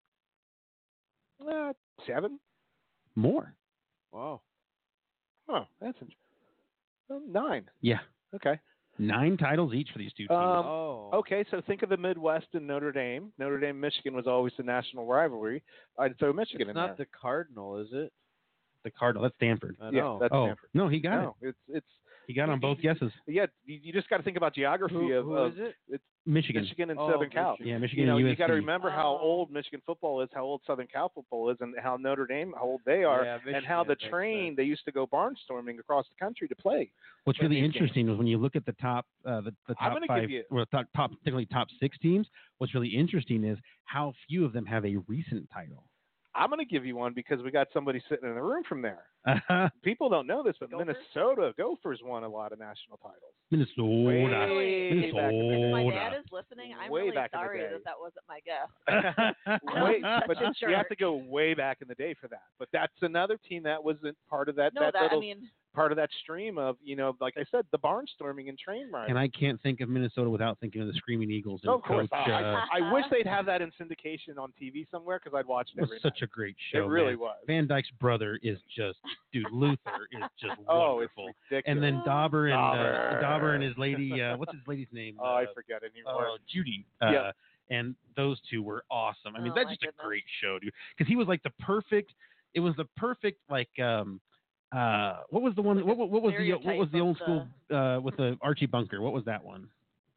Speaker 5: Uh, seven.
Speaker 4: More.
Speaker 1: Wow.
Speaker 5: Huh. That's int- um, nine.
Speaker 4: Yeah.
Speaker 5: Okay.
Speaker 4: Nine titles each for these two teams.
Speaker 5: Um,
Speaker 1: oh.
Speaker 5: Okay, so think of the Midwest and Notre Dame. Notre Dame, Michigan was always the national rivalry. I'd throw Michigan
Speaker 1: It's
Speaker 5: in
Speaker 1: not
Speaker 5: there.
Speaker 1: the Cardinal, is it?
Speaker 4: the Cardinal. That's Stanford.
Speaker 1: I
Speaker 5: yeah,
Speaker 1: know.
Speaker 5: uh, that's
Speaker 4: oh
Speaker 5: Stanford.
Speaker 4: no, he got it.
Speaker 5: no, it's it's
Speaker 4: He got on both guesses.
Speaker 5: yeah. You, you just got to think about geography
Speaker 1: who,
Speaker 5: of,
Speaker 1: who
Speaker 5: of
Speaker 1: is it?
Speaker 4: Michigan.
Speaker 5: Michigan and
Speaker 1: Oh,
Speaker 5: Southern Cal.
Speaker 1: Michigan.
Speaker 4: Yeah, Michigan.
Speaker 5: You know,
Speaker 4: and
Speaker 5: you got to
Speaker 4: USC.
Speaker 5: remember how
Speaker 2: Oh.
Speaker 5: old Michigan football is, how old Southern Cal football is, and how Notre Dame, how old they are,
Speaker 1: Yeah,
Speaker 5: and how
Speaker 1: Michigan
Speaker 5: the
Speaker 1: makes sense.
Speaker 5: train they used to go barnstorming across the country to play.
Speaker 4: What's really
Speaker 5: these games.
Speaker 4: interesting is when you look at the top, uh, the, the
Speaker 5: I'm
Speaker 4: top
Speaker 5: gonna give
Speaker 4: five,
Speaker 5: you-
Speaker 4: or the top, top, particularly top six teams. What's really interesting is how few of them have a recent title.
Speaker 5: I'm going to give you one because we got somebody sitting in the room from there. People don't know this, but
Speaker 2: Gophers?
Speaker 5: Minnesota Gophers won a lot of national titles.
Speaker 4: Minnesota.
Speaker 5: Way
Speaker 4: Minnesota.
Speaker 5: back in
Speaker 2: If my
Speaker 4: Hold
Speaker 2: dad
Speaker 4: up.
Speaker 2: is listening, I'm
Speaker 5: Way
Speaker 2: really
Speaker 5: back in the
Speaker 2: sorry
Speaker 5: day.
Speaker 2: that that wasn't my guess.
Speaker 5: Wait,
Speaker 2: Such
Speaker 5: but
Speaker 2: a
Speaker 5: you have
Speaker 2: jerk.
Speaker 5: to go way back in the day for that. But that's another team that wasn't part of that,
Speaker 2: No,
Speaker 5: that,
Speaker 2: that I
Speaker 5: little
Speaker 2: mean,
Speaker 5: part of that stream of you know, like I said, the barnstorming and train ride.
Speaker 4: and I can't think of Minnesota without thinking of the Screaming Eagles. And
Speaker 5: of course,
Speaker 4: Coach,
Speaker 5: I,
Speaker 4: uh,
Speaker 5: I, I wish they'd have that in syndication on TV somewhere because I'd watch it
Speaker 4: was
Speaker 5: every
Speaker 4: such
Speaker 5: night.
Speaker 4: a great show.
Speaker 5: it really
Speaker 4: man.
Speaker 5: was.
Speaker 4: Van Dyke's brother is just dude. Luther is just
Speaker 5: oh, it's
Speaker 4: wonderful.
Speaker 5: ridiculous.
Speaker 4: and then Dauber and
Speaker 5: Dauber.
Speaker 4: Uh, Dauber and his lady. Uh, what's his lady's name?
Speaker 5: oh, I
Speaker 4: Uh,
Speaker 5: forget anymore.
Speaker 4: Oh, Judy. Uh,
Speaker 5: Yeah.
Speaker 4: And those two were awesome. I mean,
Speaker 2: Oh,
Speaker 4: that's
Speaker 2: my
Speaker 4: just
Speaker 2: goodness.
Speaker 4: a great show, dude. Because he was like the perfect. It was the perfect like. um uh, what was the one? What, what, what was the what was the
Speaker 2: Stereotype
Speaker 4: old
Speaker 2: of
Speaker 4: school uh, with the Archie Bunker? What was that one?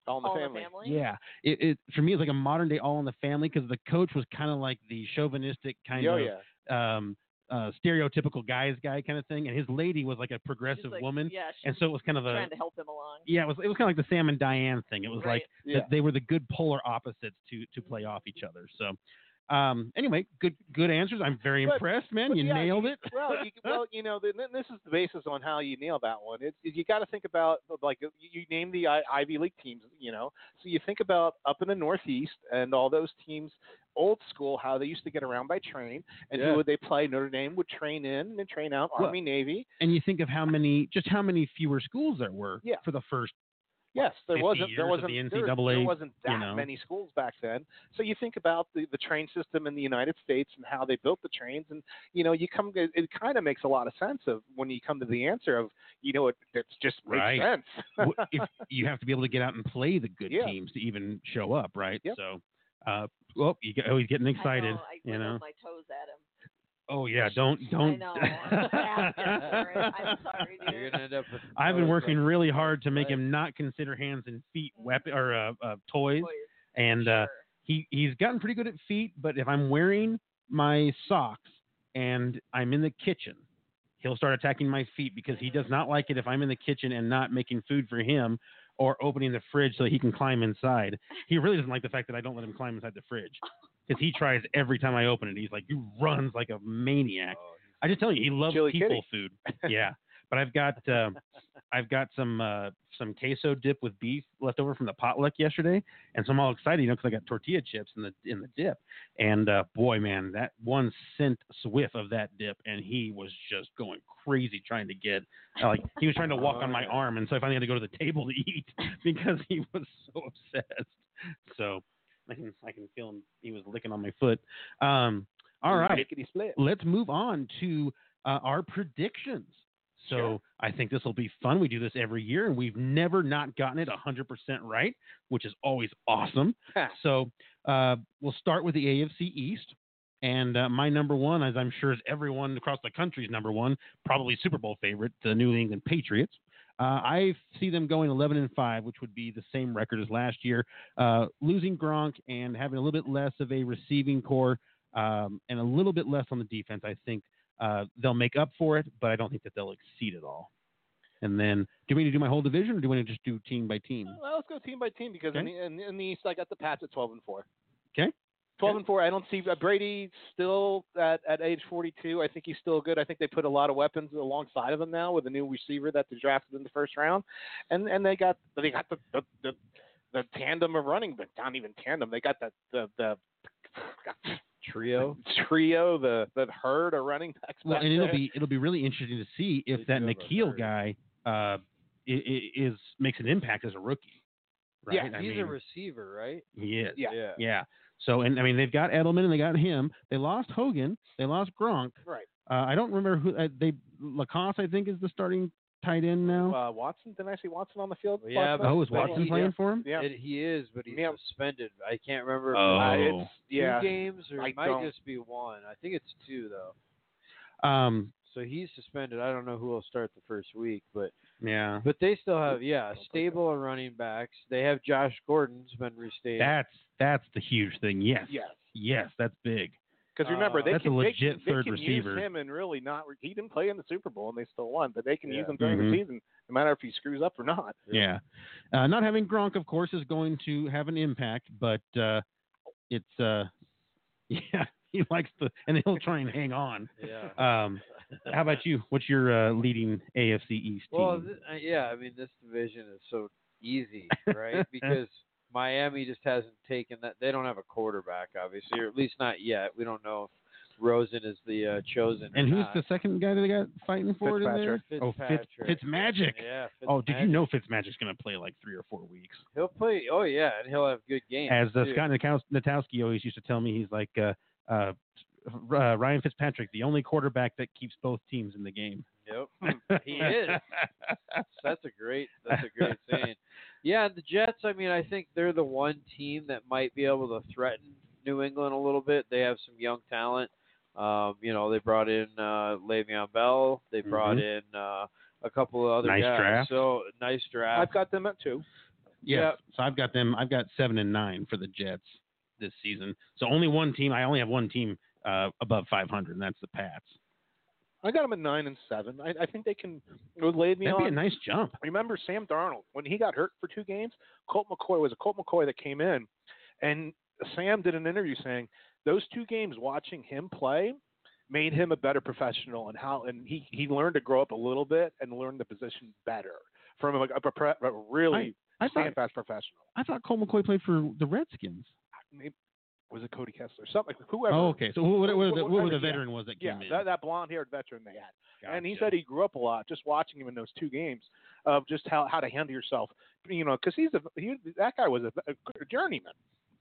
Speaker 5: All in the
Speaker 2: all
Speaker 5: family.
Speaker 2: the family.
Speaker 4: Yeah, it, it for me it was like a modern day All in the Family because the coach was kind of like the chauvinistic kind
Speaker 5: oh
Speaker 4: of
Speaker 5: yeah.
Speaker 4: um, uh, stereotypical guys guy kind of thing, and his lady was like a
Speaker 2: She's
Speaker 4: progressive
Speaker 2: like-
Speaker 4: woman,
Speaker 2: Yeah, she's
Speaker 4: and so it was kind of a
Speaker 2: trying to help him along.
Speaker 4: yeah, it was it was kind of like the Sam and Diane thing. It was like
Speaker 2: Right.
Speaker 5: Yeah.
Speaker 4: that they were the good polar opposites to to play off each other. So, um, anyway, good good answers. I'm very
Speaker 5: But-
Speaker 4: impressed, man.
Speaker 5: but
Speaker 4: You
Speaker 5: yeah,
Speaker 4: nailed
Speaker 5: you-
Speaker 4: it.
Speaker 5: well, you, well, you know, then then this is the basis on how you nail that one. It's you got to think about uh, like you- you name the I- Ivy League teams, you know. So you think about up in the Northeast and all those teams, old school, how they used to get around by train, and
Speaker 1: Yeah.
Speaker 5: who would they play? Notre Dame would train in and train out,
Speaker 4: Well,
Speaker 5: Army, Navy.
Speaker 4: And you think of how many just how many fewer schools there were
Speaker 5: Yeah.
Speaker 4: for the first.
Speaker 5: Yes, there
Speaker 4: 50
Speaker 5: wasn't
Speaker 4: years
Speaker 5: there
Speaker 4: of
Speaker 5: wasn't
Speaker 4: the
Speaker 5: there, there
Speaker 4: NCAA,
Speaker 5: wasn't that
Speaker 4: you know.
Speaker 5: many schools back then. So you think about the, the train system in the United States and how they built the trains, and you know you come it, it kind of makes a lot of sense of when you come to the answer of you know it it just makes
Speaker 4: Right.
Speaker 5: sense.
Speaker 4: w- if you have to be able to get out and play the good
Speaker 5: Yeah.
Speaker 4: teams to even show up, right?
Speaker 5: Yep.
Speaker 4: So, uh, well, you get, oh, he's getting
Speaker 2: I
Speaker 4: excited.
Speaker 2: know, I
Speaker 4: you
Speaker 2: wiggled
Speaker 4: know.
Speaker 2: my toes at him.
Speaker 4: Oh yeah, don't don't.
Speaker 2: I know. I'm asking for it. I'm sorry,
Speaker 1: You're
Speaker 2: dude.
Speaker 1: gonna end up with.
Speaker 4: I've been
Speaker 1: those,
Speaker 4: working
Speaker 1: like,
Speaker 4: really hard to make
Speaker 1: Right.
Speaker 4: him not consider hands and feet
Speaker 2: Mm-hmm.
Speaker 4: weapon or uh, uh, toys,
Speaker 2: Boys,
Speaker 4: and uh,
Speaker 2: sure.
Speaker 4: he he's gotten pretty good at feet, but if I'm wearing my socks and I'm in the kitchen, he'll start attacking my feet because he does not like it if I'm in the kitchen and not making food for him or opening the fridge so he can climb inside. He really doesn't like the fact that I don't let him climb inside the fridge because he tries every time I open it. He's like, he runs like a maniac.
Speaker 1: oh,
Speaker 4: I just tell you, he loves
Speaker 5: Chili
Speaker 4: people food. Yeah, but I've got uh, I've got some uh, some queso dip with beef left over from the potluck yesterday, and so I'm all excited, you know, because I got tortilla chips in the in the dip. And uh, boy, man, that one cent swiff of that dip, and he was just going crazy trying to get uh, like he was trying to walk on my arm, and so I finally had to go to the table to eat because he was so obsessed. So. I can, I can feel him. He was licking on my foot. Um, all right
Speaker 5: Lickety split.
Speaker 4: let's move on to uh, our predictions. So
Speaker 5: Sure.
Speaker 4: I think this will be fun. We do this every year, and we've never not gotten it 100% right, which is always awesome. so uh, we'll start with the AFC East. And uh, my number one, as I'm sure is everyone across the country's number one, probably Super Bowl favorite, the New England Patriots. Uh, I see them going 11 and 5, which would be the same record as last year. Uh, losing Gronk and having a little bit less of a receiving core um, and a little bit less on the defense. I think uh, they'll make up for it, but I don't think that they'll exceed it all. And then, do you want me to do my whole division, or do you want to just do team by team?
Speaker 5: Well, let's go team by team because in,
Speaker 4: Okay.
Speaker 5: the, in, in the East I got the Pats at 12 and four.
Speaker 4: Okay.
Speaker 5: 12 and four. I don't see uh, Brady still at, at age 42. I think he's still good. I think they put a lot of weapons alongside of him now with a new receiver that they drafted in the first round, and and they got they got the the, the, the tandem of running, but not even tandem. They got the the the
Speaker 1: trio.
Speaker 5: trio, the the herd of running backs.
Speaker 4: Well,
Speaker 5: back
Speaker 4: and
Speaker 5: there.
Speaker 4: it'll be it'll be really interesting to see if
Speaker 1: They
Speaker 4: that
Speaker 1: do have a
Speaker 4: Nikhil
Speaker 1: third.
Speaker 4: guy uh, i- i- is makes an impact as a rookie, right?
Speaker 5: Yeah,
Speaker 4: I
Speaker 1: He's
Speaker 4: mean,
Speaker 1: a receiver, right?
Speaker 4: he is.
Speaker 5: Yeah.
Speaker 1: Yeah.
Speaker 4: Yeah. So, and I mean, they've got Edelman and they got him. They lost Hogan. They lost Gronk.
Speaker 5: Right.
Speaker 4: Uh, I don't remember who uh, they Lacoste. I think is the starting tight end now.
Speaker 5: Uh, Watson, didn't I see Watson on the field?
Speaker 1: Yeah,
Speaker 5: last
Speaker 1: but-
Speaker 5: night?
Speaker 4: oh, is
Speaker 1: but
Speaker 4: Watson
Speaker 1: he-
Speaker 4: playing for him?
Speaker 5: Yeah,
Speaker 1: It, he is, but he's
Speaker 5: Yeah.
Speaker 1: suspended. I can't remember. if
Speaker 6: Oh.
Speaker 5: Uh,
Speaker 1: it's
Speaker 5: it's, yeah.
Speaker 1: Two games, or
Speaker 5: I
Speaker 1: it might
Speaker 5: don't-
Speaker 1: just be one. I think it's two though.
Speaker 4: Um,
Speaker 1: So he's suspended. I don't know who will start the first week, but
Speaker 4: yeah.
Speaker 1: but they still have yeah a stable of running backs. They have Josh Gordon's been restated.
Speaker 6: That's that's the huge thing. Yes.
Speaker 5: Yes.
Speaker 6: Yes, that's big.
Speaker 5: Because remember,
Speaker 1: Uh,
Speaker 5: they
Speaker 6: That's
Speaker 5: can
Speaker 6: a
Speaker 5: they-
Speaker 6: legit
Speaker 5: they
Speaker 6: third
Speaker 5: can
Speaker 6: receiver.
Speaker 5: Use him and really not. He didn't play in the Super Bowl, and they still won. But they can
Speaker 1: Yeah.
Speaker 5: use him during
Speaker 6: Mhm.
Speaker 5: the season, no matter if he screws up or not.
Speaker 4: Yeah. Uh, not having Gronk, of course, is going to have an impact, but uh, it's uh, yeah, he likes to, and he'll try and hang on.
Speaker 1: yeah.
Speaker 4: Um, how about you? What's your uh, leading AFC East team?
Speaker 1: Well, th- uh, yeah, I mean this division is so easy, right? because Miami just hasn't taken that. They don't have a quarterback, obviously, or at least not yet. We don't know if Rosen is the uh, chosen. or
Speaker 4: and who's
Speaker 1: not.
Speaker 4: the second guy that they got fighting for it in there? Oh, Fitz,
Speaker 1: Fitzpatrick.
Speaker 4: Fitzmagic.
Speaker 1: Yeah.
Speaker 4: Oh, did you
Speaker 1: Fitzmagic.
Speaker 4: know Fitzmagic's going to play like three or four weeks?
Speaker 1: He'll play. Oh yeah, and he'll have good games.
Speaker 4: As uh,
Speaker 1: too.
Speaker 4: Scott Nikow- Natowski always used to tell me, he's like uh, uh, uh, Ryan Fitzpatrick, the only quarterback that keeps both teams in the game.
Speaker 1: Yep. Hmm, he is. That's a great. That's a great saying. Yeah, and the Jets. I mean, I think they're the one team that might be able to threaten New England a little bit. They have some young talent. Um, you know, they brought in uh, Le'Veon Bell. They brought in uh, a couple of other
Speaker 4: Mm-hmm.
Speaker 1: guys.
Speaker 4: Nice draft.
Speaker 1: So nice draft.
Speaker 5: I've got them at two.
Speaker 4: Yes.
Speaker 1: Yep.
Speaker 4: So I've got them. I've got seven and nine for the Jets this season. So only one team. I only have one team uh, above 500, and that's the Pats.
Speaker 5: I got them at nine and seven. I, I think they can. It would lay me
Speaker 4: That'd
Speaker 5: on.
Speaker 4: be a nice jump.
Speaker 5: remember Sam Darnold when he got hurt for two games? Colt McCoy was a Colt McCoy that came in, and Sam did an interview saying those two games watching him play made him a better professional and how and he he learned to grow up a little bit and learn the position better from a, a, pre- a really
Speaker 4: I thought
Speaker 5: stand-fast professional.
Speaker 4: I thought Cole McCoy played for the Redskins.
Speaker 5: Maybe- was it Cody Kessler? Something like whoever.
Speaker 4: Oh, okay. So who, what, what,
Speaker 5: Wh- wh-
Speaker 4: who the
Speaker 5: yeah.
Speaker 4: veteran was that
Speaker 5: Yeah,
Speaker 4: came in?
Speaker 5: that, that blonde-haired veteran they had. And he
Speaker 4: Gotcha.
Speaker 5: said he grew up a lot just watching him in those two games of just how, how to handle yourself. You know, because he's a he, that guy was a, a journeyman.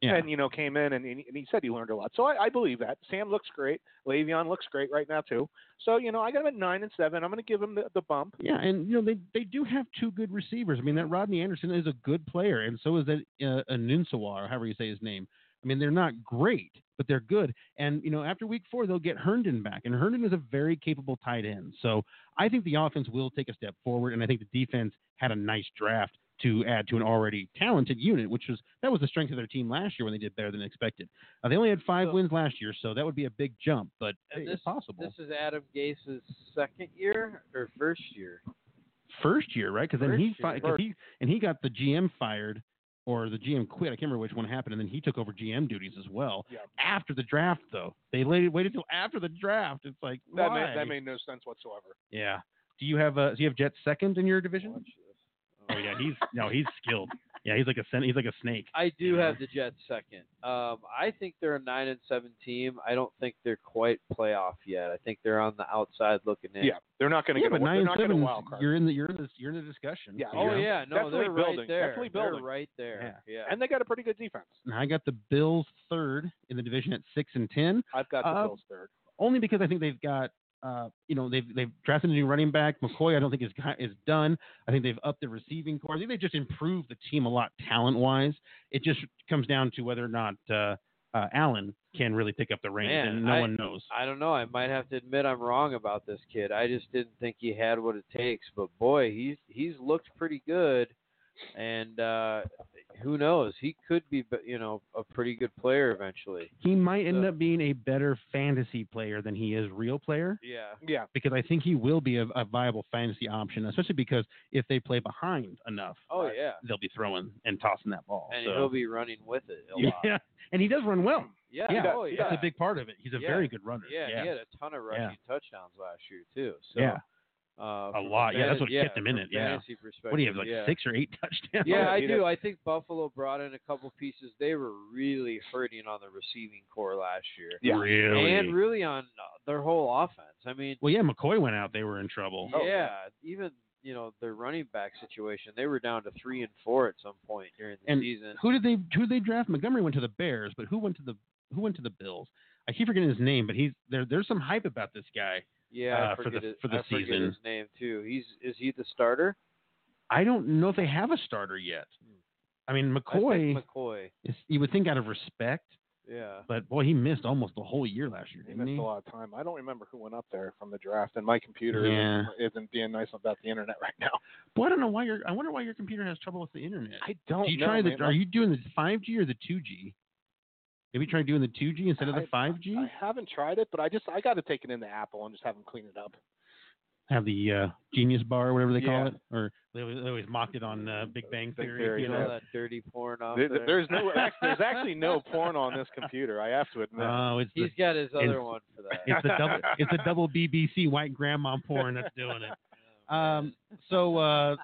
Speaker 4: Yeah.
Speaker 5: And you know, came in and, and he said he learned a lot. So I, I believe that Sam looks great. Le'Veon looks great right now too. So you know, I got him at nine and seven. I'm going to give him the, the bump.
Speaker 4: Yeah, and you know they they do have two good receivers. I mean that Rodney Anderson is a good player, and so is that uh, Anunsawa, or however you say his name. I mean they're not great, but they're good. And you know after week four they'll get Herndon back, and Herndon is a very capable tight end. So I think the offense will take a step forward, and I think the defense had a nice draft to add to an already talented unit, which was that was the strength of their team last year when they did better than expected. Uh, they only had five
Speaker 1: So-
Speaker 4: wins last year, so that would be a big jump, but
Speaker 1: And
Speaker 4: it's possible.
Speaker 1: This is Adam Gase's second year or first year.
Speaker 4: first year, right? Because then
Speaker 1: First
Speaker 4: he, fi-
Speaker 1: year.
Speaker 4: 'cause he and he got the GM fired or the GM quit. I can't remember which one happened, and then he took over GM duties as well.
Speaker 5: Yeah.
Speaker 4: After the draft, though, they waited waited till after the draft. It's like
Speaker 5: That
Speaker 4: why?
Speaker 5: made, that made no sense whatsoever.
Speaker 4: yeah. Do you have uh, do you have Jets second in your division? Oh yeah, he's no, he's skilled. Yeah, he's like a sen- he's like a snake.
Speaker 1: I do
Speaker 4: Yeah.
Speaker 1: have the Jets second. Um, I think they're a nine and seven team. I don't think they're quite playoff yet. I think they're on the outside looking in.
Speaker 5: Yeah, they're not going to
Speaker 4: yeah,
Speaker 5: get.
Speaker 4: but
Speaker 5: a,
Speaker 4: nine
Speaker 5: they're
Speaker 4: and
Speaker 5: not going to
Speaker 4: seven,
Speaker 5: wild card.
Speaker 4: you're in the you're in the you're in the discussion.
Speaker 5: Yeah.
Speaker 4: So
Speaker 1: Oh
Speaker 4: you're-
Speaker 1: yeah, no,
Speaker 5: Definitely
Speaker 1: they're
Speaker 5: building,
Speaker 1: right there.
Speaker 5: definitely building.
Speaker 1: They're right there. Yeah.
Speaker 5: And they got a pretty good defense.
Speaker 4: And I got the Bills third in the division at six and ten.
Speaker 5: I've got the
Speaker 4: Uh,
Speaker 5: Bills third.
Speaker 4: only because I think they've got uh, you know they've they've drafted a new running back. McCoy I don't think is is done. I think they've upped their receiving core. I think they've just improved the team a lot talent wise. It just comes down to whether or not uh, uh, Allen can really pick up the reins,
Speaker 1: Man,
Speaker 4: and no
Speaker 1: I-
Speaker 4: one knows.
Speaker 1: I don't know. I might have to admit I'm wrong about this kid. I just didn't think he had what it takes. But boy, he's he's looked pretty good, and uh, who knows? He could be, you know, a pretty good player eventually.
Speaker 4: he might end
Speaker 1: So-
Speaker 4: up being a better fantasy player than he is real player
Speaker 1: Yeah.
Speaker 5: Yeah.
Speaker 4: because I think he will be a, a viable fantasy option, especially because if they play behind enough,
Speaker 1: Oh
Speaker 4: uh,
Speaker 1: yeah.
Speaker 4: they'll be throwing and tossing that ball.
Speaker 1: And
Speaker 4: so-
Speaker 1: he'll be running with it a lot.
Speaker 4: yeah, and he does run well.
Speaker 1: Yeah.
Speaker 4: Yeah,
Speaker 1: oh, yeah.
Speaker 4: That's a big part of it. He's a
Speaker 1: Yeah.
Speaker 4: very good runner.
Speaker 1: Yeah, and
Speaker 4: yeah.
Speaker 1: he had a ton of rushing touchdowns last year too. So,
Speaker 4: Yeah.
Speaker 1: uh,
Speaker 4: A lot. Yeah, that's what kept him in
Speaker 1: from
Speaker 4: it, yeah.
Speaker 1: fantasy Perspective,
Speaker 4: What do you have, like
Speaker 1: yeah.
Speaker 4: six or eight touchdowns?
Speaker 1: Yeah, I
Speaker 5: Yeah.
Speaker 1: do. I think Buffalo brought in a couple pieces. They were really hurting on the receiving core last year,
Speaker 5: Yeah.
Speaker 4: Really?
Speaker 1: and really on uh, their whole offense. I mean,
Speaker 4: well, yeah, McCoy went out. They were in trouble.
Speaker 5: Oh,
Speaker 1: yeah, even you know their running back situation. They were down to three and four at some point during the
Speaker 4: And
Speaker 1: season.
Speaker 4: Who did they who did they draft? Montgomery went to the Bears, but who went to the who went to the Bills? I keep forgetting his name, but he's there. There's some hype about this guy.
Speaker 1: Yeah,
Speaker 7: uh,
Speaker 1: I
Speaker 7: for the-
Speaker 1: forget his,
Speaker 7: for the
Speaker 1: I forget
Speaker 7: season.
Speaker 1: his name too. He's is he the starter?
Speaker 4: I don't know if they have a starter yet. I mean,
Speaker 1: I
Speaker 4: McCoy,
Speaker 1: think McCoy.
Speaker 4: is, you would think out of respect,
Speaker 1: Yeah.
Speaker 4: but boy, he missed almost the whole year last year,
Speaker 5: He
Speaker 4: didn't
Speaker 5: missed
Speaker 4: he?
Speaker 5: a lot of time. I don't remember who went up there from the draft, and my computer
Speaker 4: Yeah.
Speaker 5: isn't, isn't being nice about the internet right now.
Speaker 4: Boy, I don't know why your I wonder why your computer has trouble with the internet.
Speaker 5: I don't.
Speaker 4: Do you
Speaker 5: know,
Speaker 4: try the?
Speaker 5: Oh, man.
Speaker 4: Are you doing the five G or the two G? Maybe try doing the two G instead of
Speaker 5: I-
Speaker 4: the five G.
Speaker 5: I haven't tried it, but I just I got to take it into Apple and just have them clean it up.
Speaker 4: Have the uh, Genius Bar, or whatever they call
Speaker 5: Yeah.
Speaker 4: it, or they always, they always mocked it on uh, Big Bang
Speaker 5: Big
Speaker 4: Theory.
Speaker 5: Theory,
Speaker 4: you
Speaker 1: Get
Speaker 4: know?
Speaker 1: all that dirty porn off
Speaker 5: There-
Speaker 1: there.
Speaker 5: there's no there's actually no porn on this computer. I have to admit.
Speaker 4: Oh, it's the,
Speaker 1: He's got his other
Speaker 4: it's-
Speaker 1: one for that.
Speaker 4: it's the double it's the double BBC white grandma porn that's doing it.
Speaker 1: Oh, man.
Speaker 4: Um, so uh,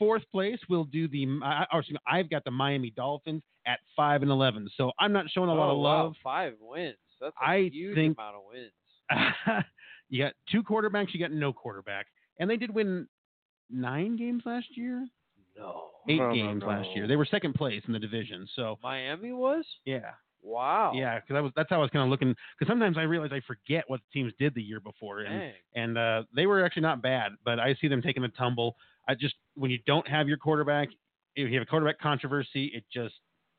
Speaker 4: fourth place, we'll do the. I or excuse me, I've got the Miami Dolphins at five and eleven. So I'm not showing a lot
Speaker 1: Oh,
Speaker 4: of
Speaker 1: wow,
Speaker 4: love.
Speaker 1: Five wins. That's a
Speaker 4: I
Speaker 1: huge
Speaker 4: think-
Speaker 1: amount of wins.
Speaker 4: you got two quarterbacks. You got no quarterback, and they did win nine games last year,
Speaker 1: No.
Speaker 4: eight
Speaker 5: Oh, No, no,
Speaker 4: games last
Speaker 5: no.
Speaker 4: year. They were second place in the division. So
Speaker 1: Miami was?
Speaker 4: yeah,
Speaker 1: Wow.
Speaker 4: yeah, because was that's how I was kind of looking. Because sometimes I realize I forget what the teams did the year before, and
Speaker 1: Dang.
Speaker 4: and uh, they were actually not bad. But I see them taking a tumble. I just when you don't have your quarterback, if you have a quarterback controversy, it just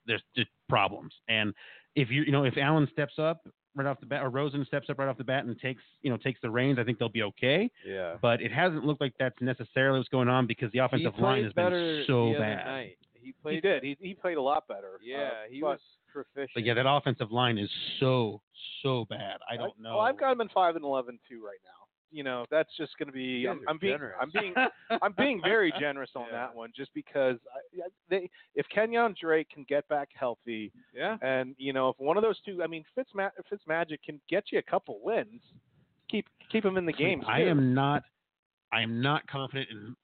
Speaker 4: there's just problems. And if you you know if Allen steps up right off the bat, or Rosen steps up right off the bat and takes you know takes the reins, I think they'll be okay.
Speaker 1: Yeah.
Speaker 4: But it hasn't looked like that's necessarily what's going on because the offensive
Speaker 1: he
Speaker 4: line
Speaker 1: played
Speaker 4: has
Speaker 1: better
Speaker 4: been so
Speaker 1: the
Speaker 4: bad.
Speaker 1: Other night. He
Speaker 5: he
Speaker 1: played.
Speaker 5: did. He he played a lot better.
Speaker 1: Yeah,
Speaker 5: Uh,
Speaker 1: he
Speaker 5: but-
Speaker 1: was proficient.
Speaker 4: But yeah, that offensive line is so so bad. I don't know.
Speaker 1: oh,
Speaker 5: Well, oh, I've got him in five and eleven too right now. You know, that's just going to be.
Speaker 1: You
Speaker 5: I'm,
Speaker 1: guys are
Speaker 5: I'm being.
Speaker 1: generous.
Speaker 5: I'm being. I'm being very generous on
Speaker 1: Yeah.
Speaker 5: that one, just because I, I- they, if Kenyon Drake can get back healthy,
Speaker 1: yeah.
Speaker 5: and you know, if one of those two, I mean, Fitzma- Fitzmagic can get you a couple wins, keep keep him in the game.
Speaker 4: I am not. I am not confident in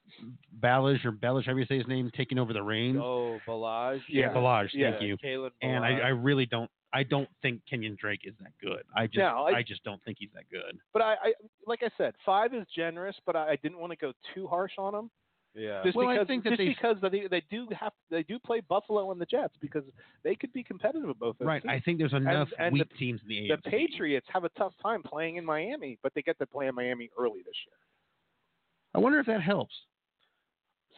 Speaker 4: Balish or Bellish, however you say his name, taking over the reins.
Speaker 1: Oh, Balaj.
Speaker 5: Yeah,
Speaker 4: Balazs, thank
Speaker 1: yeah,
Speaker 4: you.
Speaker 1: Kalen
Speaker 4: And I, I
Speaker 1: Balazs.
Speaker 4: really don't. I don't think Kenyon Drake is that good. I just.
Speaker 5: No, I-
Speaker 4: I, just don't think he's that good.
Speaker 5: But I, I, like I said, five is generous, but I, I didn't want to go too harsh on him.
Speaker 1: yeah.
Speaker 5: Just
Speaker 4: Well, I
Speaker 5: because,
Speaker 4: think that
Speaker 5: just
Speaker 4: they-
Speaker 5: because they, they do have they do play Buffalo and the Jets because they could be competitive with both. Those
Speaker 4: Right.
Speaker 5: teams.
Speaker 4: I think there's enough
Speaker 5: and
Speaker 4: weak
Speaker 5: the-
Speaker 4: teams in the
Speaker 5: the
Speaker 4: AFC.
Speaker 5: Patriots have a tough time playing in Miami, but they get to play in Miami early this
Speaker 4: I wonder if that helps.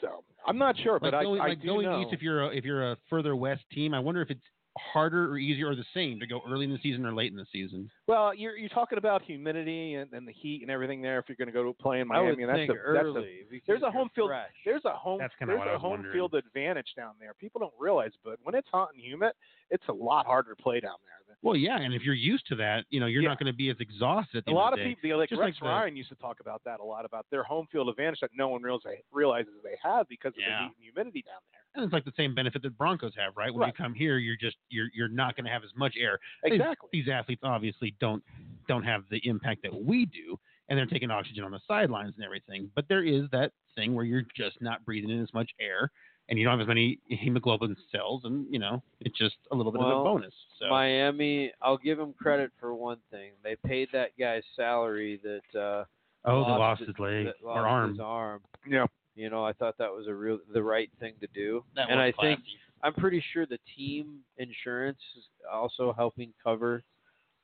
Speaker 5: year. So I'm not sure, but
Speaker 4: Like going,
Speaker 5: I, I
Speaker 4: like
Speaker 5: do
Speaker 4: going
Speaker 5: know.
Speaker 4: east, if you're a, if you're a further west team, I wonder if it's harder or easier or the same to go early in the season or late in the season.
Speaker 5: well, you're you're talking about humidity and, and the heat and everything there. If you're going to go to play in
Speaker 1: I
Speaker 5: Miami,
Speaker 1: would
Speaker 5: and that's
Speaker 1: think
Speaker 5: a,
Speaker 1: early.
Speaker 5: That's a,
Speaker 1: because
Speaker 5: there's a
Speaker 1: you're
Speaker 5: home field-
Speaker 1: fresh.
Speaker 5: there's a home
Speaker 4: That's kinda
Speaker 5: there's
Speaker 4: what I
Speaker 5: a
Speaker 4: was
Speaker 5: home
Speaker 4: wondering.
Speaker 5: field advantage down there. People don't realize, but when it's hot and humid, it's a lot harder to play down there.
Speaker 4: Well, yeah, and if you're used to that, you know you're
Speaker 5: Yeah.
Speaker 4: not going to be as exhausted. At
Speaker 5: A
Speaker 4: the end
Speaker 5: lot
Speaker 4: of
Speaker 5: of
Speaker 4: the day.
Speaker 5: people, you know, like
Speaker 4: Just
Speaker 5: Rex
Speaker 4: like the-
Speaker 5: Ryan used to talk about that a lot about their home field advantage that no one realizes realizes they have because of
Speaker 4: Yeah.
Speaker 5: the heat and humidity down there.
Speaker 4: And it's like the same benefit that Broncos have, right? When you
Speaker 5: Right.
Speaker 4: come here, you're just you're you're not going to have as much air. These-
Speaker 5: Exactly.
Speaker 4: These, athletes obviously don't don't have the impact that we do, and they're taking oxygen on the sidelines and everything. But there is that thing where you're just not breathing in as much air, and you don't have as many hemoglobin cells, and you know it's just a little bit of
Speaker 1: Well,
Speaker 4: a bonus. So
Speaker 1: Miami, I'll give them credit for one thing. They paid that guy's salary that uh
Speaker 4: oh, they
Speaker 1: lost
Speaker 4: lost
Speaker 1: it-
Speaker 4: his leg
Speaker 1: that
Speaker 4: or
Speaker 1: lost
Speaker 4: arm.
Speaker 1: his arm.
Speaker 5: Yeah.
Speaker 1: You know, I thought that was a real the right thing to do.
Speaker 4: That
Speaker 1: and
Speaker 4: was
Speaker 1: I think
Speaker 4: classy.
Speaker 1: I'm pretty sure the team insurance is also helping cover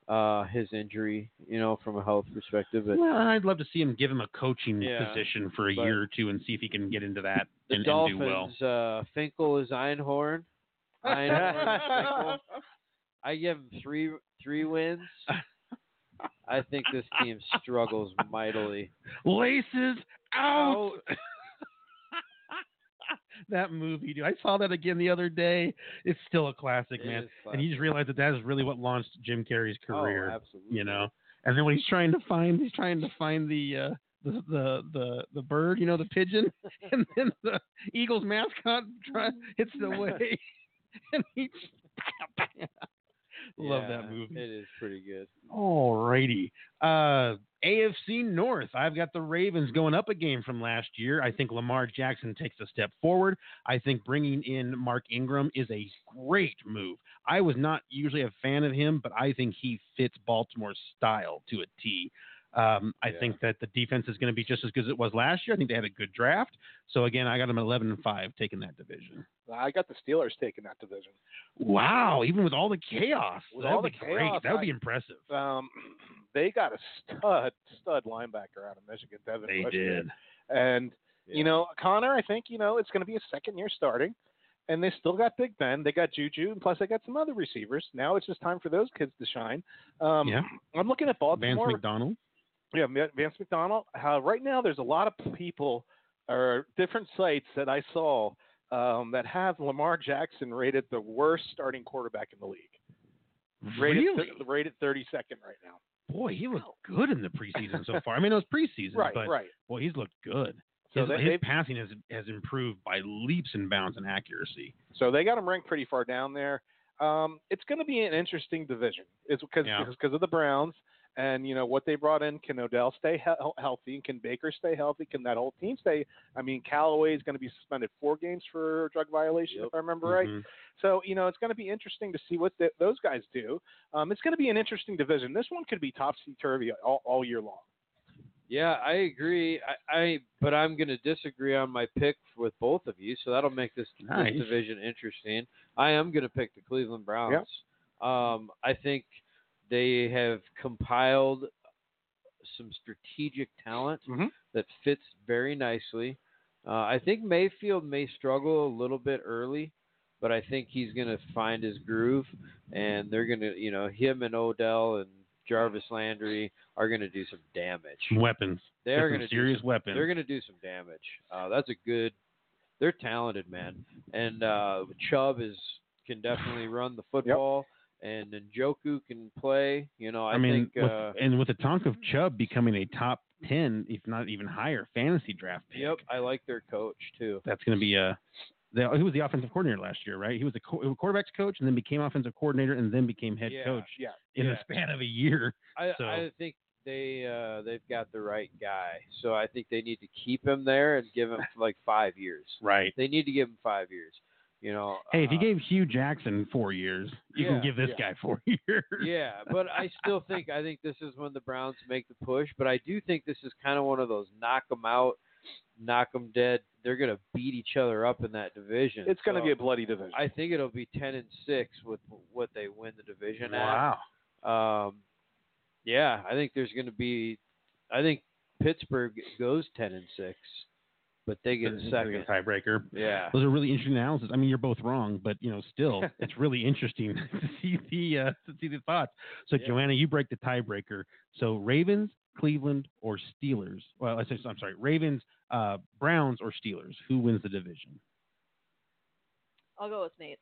Speaker 1: uh, his injury, you know, from a health perspective. But
Speaker 4: Well, I'd love to see him give him a coaching
Speaker 1: Yeah,
Speaker 4: position for a
Speaker 1: but-
Speaker 4: year or two and see if he can get into that
Speaker 1: the
Speaker 4: and, and do
Speaker 1: Dolphins,
Speaker 4: well.
Speaker 1: uh, Finkel is Einhorn. Einhorn is Finkel. I give him three three wins. I think this team struggles mightily.
Speaker 4: Laces out.
Speaker 1: Out.
Speaker 4: that movie, dude. I saw that again the other day. It's still a classic,
Speaker 1: It
Speaker 4: man.
Speaker 1: is
Speaker 4: And you just realize that that is really what launched Jim Carrey's
Speaker 1: Oh,
Speaker 4: career,
Speaker 1: absolutely.
Speaker 4: you know. And then when he's trying to find, he's trying to find the uh, the, the the the bird, you know, the pigeon, and then the Eagles mascot try, hits it away, and he. Love that
Speaker 1: Yeah,
Speaker 4: movie.
Speaker 1: It is pretty good.
Speaker 4: Alrighty. Uh, AFC North. I've got the Ravens going up a game from last year. I think Lamar Jackson takes a step forward. I think bringing in Mark Ingram is a great move. I was not usually a fan of him, but I think he fits Baltimore's style to a T. Um, I
Speaker 1: Yeah.
Speaker 4: think that the defense is going to be just as good as it was last year. I think they had a good draft. So again, I got them at 11 and five taking that division.
Speaker 5: I got the Steelers taking that division.
Speaker 4: Wow, even with all the chaos,
Speaker 5: With
Speaker 4: that
Speaker 5: all
Speaker 4: would be
Speaker 5: the
Speaker 4: great.
Speaker 5: chaos,
Speaker 4: That would be
Speaker 5: I-
Speaker 4: impressive.
Speaker 5: Um, they got a stud stud linebacker out of Michigan, Devin.
Speaker 4: They
Speaker 5: Bush
Speaker 4: did.
Speaker 5: And
Speaker 1: Yeah.
Speaker 5: you know, Connor, I think you know it's going to be a second year starting, and they still got Big Ben, they got Juju, and plus they got some other receivers. Now it's just time for those kids to shine. Um,
Speaker 4: Yeah.
Speaker 5: I'm looking at
Speaker 4: Vance
Speaker 5: Baltimore.
Speaker 4: McDonald.
Speaker 5: Yeah, Ma- Vance McDonald. Uh, right now, there's a lot of people or different sites that I saw um, that have Lamar Jackson rated the worst starting quarterback in the league. Rated
Speaker 4: Really?
Speaker 5: th- rated 32nd right now.
Speaker 4: Boy, he looked good in the preseason so far. I mean, it was preseason,
Speaker 5: Right,
Speaker 4: but
Speaker 5: right.
Speaker 4: boy, he's looked good.
Speaker 5: So
Speaker 4: his,
Speaker 5: they-
Speaker 4: his
Speaker 5: they've-
Speaker 4: passing has has improved by leaps and bounds in accuracy.
Speaker 5: So they got him ranked pretty far down there. Um, it's going to be an interesting division. It's because
Speaker 4: Yeah.
Speaker 5: because of the Browns and you know what they brought in. Can Odell stay he- healthy? And can Baker stay healthy? Can that whole team stay? I mean, Callaway is going to be suspended four games for drug violation,
Speaker 1: Yep.
Speaker 5: if I remember right.
Speaker 4: Mhm.
Speaker 5: So you know it's going to be interesting to see what th those guys do. Um, it's going to be an interesting division. This one could be topsy turvy all, all year long.
Speaker 1: Yeah, I agree. I, I but I'm going to disagree on my pick with both of you, so that'll make this, this
Speaker 4: Nice.
Speaker 1: division interesting. I am going to pick the Cleveland Browns. Um, I think they have compiled some strategic talent
Speaker 5: Mhm.
Speaker 1: that fits very nicely. Uh, I think Mayfield may struggle a little bit early, but I think he's going to find his groove, and they're going to, you know, him and Odell and Jarvis Landry are going to do some damage.
Speaker 4: Weapons.
Speaker 1: They're
Speaker 4: They're
Speaker 1: going to
Speaker 4: serious weapons.
Speaker 1: They're going to do some damage. Uh, that's a good. They're talented, man. And uh, Chubb is can definitely run the football, and then Joku can play. You know, I,
Speaker 4: I, mean,
Speaker 1: think.
Speaker 4: with-
Speaker 1: uh,
Speaker 4: and with the talk of Chubb becoming a top ten, if not even higher, fantasy draft pick,
Speaker 1: yep, I like their coach too.
Speaker 4: that's going to be a. The, he was the offensive coordinator last year, right? He was a co- quarterbacks coach and then became offensive coordinator and then became head
Speaker 1: Yeah,
Speaker 4: coach
Speaker 5: yeah,
Speaker 4: in
Speaker 1: yeah.
Speaker 4: the span of a year.
Speaker 1: I,
Speaker 4: So-
Speaker 1: I think they uh, they've got the right guy, so I think they need to keep him there and give him like five years.
Speaker 4: Right.
Speaker 1: They need to give him five years. You know.
Speaker 4: Hey, if you
Speaker 1: uh,
Speaker 4: gave Hugh Jackson four years, you
Speaker 1: Yeah,
Speaker 4: can give this guy four years.
Speaker 1: yeah, but I still think I think this is when the Browns make the push. But I do think this is kind of one of those knock 'em out, knock 'em dead. They're gonna beat each other up in that division.
Speaker 5: it's going to
Speaker 1: So
Speaker 5: be a bloody division.
Speaker 1: I think it'll be ten and six with what they win the division
Speaker 4: Wow.
Speaker 1: at. Um, yeah, I think there's gonna be. I think Pittsburgh goes ten and six, but they get
Speaker 4: It's a
Speaker 1: second.
Speaker 4: tiebreaker.
Speaker 1: Yeah.
Speaker 4: Those are really interesting analysis. I mean, you're both wrong, but you know, still, it's really interesting to see the uh, to see the thoughts. So,
Speaker 1: Yeah.
Speaker 4: Joanna, you break the tiebreaker. So, Ravens, Cleveland, or Steelers? Well, I say, I'm sorry, Ravens, uh, Browns, or Steelers? Who wins the division?
Speaker 2: I'll go with Nate's.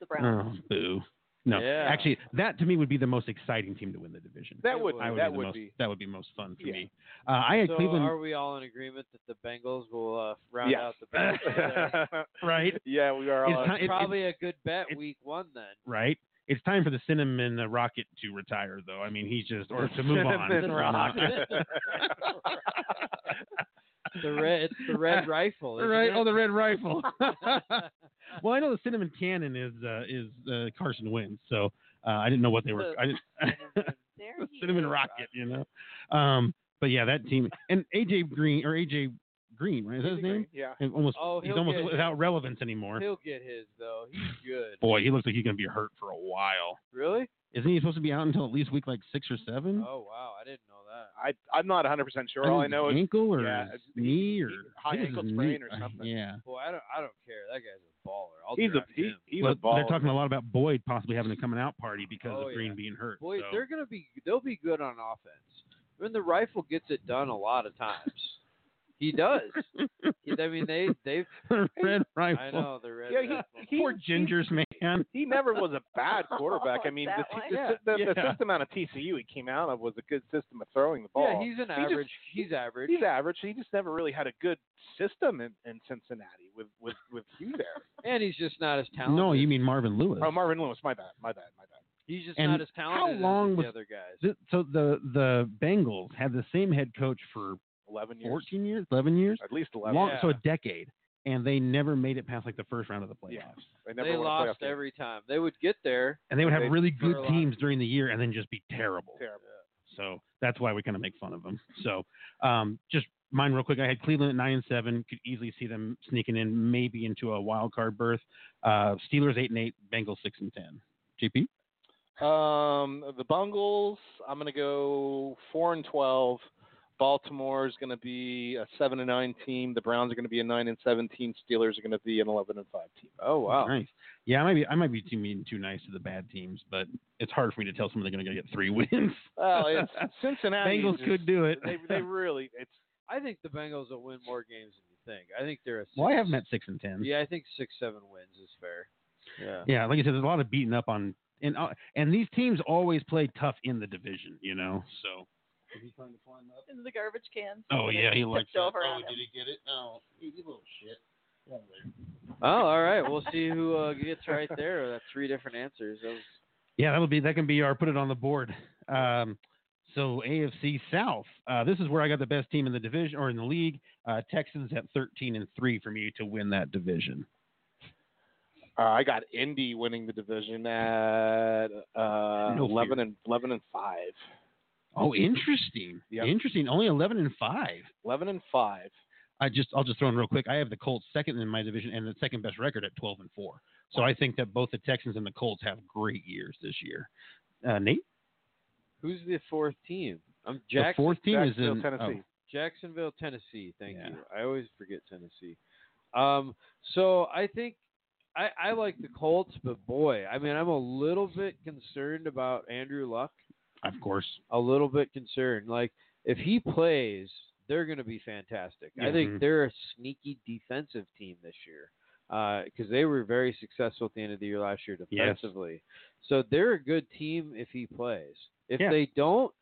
Speaker 2: The Browns.
Speaker 4: Oh, boo. No,
Speaker 1: Yeah.
Speaker 4: actually, that to me would be the most exciting team to win the division.
Speaker 5: that would
Speaker 1: I would
Speaker 5: that
Speaker 4: be the
Speaker 5: would
Speaker 4: most,
Speaker 5: be.
Speaker 4: that would be most fun for
Speaker 5: Yeah.
Speaker 4: me. Uh, I had
Speaker 1: so
Speaker 4: Cleveland
Speaker 1: are we all in agreement that the Bengals will uh, round
Speaker 5: Yes.
Speaker 1: out the Bengals?
Speaker 4: right,
Speaker 5: yeah, we are
Speaker 4: It's
Speaker 5: all.
Speaker 4: time- it- it-
Speaker 1: probably a good bet
Speaker 4: it-
Speaker 1: week one then.
Speaker 4: right. It's time for the cinnamon uh, rocket to retire, though. I mean, he's just or to move on.
Speaker 5: Cinnamon
Speaker 4: from, uh,
Speaker 5: Rocket.
Speaker 1: The red, it's the red rifle. isn't
Speaker 4: right?
Speaker 1: it?
Speaker 4: Oh, the red rifle. well, I know the cinnamon cannon is uh, is uh, Carson Wentz, so uh, I didn't know what they were. I didn't,
Speaker 2: There
Speaker 4: the
Speaker 2: he
Speaker 4: cinnamon
Speaker 2: is.
Speaker 4: rocket, you know. Um, but yeah, that team and AJ Green or AJ Green, right? Is that his name?
Speaker 5: Yeah.
Speaker 4: And Almost,
Speaker 1: Oh,
Speaker 4: he's
Speaker 1: he'll
Speaker 4: almost
Speaker 1: get-
Speaker 4: without relevance anymore.
Speaker 1: He'll get his though. He's good.
Speaker 4: Boy, he looks like he's gonna be hurt for a while.
Speaker 1: Really?
Speaker 4: Isn't he supposed to be out until at least week like six or seven?
Speaker 1: Oh wow, I didn't know that.
Speaker 5: I I'm not 100% sure. All I know
Speaker 4: his
Speaker 5: is
Speaker 4: Oh, ankle or
Speaker 5: yeah,
Speaker 4: his
Speaker 5: he-
Speaker 4: knee or
Speaker 5: high
Speaker 4: I think
Speaker 5: ankle
Speaker 4: it was his
Speaker 5: sprain
Speaker 4: knee.
Speaker 5: or
Speaker 4: Uh,
Speaker 5: something.
Speaker 4: Yeah.
Speaker 1: Well, I don't, I don't care. That guy's a baller. I'll
Speaker 5: he's a
Speaker 1: draft
Speaker 5: he,
Speaker 1: him.
Speaker 5: he's
Speaker 4: Well,
Speaker 5: a baller.
Speaker 4: they're talking a lot about Boyd possibly having a coming out party because
Speaker 1: Oh,
Speaker 4: of Green
Speaker 1: yeah.
Speaker 4: being hurt.
Speaker 1: Boy,
Speaker 4: so.
Speaker 1: they're gonna be. They'll be good on offense. I mean, the rifle gets it done a lot of times. he does. He- I mean, they they.
Speaker 4: red rifle.
Speaker 1: I know the red.
Speaker 5: Yeah,
Speaker 1: rifle.
Speaker 5: he,
Speaker 4: Poor gingers, man.
Speaker 5: he never was a bad quarterback. I mean, the,
Speaker 2: That one?
Speaker 5: the,
Speaker 1: Yeah.
Speaker 5: the, the
Speaker 4: Yeah.
Speaker 5: system out of TCU he came out of was a good system of throwing the ball.
Speaker 1: yeah, he's an
Speaker 5: He just-
Speaker 1: average. he's average.
Speaker 5: He's average. He just never really had a good system in, in Cincinnati with with with you there.
Speaker 1: And he's just not as talented.
Speaker 4: No, you mean Marvin Lewis.
Speaker 5: oh, Marvin Lewis. My bad. My bad. My bad.
Speaker 1: he's just
Speaker 4: and
Speaker 1: not as
Speaker 4: how
Speaker 1: talented
Speaker 4: long
Speaker 1: as
Speaker 4: was-
Speaker 1: the other guys.
Speaker 4: Th- so the the Bengals had the same head coach for
Speaker 5: Eleven years.
Speaker 4: 14 years, 11 years,
Speaker 5: At least eleven.
Speaker 4: long,
Speaker 1: Yeah.
Speaker 4: so a decade, and they never made it past like the first round of the playoffs.
Speaker 5: Yeah. They never
Speaker 1: They
Speaker 5: won a playoff
Speaker 1: lost
Speaker 5: game.
Speaker 1: every time. They would get there.
Speaker 4: And they would have
Speaker 5: They-
Speaker 4: really
Speaker 1: for
Speaker 4: good
Speaker 1: a lot-
Speaker 4: teams during the year and then just be terrible.
Speaker 5: Terrible.
Speaker 4: So that's why we kind of make fun of them. So um, just mine real quick. I had Cleveland at nine and seven. Could easily see them sneaking in, maybe into a wild card berth. Uh, Steelers eight and eight. Bengals six and ten. JP.
Speaker 5: Um, the Bungles, I'm going to go four and twelve. Baltimore is going to be a seven and nine team. The Browns are going to be a nine and seven team. Steelers are going to be an eleven and five team.
Speaker 1: Oh wow.
Speaker 4: Nice. Yeah, I might be I might be too mean too nice to the bad teams, but it's hard for me to tell someone they're going to get three wins.
Speaker 5: Well, it's Cincinnati.
Speaker 4: Bengals
Speaker 5: is-
Speaker 4: could do it.
Speaker 5: They, they really. It's
Speaker 1: I think the Bengals will win more games than you think. I think they're a six,
Speaker 4: Well, I have them at six and ten.
Speaker 1: Yeah, I think six seven wins is fair. Yeah.
Speaker 4: Yeah, like I said, there's a lot of beating up on, and uh, and these teams always play tough in the division, you know. So.
Speaker 2: Into the garbage can.
Speaker 4: Oh yeah, he likes
Speaker 2: tipped over on him.
Speaker 4: he get it? Oh, you little shit.
Speaker 1: Oh, all right. We'll see who uh, gets right there. That's three different answers. That was-
Speaker 4: Yeah, that'll be that can be our put it on the board. Um, so AFC South. Uh, this is where I got the best team in the division or in the league. Uh, Texans at thirteen and three for me to win that division.
Speaker 5: uh, I got Indy winning the division at uh,
Speaker 4: No fear.
Speaker 5: eleven and eleven and five.
Speaker 4: Oh, interesting.
Speaker 5: Yeah.
Speaker 4: Interesting. Only eleven and five.
Speaker 5: Eleven and five.
Speaker 4: I just I'll just throw in real quick. I have the Colts second in my division and the second best record at twelve and four. So I think that both the Texans and the Colts have great years this year. Uh, Nate,
Speaker 1: who's the fourth team? I'm Jackson,
Speaker 4: the fourth team is
Speaker 5: Jacksonville,
Speaker 4: in oh,
Speaker 5: Tennessee.
Speaker 1: Jacksonville, Tennessee. Thank
Speaker 4: Yeah.
Speaker 1: you. I always forget Tennessee. Um, so I think I, I like the Colts, but boy, I mean, I'm a little bit concerned about Andrew Luck.
Speaker 4: oh, of course.
Speaker 1: a little bit concerned. Like if he plays, they're going to be fantastic. I
Speaker 4: Mhm.
Speaker 1: think they're a sneaky defensive team this year because they were very successful at the end of the year last year
Speaker 4: Yes.
Speaker 1: defensively. So they're a good team if he plays. If
Speaker 4: Yeah.
Speaker 1: they don't,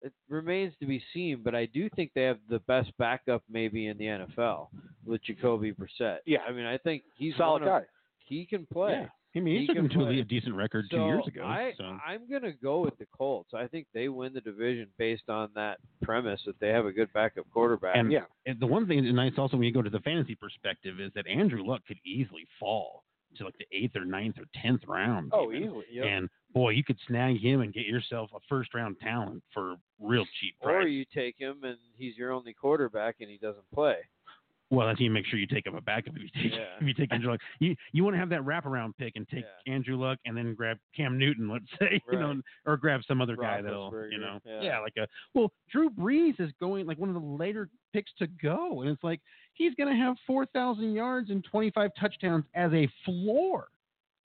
Speaker 1: it remains to be seen. But I do think they have the best backup maybe in the NFL with Jacoby Brissett.
Speaker 5: Yeah.
Speaker 1: I mean I think he's one
Speaker 5: Solid
Speaker 1: of-
Speaker 5: guy.
Speaker 1: He can play.
Speaker 4: Yeah. I mean, he,
Speaker 1: He
Speaker 4: took
Speaker 1: can
Speaker 4: them to a
Speaker 1: play.
Speaker 4: le- decent record
Speaker 1: So
Speaker 4: two years ago.
Speaker 1: I,
Speaker 4: so.
Speaker 1: I'm going to go with the Colts. I think they win the division based on that premise that they have a good backup quarterback.
Speaker 4: And
Speaker 5: Yeah.
Speaker 4: and the one thing that's nice also when you go to the fantasy perspective is that Andrew Luck could easily fall to like the eighth or ninth or tenth round.
Speaker 5: Oh,
Speaker 4: even.
Speaker 5: easily. Yeah.
Speaker 4: And boy, you could snag him and get yourself a first round talent for real cheap
Speaker 1: or
Speaker 4: price.
Speaker 1: you take him and he's your only quarterback and he doesn't play.
Speaker 4: well, that's you make sure you take him a backup if you take
Speaker 1: Yeah.
Speaker 4: if you take Andrew Luck. You you want to have that wraparound pick and take
Speaker 1: Yeah.
Speaker 4: Andrew Luck and then grab Cam Newton, let's say, you know,
Speaker 1: Right.
Speaker 4: or grab some other guy that'll you
Speaker 1: Roethlisberger,
Speaker 4: know,
Speaker 1: yeah.
Speaker 4: like a well, Drew Brees is going like one of the later picks to go, and it's like he's going to have four thousand yards and twenty five touchdowns as a floor.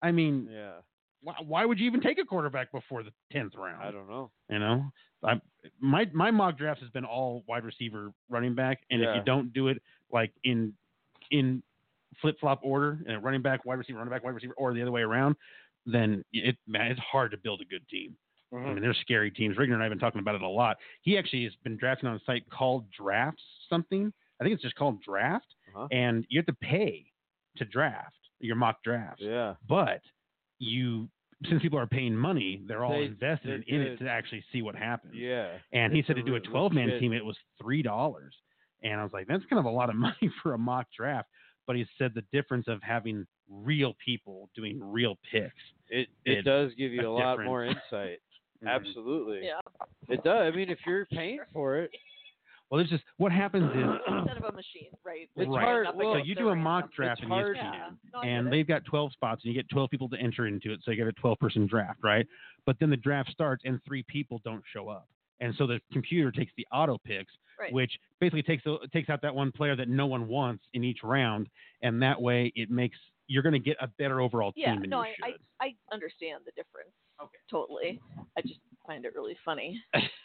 Speaker 4: I mean,
Speaker 1: Yeah.
Speaker 4: why, why would you even take a quarterback before the tenth round?
Speaker 1: I don't know.
Speaker 4: You know, I my my mock draft has been all wide receiver, running back, and if you
Speaker 1: Yeah.
Speaker 4: don't do it like in in flip flop order, and running back, wide receiver, running back, wide receiver, or the other way around, then it man, it's hard to build a good team. I
Speaker 1: Mm.
Speaker 5: Mhm.
Speaker 4: mean, they're scary teams. Rigner and I have been talking about it a lot. He actually has been drafting on a site called Drafts something. I think it's just called Draft,
Speaker 1: Uh-huh.
Speaker 4: and you have to pay to draft your mock drafts
Speaker 1: Yeah.
Speaker 4: but you since people are paying money, they're all
Speaker 1: They-
Speaker 4: invested
Speaker 1: they
Speaker 4: in it
Speaker 1: did.
Speaker 4: to actually see what happens.
Speaker 1: Yeah.
Speaker 4: And he
Speaker 1: It's
Speaker 4: said
Speaker 1: a
Speaker 4: to do a
Speaker 1: re-
Speaker 4: 12 man
Speaker 1: legit-
Speaker 4: team, it was three dollars, and I was like, that's kind of a lot of money for a mock draft. But he said the difference of having real people doing real picks.
Speaker 1: It it,
Speaker 4: It's
Speaker 1: does give you
Speaker 4: a Mm-hmm.
Speaker 1: a, lot
Speaker 4: difference.
Speaker 1: more insight. Mm-hmm. Absolutely.
Speaker 2: Yeah.
Speaker 1: It does. I mean, if you're paying for it,
Speaker 4: Well, there's just what happens is
Speaker 2: Instead of a machine, right?
Speaker 1: It's
Speaker 4: Right.
Speaker 1: hard-
Speaker 2: Up
Speaker 1: well,
Speaker 4: so
Speaker 2: against
Speaker 4: you do a
Speaker 2: random-
Speaker 4: mock draft
Speaker 1: it's
Speaker 4: in E
Speaker 1: hard-
Speaker 4: ESPN.
Speaker 2: Yeah. No, I
Speaker 4: and
Speaker 2: get it.
Speaker 4: they've got 12 spots and you get 12 people to enter into it so you get a 12 person draft right but then the draft starts and three people don't show up and so the computer takes the auto picks
Speaker 2: Right.
Speaker 4: which basically takes the, takes out that one player that no one wants in each round and that way it makes you're going to get a better overall
Speaker 2: Yeah,
Speaker 4: team than
Speaker 2: no,
Speaker 4: you
Speaker 2: I,
Speaker 4: should.
Speaker 2: I I understand the difference. Okay. Totally. I just find it really funny.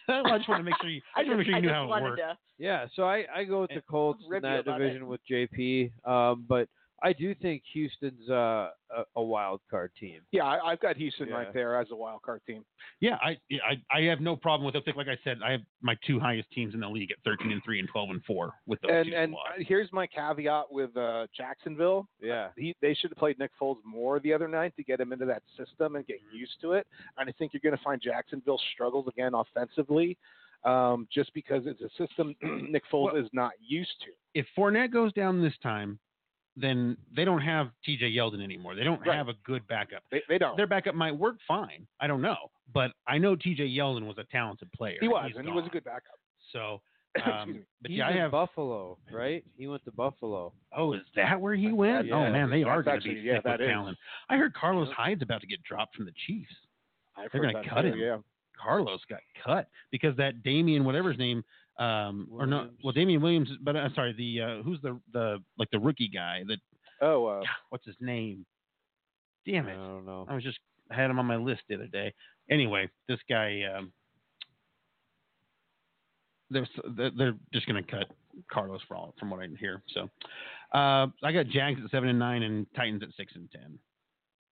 Speaker 4: Well, I just want to make sure you I just, want to make sure you
Speaker 2: I
Speaker 4: knew
Speaker 2: just
Speaker 4: how it
Speaker 2: wanted
Speaker 4: worked.
Speaker 2: to-
Speaker 1: Yeah, so I, I go with the Colts in
Speaker 2: rib you
Speaker 1: that
Speaker 2: about it.
Speaker 1: division with JP, um, but I do think Houston's uh, a, a wild card team.
Speaker 5: Yeah, I, I've got Houston
Speaker 1: Yeah.
Speaker 5: right there as a wild card team.
Speaker 4: Yeah, I, yeah, I I have no problem with those. Like I said, I have my two highest teams in the league at 13 and 3 and 12 and 4 with those
Speaker 5: And
Speaker 4: two
Speaker 5: and
Speaker 4: squads.
Speaker 5: uh, here's my caveat with uh, Jacksonville.
Speaker 1: Yeah,
Speaker 5: He, they should have played Nick Foles more the other night to get him into that system and get used to it. And I think you're going to find Jacksonville struggles again offensively, um, just because it's a system Nick Foles is not used to.
Speaker 4: if Fournette goes down this time, then they don't have TJ Yeldon anymore. They don't
Speaker 5: Right.
Speaker 4: have a good backup.
Speaker 5: They, they don't.
Speaker 4: Their backup might work fine. I don't know, but I know TJ Yeldon was a talented player.
Speaker 5: He was,
Speaker 4: He's
Speaker 5: and he was a
Speaker 4: gone.
Speaker 5: good backup.
Speaker 4: So,
Speaker 5: Excuse
Speaker 4: um,
Speaker 5: me.
Speaker 4: but
Speaker 1: He's
Speaker 4: yeah, I
Speaker 1: in
Speaker 4: have.
Speaker 1: Buffalo, right? He went to Buffalo.
Speaker 4: Oh, is that where he went?
Speaker 1: Yeah.
Speaker 4: oh man, they
Speaker 5: That's
Speaker 4: are going to
Speaker 5: actually-
Speaker 4: be
Speaker 5: yeah,
Speaker 4: thick
Speaker 5: that
Speaker 4: with
Speaker 5: is.
Speaker 4: talent. I heard Carlos
Speaker 5: Yeah.
Speaker 4: Hyde's about to get dropped from the Chiefs.
Speaker 5: I've
Speaker 4: They're
Speaker 5: heard
Speaker 4: gonna
Speaker 5: that
Speaker 4: cut
Speaker 5: too,
Speaker 4: him.
Speaker 5: Yeah.
Speaker 4: Carlos got cut because that Damian whatever his name um or no
Speaker 1: Williams.
Speaker 4: well Damian Williams but uh, sorry the uh, who's the the like the rookie guy that
Speaker 5: Oh, uh,
Speaker 4: what's his name damn it
Speaker 1: I don't know.
Speaker 4: I was just I had him on my list the other day anyway this guy um they're they're- they're just gonna cut Carlos for all, from what I hear so uh I got Jags at seven and nine and Titans at six and ten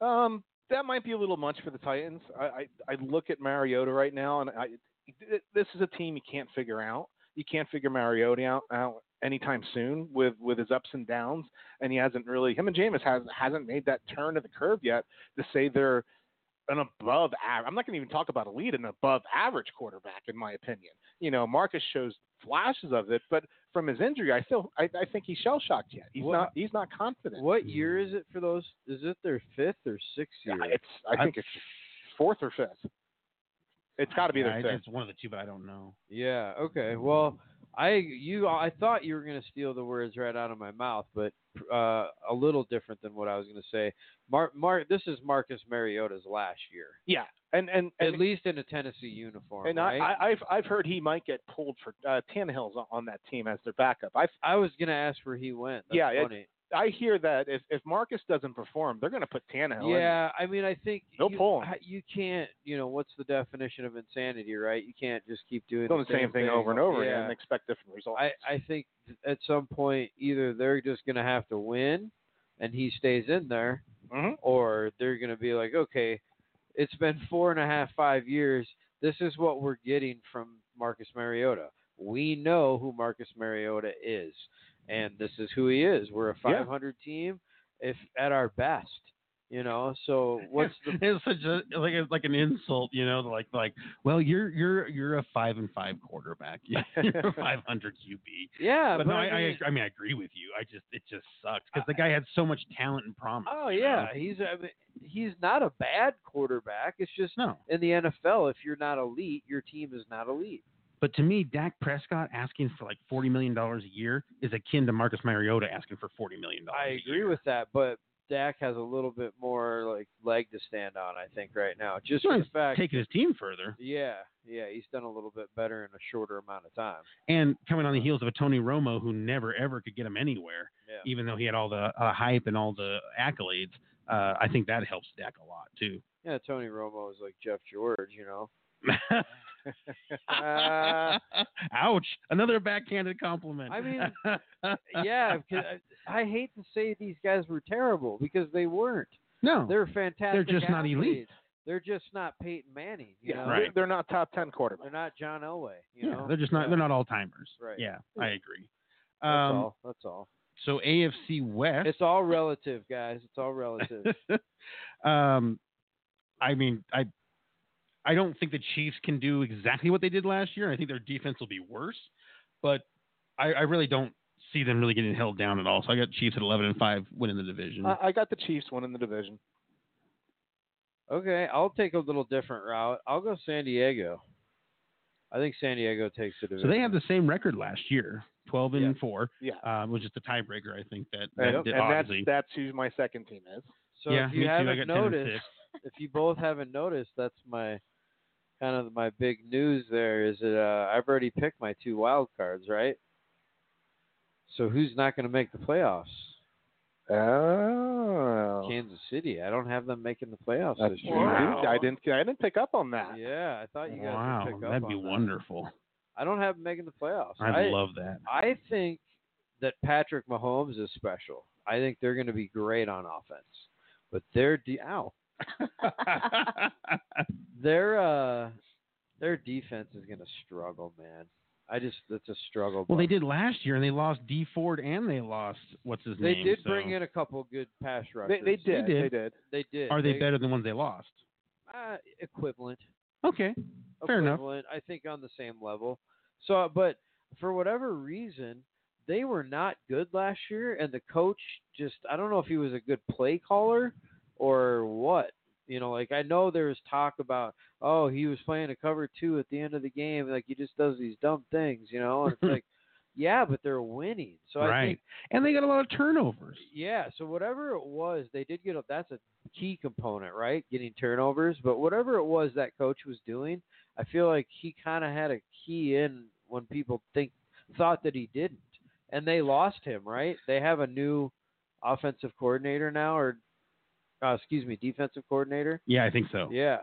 Speaker 5: Um, that might be a little much for the Titans. I I, I look at Mariota right now, and I this is a team you can't figure out. You can't figure Mariota out, out anytime soon with with his ups and downs, and he hasn't really. Him and Jameis has hasn't made that turn to the curve yet to say they're an above average. I'm not going to even talk about elite, an above average quarterback in my opinion. You know, Marcus shows flashes of it, but from his injury, I still I, I think he's shell shocked yet. He's
Speaker 1: What-
Speaker 5: not he's not confident.
Speaker 1: What year is it for those? Is it their fifth or sixth year?
Speaker 5: It's I think it's fourth or fifth. It's got to be their
Speaker 4: I-
Speaker 5: fifth.
Speaker 4: it's one of the two but I don't know
Speaker 1: Yeah. Okay. Well, I you I thought you were gonna steal the words right out of my mouth, but uh, a little different than what I was gonna say. Mark, Mark, this is Marcus Mariota's last year,
Speaker 5: Yeah, and and
Speaker 1: at
Speaker 5: and,
Speaker 1: least in a Tennessee uniform.
Speaker 5: and
Speaker 1: right?
Speaker 5: I, I, I've I've heard he might get pulled for uh, Tannehill's on- on that team as their backup. I
Speaker 1: I was gonna ask where he went. That's
Speaker 5: Yeah, it-
Speaker 1: Funny.
Speaker 5: I hear that if if Marcus doesn't perform, they're going to put Tannehill. in.
Speaker 1: Yeah. I mean, I think
Speaker 5: They'll
Speaker 1: you,
Speaker 5: pull him.
Speaker 1: I- You can't. You know, what's the definition of insanity, right? You can't just keep doing
Speaker 5: doing
Speaker 1: the same
Speaker 5: thing, over and over
Speaker 1: Yeah.
Speaker 5: again and expect different results.
Speaker 1: I, I think th- at some point either they're just going to have to win and he stays in there,
Speaker 5: Mhm.
Speaker 1: or they're going to be like, okay, it's been four and a half, five years. This is what we're getting from Marcus Mariota. We know who Marcus Mariota is, and this is who he is. We're a
Speaker 5: Yeah.
Speaker 1: 500 team, if at our best, you know. So what's the
Speaker 4: it's such a like it's like an insult, you know, like like well you're you're you're a five and five quarterback, you're a five hundred QB.
Speaker 1: yeah?
Speaker 4: But no, I
Speaker 1: I mean-
Speaker 4: I, I mean I agree with you. I just it just sucks because the guy had so much talent and promise.
Speaker 1: oh yeah, he's I mean, he's not a bad quarterback. It's just
Speaker 4: No,
Speaker 1: in the NFL, if you're not elite, your team is not elite.
Speaker 4: but to me, Dak Prescott asking for like forty million dollars a year is akin to Marcus Mariota asking for forty million dollars.
Speaker 1: I agree with that, but Dak has a little bit more like leg to stand on, I think, right now. Just for
Speaker 4: Well,
Speaker 1: the fact,
Speaker 4: taking his team further
Speaker 1: yeah, yeah, he's done a little bit better in a shorter amount of time.
Speaker 4: and coming on the heels of a Tony Romo who never ever could get him anywhere,
Speaker 1: Yeah,
Speaker 4: even though he had all the uh, hype and all the accolades. Uh, I think that helps Dak a lot too.
Speaker 1: yeah. Tony Romo is like Jeff George, you know. Uh,
Speaker 4: Ouch! Another backhanded compliment.
Speaker 1: I mean, Yeah, 'cause I, I hate to say these guys were terrible because they weren't.
Speaker 4: no,
Speaker 1: They're fantastic.
Speaker 4: just not elite.
Speaker 1: athletes. They're just not Peyton Manning. You
Speaker 5: yeah,
Speaker 1: know?
Speaker 5: they're-
Speaker 4: Right.
Speaker 5: they're not top ten
Speaker 1: They're
Speaker 5: quarterbacks.
Speaker 1: not John Elway. You
Speaker 4: yeah,
Speaker 1: know?
Speaker 4: they're just not.
Speaker 1: Yeah.
Speaker 4: They're not all timers.
Speaker 1: Right.
Speaker 4: Yeah, I agree.
Speaker 1: That's
Speaker 4: Um,
Speaker 1: all. That's all.
Speaker 4: so AFC West.
Speaker 1: It's all relative, guys. It's all relative.
Speaker 4: um, I mean, I, I don't think the Chiefs can do exactly what they did last year. I think their defense will be worse, but I, I really don't see them really getting held down at all. So I got Chiefs at eleven and five, winning the
Speaker 1: Mm-hmm.
Speaker 4: division.
Speaker 5: I, I got the Chiefs winning the division.
Speaker 1: okay, I'll take a little different route. I'll go San Diego. I think San Diego takes the
Speaker 4: so
Speaker 1: division.
Speaker 4: they have the same record last year, twelve and
Speaker 1: Yeah.
Speaker 4: four.
Speaker 5: Yeah.
Speaker 4: um, was just a tiebreaker. I think that, that
Speaker 5: And,
Speaker 4: did,
Speaker 5: and that's
Speaker 4: obviously.
Speaker 5: that's who my second team is.
Speaker 1: So
Speaker 4: yeah,
Speaker 1: if
Speaker 4: me
Speaker 1: you
Speaker 4: too. I got
Speaker 1: haven't
Speaker 4: 10 and
Speaker 1: noticed,
Speaker 4: six.
Speaker 1: if you both haven't noticed, that's my kind of my big news. There is that uh, I've already picked my two wild cards, right? So who's not going to make the playoffs?
Speaker 5: Oh,
Speaker 1: Kansas City. I don't have them mamaking the playoffs
Speaker 5: That's
Speaker 1: this
Speaker 5: true.
Speaker 1: year.
Speaker 4: Wow.
Speaker 5: I didn't I didn't pick up on that.
Speaker 1: Yeah, I thought you guys
Speaker 4: Wow,
Speaker 1: would pick up
Speaker 4: that'd be
Speaker 1: on that.
Speaker 4: wonderful.
Speaker 1: I don't have them making the playoffs.
Speaker 4: I'd
Speaker 1: I-
Speaker 4: love that.
Speaker 1: I think that Patrick Mahomes is special. I think they're going to be great on offense, but their de- ow, their uh, their defense is going to struggle, man. I just that's a struggle.
Speaker 4: well, they
Speaker 1: bug.
Speaker 4: did last year, and they lost D Ford, and they lost what's his
Speaker 1: They
Speaker 4: name.
Speaker 1: did
Speaker 4: so-
Speaker 1: bring in a couple good pass rushers.
Speaker 5: They, they did.
Speaker 4: did.
Speaker 5: They did.
Speaker 1: They did.
Speaker 4: Are they, better than the ones they lost?
Speaker 1: Uh, equivalent.
Speaker 4: Okay, Fair enough.
Speaker 1: uh, equivalent, I think on the same level. So, but for whatever reason, they were not good last year, and the coach just I don't know if he was a good play caller or what. You know, like I know there was talk about oh he was playing a cover two at the end of the game, like he just does these dumb things, you know. And it's like yeah, but they're winning, so I think
Speaker 4: right. And they got a lot of turnovers.
Speaker 1: yeah, so whatever it was, they did get a that's a key component, right? Getting turnovers, but whatever it was that coach was doing, I feel like he kind of had a key in when people think thought that he didn't. And they lost him, right? They have a new offensive coordinator now or uh, excuse me, defensive coordinator.
Speaker 4: Yeah, I think so.
Speaker 1: Yeah.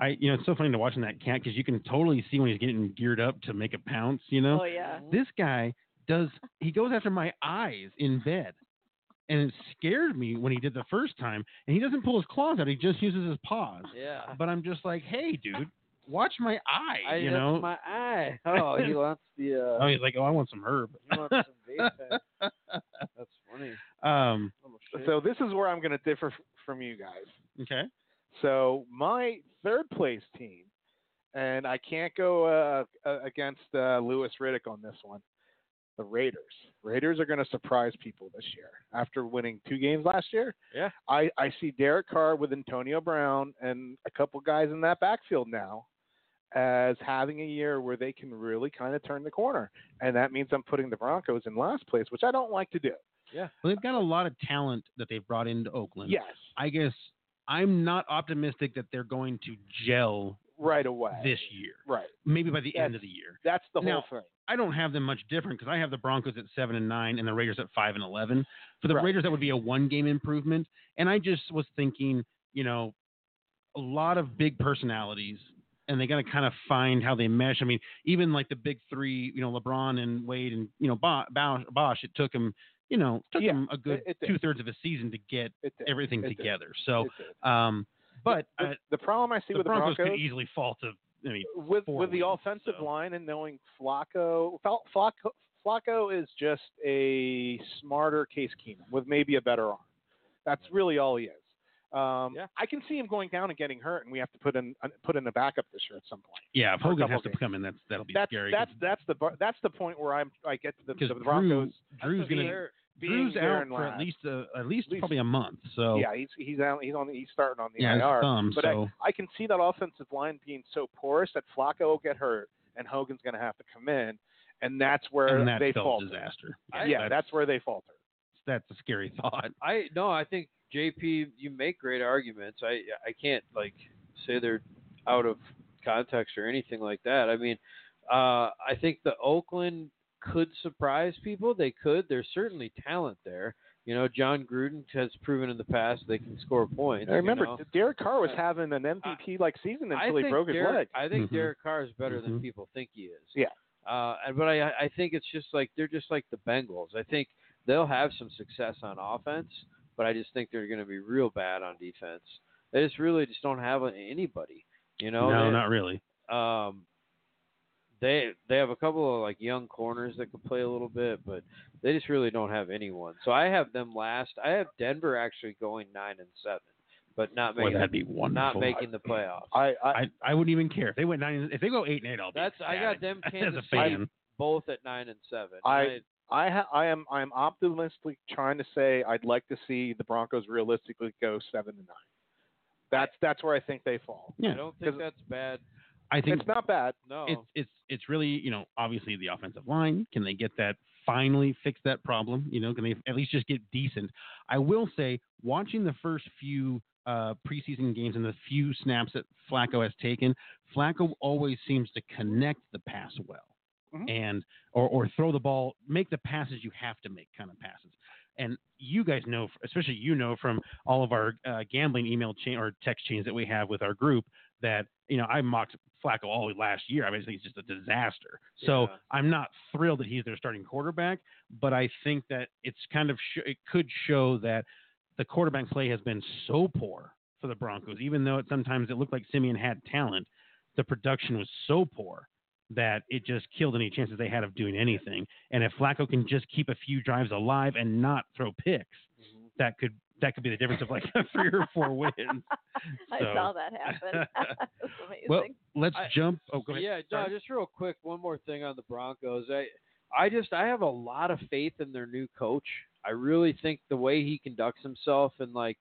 Speaker 4: I you know it's so funny to watching that cat because you can totally see when he's getting geared up to make a pounce. You know,
Speaker 2: Oh yeah.
Speaker 4: this guy does he goes after my eyes in bed and it scared me when he did the first time and he doesn't pull his claws out he just uses his paws
Speaker 1: Yeah.
Speaker 4: but i'm just like hey dude watch my eye
Speaker 1: I
Speaker 4: you
Speaker 1: that's
Speaker 4: know
Speaker 1: my eye. Oh, he wants the
Speaker 4: oh
Speaker 1: uh
Speaker 4: he's like oh i want some herb
Speaker 1: he wants some vape. That's funny.
Speaker 4: um
Speaker 1: Little shit.
Speaker 5: So this is where I'm going to differ f- from you guys.
Speaker 4: okay
Speaker 5: So my third place team, and I can't go uh, uh, against uh, Lewis Riddick on this one. The Raiders. Raiders are going to surprise people this year after winning two games last year.
Speaker 1: Yeah.
Speaker 5: I, I see Derek Carr with Antonio Brown and a couple guys in that backfield now as having a year where they can really kind of turn the corner. And that means I'm putting the Broncos in last place, which I don't like to do.
Speaker 4: well they've got a lot of talent that they've brought into oakland
Speaker 5: Yes.
Speaker 4: i guess i'm not optimistic that they're going to gel
Speaker 5: Right away.
Speaker 4: this year
Speaker 5: Right.
Speaker 4: maybe by the end
Speaker 5: Yes.
Speaker 4: of the year
Speaker 5: That's the
Speaker 4: Now,
Speaker 5: whole thing.
Speaker 4: I don't have them much different because I have the Broncos at seven and nine and the Raiders at five and eleven. For the
Speaker 5: Right.
Speaker 4: Raiders, that would be a one game improvement. And I just was thinking, you know, a lot of big personalities, and they got to kind of find how they mesh. I mean, even like the big three, you know, LeBron and Wade and you know Bo- Bosh, Bosh it took them, you know, took
Speaker 5: Yeah,
Speaker 4: them a good
Speaker 5: it did.
Speaker 4: two thirds of a season to get
Speaker 5: It did.
Speaker 4: everything
Speaker 5: It did.
Speaker 4: together. So,
Speaker 5: It did.
Speaker 4: um, but
Speaker 5: the,
Speaker 4: uh,
Speaker 5: the problem I see
Speaker 4: the,
Speaker 5: with
Speaker 4: Broncos
Speaker 5: the
Speaker 4: could
Speaker 5: Broncos
Speaker 4: easily fall to. I mean,
Speaker 5: with
Speaker 4: four
Speaker 5: with the
Speaker 4: wins,
Speaker 5: offensive
Speaker 4: so.
Speaker 5: line and knowing Flacco, Fal- Flacco, Flacco is just a smarter Case Keenum with maybe a better arm. That's really all he is. Um,
Speaker 1: Yeah.
Speaker 5: I can see him going down and getting hurt, and we have to put in uh, put in a backup this year at some point.
Speaker 4: yeah, if
Speaker 5: For a
Speaker 4: Hogan
Speaker 5: couple
Speaker 4: has to
Speaker 5: games.
Speaker 4: come in, that's that'll be
Speaker 5: that's
Speaker 4: scary. 'cause
Speaker 5: that's that's the bar- that's the point where I'm I get to the,
Speaker 4: because
Speaker 5: the Broncos
Speaker 4: Drew, Drew's
Speaker 5: being-
Speaker 4: gonna
Speaker 5: being
Speaker 4: Drew's
Speaker 5: there
Speaker 4: out
Speaker 5: and
Speaker 4: for at
Speaker 5: last.
Speaker 4: least a, at least
Speaker 5: At least-
Speaker 4: probably a month. So
Speaker 5: yeah he's he's out, he's on he's starting on the
Speaker 4: yeah, his
Speaker 5: IR.
Speaker 4: thumb.
Speaker 5: But
Speaker 4: so
Speaker 5: I, I can see that offensive line being so porous that Flacco will get hurt and Hogan's going to have to come in, and that's where
Speaker 4: and that
Speaker 5: they
Speaker 4: felt
Speaker 5: falter.
Speaker 4: disaster.
Speaker 5: yeah, that's,
Speaker 4: that's
Speaker 5: where they falter.
Speaker 4: that's a scary thought.
Speaker 1: I no, I think JP, you make great arguments. I I can't like say they're out of context or anything like that. I mean, uh, I think the Oakland could surprise people. They could. There's certainly talent there. You know, John Gruden has proven in the past they can score points.
Speaker 5: I remember
Speaker 1: You know?
Speaker 5: Derek Carr was
Speaker 1: Uh,
Speaker 5: having an MVP like season
Speaker 1: I
Speaker 5: until he
Speaker 1: think
Speaker 5: broke his
Speaker 1: Derek,
Speaker 5: leg.
Speaker 1: I think
Speaker 4: Mhm.
Speaker 1: Derek Carr is better than
Speaker 4: Mhm.
Speaker 1: people think he is.
Speaker 5: Yeah.
Speaker 1: Uh, and- but I, I think it's just like they're just like the Bengals. I think they'll have some success on offense, but I just think they're going to be real bad on defense. They just really just don't have anybody. You know,
Speaker 4: no,
Speaker 1: They-
Speaker 4: not really.
Speaker 1: um, they they have a couple of like young corners that could play a little bit, but they just really don't have anyone. So I have them last. I have Denver actually going nine and seven, but not
Speaker 4: Boy,
Speaker 1: making
Speaker 4: that'd be wonderful.
Speaker 1: not making the playoffs.
Speaker 5: I, I,
Speaker 4: I, I wouldn't even care if they went nine. If they go eight and eight, I'll be.
Speaker 1: That's I got
Speaker 4: ecstatic.
Speaker 1: them
Speaker 4: as
Speaker 1: Kansas
Speaker 4: a
Speaker 1: City
Speaker 4: fan.
Speaker 1: both at nine and seven.
Speaker 5: I- I, ha- I am I'm optimistically trying to say I'd like to see the Broncos realistically go seven to nine. That's that's where I think they fall.
Speaker 1: I
Speaker 4: Yeah,
Speaker 1: don't think
Speaker 5: 'Cause-
Speaker 1: that's bad.
Speaker 4: I think
Speaker 5: It's not bad.
Speaker 1: No,
Speaker 4: it's it's it's really you know obviously the offensive line can they get that finally fix that problem you know can they at least just get decent i will say watching the first few uh, preseason games and the few snaps that flacco has taken flacco always seems to connect the pass well
Speaker 5: Mhm.
Speaker 4: and or, or throw the ball make the passes you have to make kind of passes and you guys know especially you know from all of our uh, gambling email chain or text chains that we have with our group that you know I mocked Flacco all last year. I mean, he's just a disaster. So
Speaker 1: Yeah.
Speaker 4: I'm not thrilled that he's their starting quarterback, but I think that it's kind of sh- it could show that the quarterback play has been so poor for the Broncos, even though it sometimes it looked like Simeon had talent. The production was so poor that it just killed any chances they had of doing anything. And if Flacco can just keep a few drives alive and not throw picks, that could that could be the difference of like three or four wins.
Speaker 2: I
Speaker 4: so-
Speaker 2: saw that happen. That's amazing.
Speaker 4: Well, let's
Speaker 1: I-
Speaker 4: jump. Oh, go ahead.
Speaker 1: yeah. No,
Speaker 4: Sorry.
Speaker 1: just real quick, one more thing on the Broncos. I I just I have a lot of faith in their new coach. I really think the way he conducts himself and like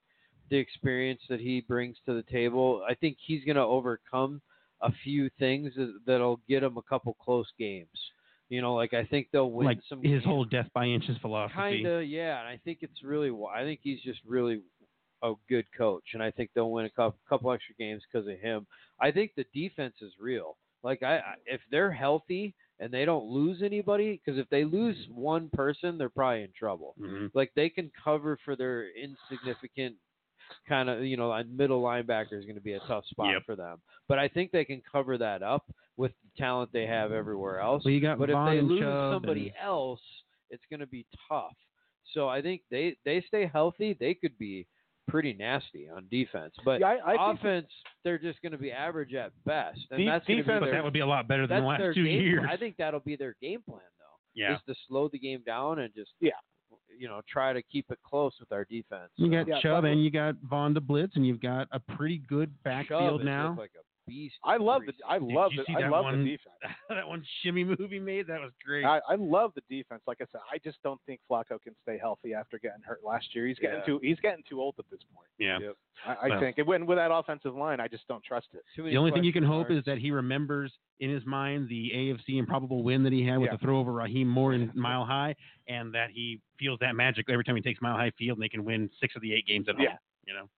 Speaker 1: the experience that he brings to the table, I think he's going to overcome a few things that- that'll get him a couple close games. You know, like I think they'll win
Speaker 4: like
Speaker 1: some
Speaker 4: his
Speaker 1: games.
Speaker 4: whole death by inches philosophy.
Speaker 1: Kind of, yeah. And I think it's really, wi- I think he's just really a good coach, and I think they'll win a couple, couple extra games because of him. I think the defense is real. Like, I I- if they're healthy and they don't lose anybody, because if they lose one person, they're probably in trouble.
Speaker 4: Mhm.
Speaker 1: Like they can cover for their insignificant kind of, you know, a middle linebacker is going to be a tough spot
Speaker 8: Yep.
Speaker 1: for them. But I think they can cover that up with the talent they have everywhere else
Speaker 4: Well, you got
Speaker 1: but if
Speaker 4: Von
Speaker 1: they lose
Speaker 4: Chubb
Speaker 1: somebody
Speaker 4: and-
Speaker 1: else, it's going to be tough. So I think they they stay healthy, they could be pretty nasty on defense. But
Speaker 5: Yeah, I, I think
Speaker 1: offense, they're just going to be average at best, and
Speaker 5: De-
Speaker 1: that's going to be
Speaker 5: defense-
Speaker 4: but
Speaker 1: their,
Speaker 4: that would be a lot better than
Speaker 1: that's
Speaker 4: the last
Speaker 1: their
Speaker 4: two
Speaker 1: game,
Speaker 4: years.
Speaker 1: I think that'll be their game plan though,
Speaker 8: Yeah.
Speaker 1: is to slow the game down and just
Speaker 5: Yeah.
Speaker 1: you know, try to keep it close with our defense.
Speaker 4: You got
Speaker 5: Yeah,
Speaker 4: Chubb
Speaker 5: but-
Speaker 4: and you got Von to blitz, and you've got a pretty good
Speaker 1: Chubb
Speaker 4: backfield
Speaker 1: has
Speaker 4: now.
Speaker 1: looked like a beast.
Speaker 5: I love the
Speaker 1: preseason.
Speaker 5: I love
Speaker 4: you
Speaker 5: it.
Speaker 4: see
Speaker 5: I
Speaker 4: that
Speaker 5: love
Speaker 4: one-
Speaker 5: the defense.
Speaker 4: that one shimmy move he made, that was great.
Speaker 5: I, I love the defense. Like I said, I just don't think Flacco can stay healthy after getting hurt last year. He's getting
Speaker 1: Yeah.
Speaker 5: too he's getting too old at this point.
Speaker 8: Yeah.
Speaker 1: Yep.
Speaker 5: I, I
Speaker 8: Well.
Speaker 5: think. And when- with that offensive line, I just don't trust it.
Speaker 1: Too many
Speaker 4: the only thing you can
Speaker 1: question
Speaker 4: hope
Speaker 1: marks.
Speaker 4: is that he remembers in his mind the AFC improbable win that he had with
Speaker 5: Yeah.
Speaker 4: the throw over Raheem Moore in Mile High, and that he feels that magic every time he takes Mile High field, and they can win six of the eight games at home.
Speaker 5: Yeah.
Speaker 4: You know,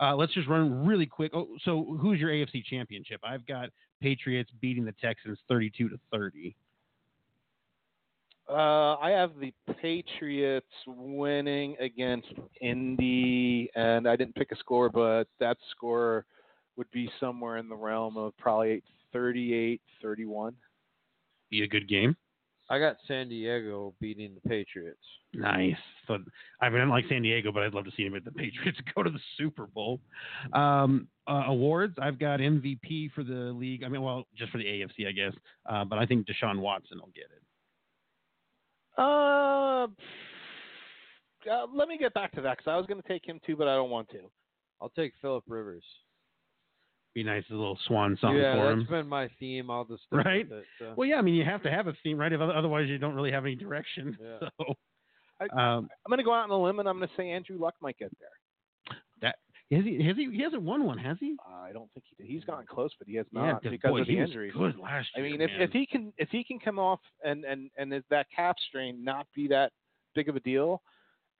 Speaker 4: uh, let's just run really quick. Oh, so who's your AFC championship? I've got Patriots beating the Texans thirty-two to thirty.
Speaker 5: Uh, I have the Patriots winning against Indy, and I didn't pick a score, but that score would be somewhere in the realm of probably 38 31.
Speaker 4: Be a good game.
Speaker 1: I got San Diego beating the Patriots.
Speaker 4: Nice. So I mean, I don't like San Diego, but I'd love to see him at the Patriots go to the Super Bowl. Um, uh, awards. I've got MVP for the league. I mean, well, just for the AFC, I guess. Uh, but I think Deshaun Watson will get it.
Speaker 5: Uh, uh, let me get back to that because I was going to take him too, but I don't want to.
Speaker 1: I'll take Philip Rivers.
Speaker 4: Be nice, a little swan song
Speaker 1: yeah,
Speaker 4: for him.
Speaker 1: that's been my theme. I'll just stick
Speaker 4: Right?
Speaker 1: With it, so.
Speaker 4: Well, yeah. I mean, you have to have a theme, right? If- Otherwise, you don't really have any direction.
Speaker 1: Yeah.
Speaker 4: So.
Speaker 5: I-
Speaker 4: Um,
Speaker 5: I'm going to go out on a limb and I'm going to say Andrew Luck might get there.
Speaker 4: has he, has he, he hasn't won one, has he?
Speaker 5: Uh, I don't think he did. He's gotten close, but he has
Speaker 4: yeah,
Speaker 5: not
Speaker 4: 'cause,
Speaker 5: because
Speaker 4: boy,
Speaker 5: of
Speaker 4: he
Speaker 5: the
Speaker 4: was
Speaker 5: injury.
Speaker 4: good last
Speaker 5: I
Speaker 4: year.
Speaker 5: mean, if,
Speaker 4: man.
Speaker 5: if he can if he can come off and and and is that calf strain not be that big of a deal,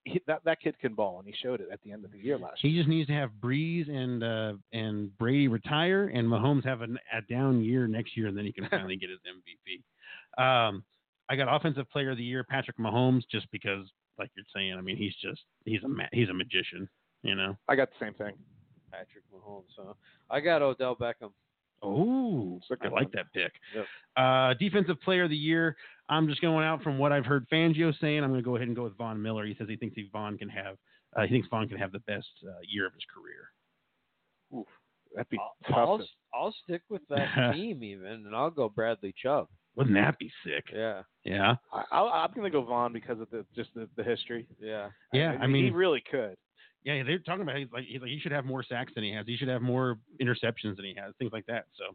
Speaker 5: he, that that kid can ball, and he showed it at the end of the year last. year.
Speaker 4: He just needs to have Breeze and uh, and Brady retire, and Mahomes have an, a down year next year, and then he can finally get his MVP. Um, I got Offensive Player of the Year, Patrick Mahomes, just because, like you're saying, I mean, he's just he's a ma- he's a magician, you know.
Speaker 5: I got the same thing.
Speaker 1: Patrick Mahomes. Huh? I got Odell Beckham.
Speaker 4: Oh,
Speaker 5: It's a
Speaker 4: I
Speaker 5: good one.
Speaker 4: like that pick.
Speaker 1: Yep.
Speaker 4: Uh, defensive player of the year. I'm just going out from what I've heard Fangio saying. I'm going to go ahead and go with Von Miller. He says he thinks he Von can have uh, he thinks Von can have the best uh, year of his career.
Speaker 5: That'd be
Speaker 1: I'll,
Speaker 5: tough.
Speaker 1: I'll, I'll stick with that team even, and I'll go Bradley Chubb.
Speaker 4: Wouldn't that be sick?
Speaker 1: Yeah,
Speaker 4: Yeah.
Speaker 5: I, I, I'm going to go Vaughn because of the just the, the history.
Speaker 1: yeah.
Speaker 4: Yeah, I
Speaker 5: he
Speaker 4: mean-
Speaker 5: really could.
Speaker 4: Yeah, they're talking about he's like, he's like he should have more sacks than he has. He should have more interceptions than he has. Things like that. So,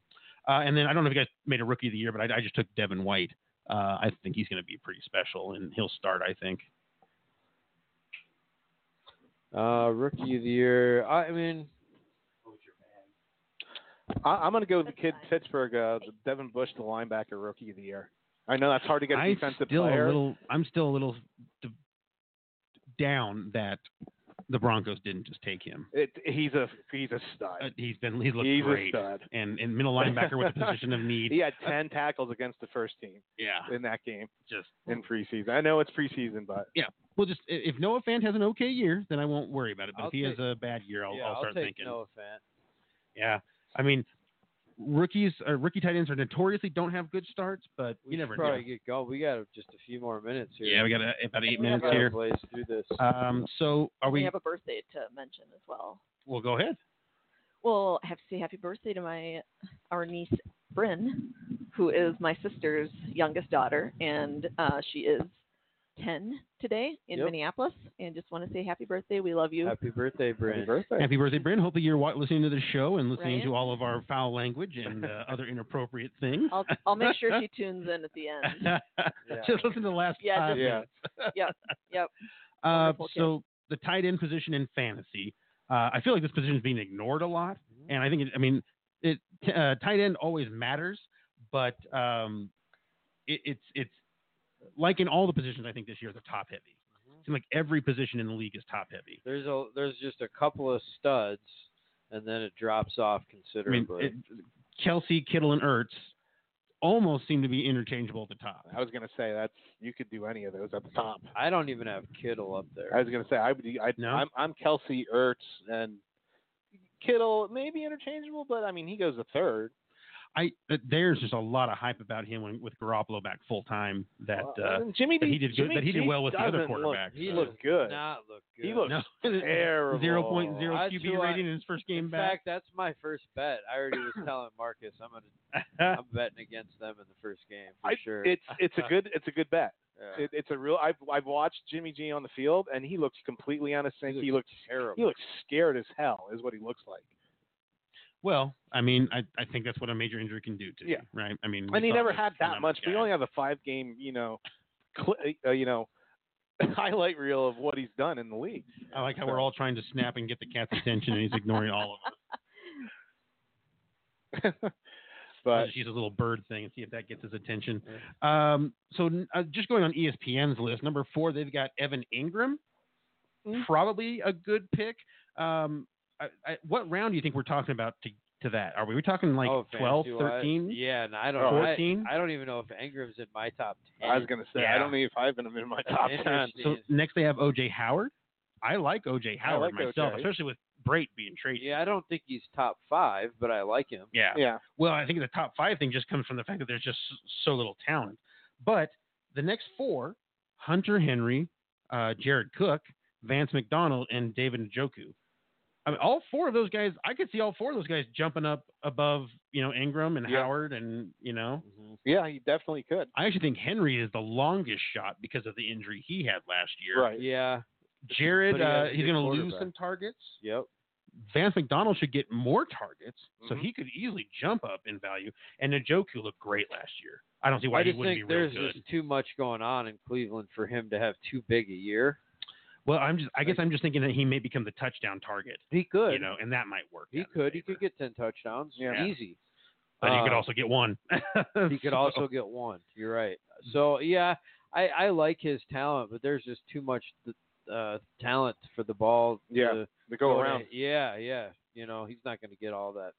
Speaker 4: uh, and then I don't know if you guys made a rookie of the year, but I, I just took Devin White. Uh, I think he's going to be pretty special, and he'll start. I think.
Speaker 1: Uh, rookie of the year. I, I mean,
Speaker 5: I, I'm going to go with the
Speaker 2: That's
Speaker 5: kid
Speaker 2: nice.
Speaker 5: Pittsburgh, uh, the Devin Bush, the linebacker rookie of the year. I know that's hard to get a
Speaker 4: I
Speaker 5: defensive
Speaker 4: still
Speaker 5: player.
Speaker 4: a little. I'm still a little d- down that the Broncos didn't just take him.
Speaker 5: It, he's a he's a stud.
Speaker 4: Uh, he's been he's looked
Speaker 5: he's
Speaker 4: great,
Speaker 5: a stud.
Speaker 4: and and middle linebacker with a position of need.
Speaker 5: He had ten tackles against the first team
Speaker 4: Yeah,
Speaker 5: in that game
Speaker 4: just
Speaker 5: in preseason. I know it's preseason, but
Speaker 4: well, just i- if Noah Fant has an okay year, then I won't worry about it. But
Speaker 1: I'll
Speaker 4: if he
Speaker 1: take-
Speaker 4: has a bad year, I'll,
Speaker 1: yeah,
Speaker 4: I'll
Speaker 1: I'll,
Speaker 4: start
Speaker 1: take
Speaker 4: thinking.
Speaker 1: Noah Fant.
Speaker 4: Yeah, I mean, rookies uh, rookie tight ends are notoriously don't have good starts, but
Speaker 1: We
Speaker 4: you
Speaker 1: should
Speaker 4: never
Speaker 1: probably
Speaker 4: know.
Speaker 1: get going. We got just a few more minutes here.
Speaker 4: Yeah, we got uh, about eight
Speaker 2: We
Speaker 1: We
Speaker 4: minutes
Speaker 1: gotta
Speaker 4: here.
Speaker 1: blaze through this.
Speaker 4: Um, so are
Speaker 2: We
Speaker 4: we?
Speaker 2: have a birthday to mention as well.
Speaker 4: Well, go ahead.
Speaker 2: Well, I have to say happy birthday to my our niece Bryn, who is my sister's youngest daughter, and uh, she is 10 today in
Speaker 1: Yep.
Speaker 2: Minneapolis, and just want to say happy birthday. We love you.
Speaker 1: Happy birthday, Bryn.
Speaker 5: Happy birthday.
Speaker 4: Happy birthday, Bryn. Hopefully, you're wa- listening to the show and listening
Speaker 2: Right.
Speaker 4: to all of our foul language and uh, other inappropriate things.
Speaker 2: I'll I'll make sure she tunes in at the end.
Speaker 4: Just listen to the last
Speaker 2: Yeah,
Speaker 4: five
Speaker 2: just-
Speaker 5: Yeah.
Speaker 4: minutes.
Speaker 2: Yep, yep.
Speaker 4: Uh,
Speaker 2: Wonderful kid.
Speaker 4: so the tight end position in fantasy, uh, I feel like this position is being ignored a lot, and I think it, I mean it. t- Uh, tight end always matters, but um, it, it's it's like in all the positions. I think this year they're top heavy.
Speaker 1: Mhm.
Speaker 4: Seems like every position in the league is top heavy.
Speaker 1: There's a there's just a couple of studs, and then it drops off
Speaker 4: I mean,
Speaker 1: considerably.
Speaker 4: it, Kelsey, Kittle, and Ertz almost seem to be interchangeable at the top.
Speaker 5: I was gonna say that's you could do any of those at the top.
Speaker 1: I don't even have Kittle up there.
Speaker 5: I was gonna say I would. I,
Speaker 4: No?
Speaker 5: I'm, I'm Kelsey Ertz and Kittle maybe interchangeable, but I mean he goes to third.
Speaker 4: I uh, there's just a lot of hype about him when, with Garoppolo back full time. That
Speaker 5: Well,
Speaker 4: uh,
Speaker 5: and Jimmy
Speaker 4: that he
Speaker 5: D-
Speaker 4: did good-
Speaker 5: Jimmy
Speaker 4: that he did
Speaker 5: G
Speaker 4: well with the other
Speaker 5: doesn't look-
Speaker 4: quarterbacks,
Speaker 5: he
Speaker 4: so.
Speaker 5: looked good.
Speaker 1: Does Not look good.
Speaker 5: He looked
Speaker 4: no,
Speaker 5: terrible.
Speaker 4: Zero point zero
Speaker 1: That's
Speaker 4: QB
Speaker 1: who I-
Speaker 4: rating in his first game
Speaker 1: in
Speaker 4: back.
Speaker 1: fact, that's my first bet. I already was telling Marcus I'm gonna, I'm betting against them in the first game for
Speaker 5: I-
Speaker 1: sure.
Speaker 5: It's it's a good it's a good bet.
Speaker 1: Yeah.
Speaker 5: It, it's a real. I've I've watched Jimmy G on the field and he looks completely out of sync. He looks
Speaker 1: terrible.
Speaker 5: he looks scared as hell is what he looks like.
Speaker 4: well, I mean, I, I think that's what a major injury can do to you,
Speaker 5: Yeah.
Speaker 4: right? I mean, we
Speaker 5: and he
Speaker 4: saw
Speaker 5: never
Speaker 4: this
Speaker 5: had that
Speaker 4: from
Speaker 5: much. We
Speaker 4: guy.
Speaker 5: only have a five game, you know, cl- uh, you know, highlight reel of what he's done in the league.
Speaker 4: I like how we're all trying to snap and get the cat's attention, and he's ignoring all of us.
Speaker 5: But
Speaker 4: she's a little bird thing and see if that gets his attention. Um, so uh, just going on ESPN's list, number four, they've got Evan Ingram, probably a good pick. Um, I, I, what round do you think we're talking about to, to that? Are we, we talking like
Speaker 1: oh,
Speaker 4: 12,
Speaker 1: fantasy-wise,
Speaker 4: 13?
Speaker 1: Yeah, and I don't know. I-
Speaker 4: 14?
Speaker 1: I, don't even know if Ingram's in my top ten.
Speaker 5: Oh. I was gonna say
Speaker 4: Yeah.
Speaker 5: I don't know if I've been in my top ten.
Speaker 1: Interesting.
Speaker 4: So next they have OJ Howard. I like OJ Howard
Speaker 5: like
Speaker 4: myself,
Speaker 5: O.J..
Speaker 4: especially with Brait being traded.
Speaker 1: Yeah, I don't think he's top five, but I like him.
Speaker 4: Yeah.
Speaker 5: Yeah,
Speaker 4: Well, I think the top five thing just comes from the fact that there's just s- so little talent. But the next four Hunter Henry, uh, Jared Cook, Vance McDonald, and David Njoku. I mean, all four of those guys, I could see all four of those guys jumping up above, you know, Ingram and
Speaker 5: Yeah.
Speaker 4: Howard. And, you know,
Speaker 5: yeah, he definitely could.
Speaker 4: I actually think Henry is the longest shot because of the injury he had last year.
Speaker 5: Right.
Speaker 1: Yeah.
Speaker 4: Jared,
Speaker 1: But he
Speaker 4: uh,
Speaker 1: has a
Speaker 4: he's
Speaker 1: good
Speaker 4: going to lose
Speaker 1: quarterback.
Speaker 4: some targets.
Speaker 1: Yep.
Speaker 4: Vance McDonald should get more targets,
Speaker 1: Mm-hmm.
Speaker 4: so
Speaker 5: Mhm.
Speaker 4: he could easily jump up in value. And Njoku looked great last year. I don't see why
Speaker 1: I
Speaker 4: he
Speaker 1: just
Speaker 4: wouldn't
Speaker 1: think
Speaker 4: be real
Speaker 1: there's
Speaker 4: good.
Speaker 1: just too much going on in Cleveland for him to have too big a year.
Speaker 4: well, I'm just, I guess I'm just thinking that he may become the touchdown target,
Speaker 1: He could.
Speaker 4: you know, and that might work.
Speaker 1: he
Speaker 4: out in
Speaker 1: could. He
Speaker 4: favor.
Speaker 1: could get ten touchdowns.
Speaker 5: Yeah.
Speaker 1: Easy.
Speaker 4: but he could
Speaker 1: uh,
Speaker 4: also get one.
Speaker 1: He could
Speaker 4: So- Mm-hmm.
Speaker 1: also get one. You're right. So yeah, I, I like his talent, but there's just too much uh, talent for the ball.
Speaker 5: Yeah.
Speaker 1: to
Speaker 5: To go around.
Speaker 1: Yeah, yeah. You know, he's not going to get all that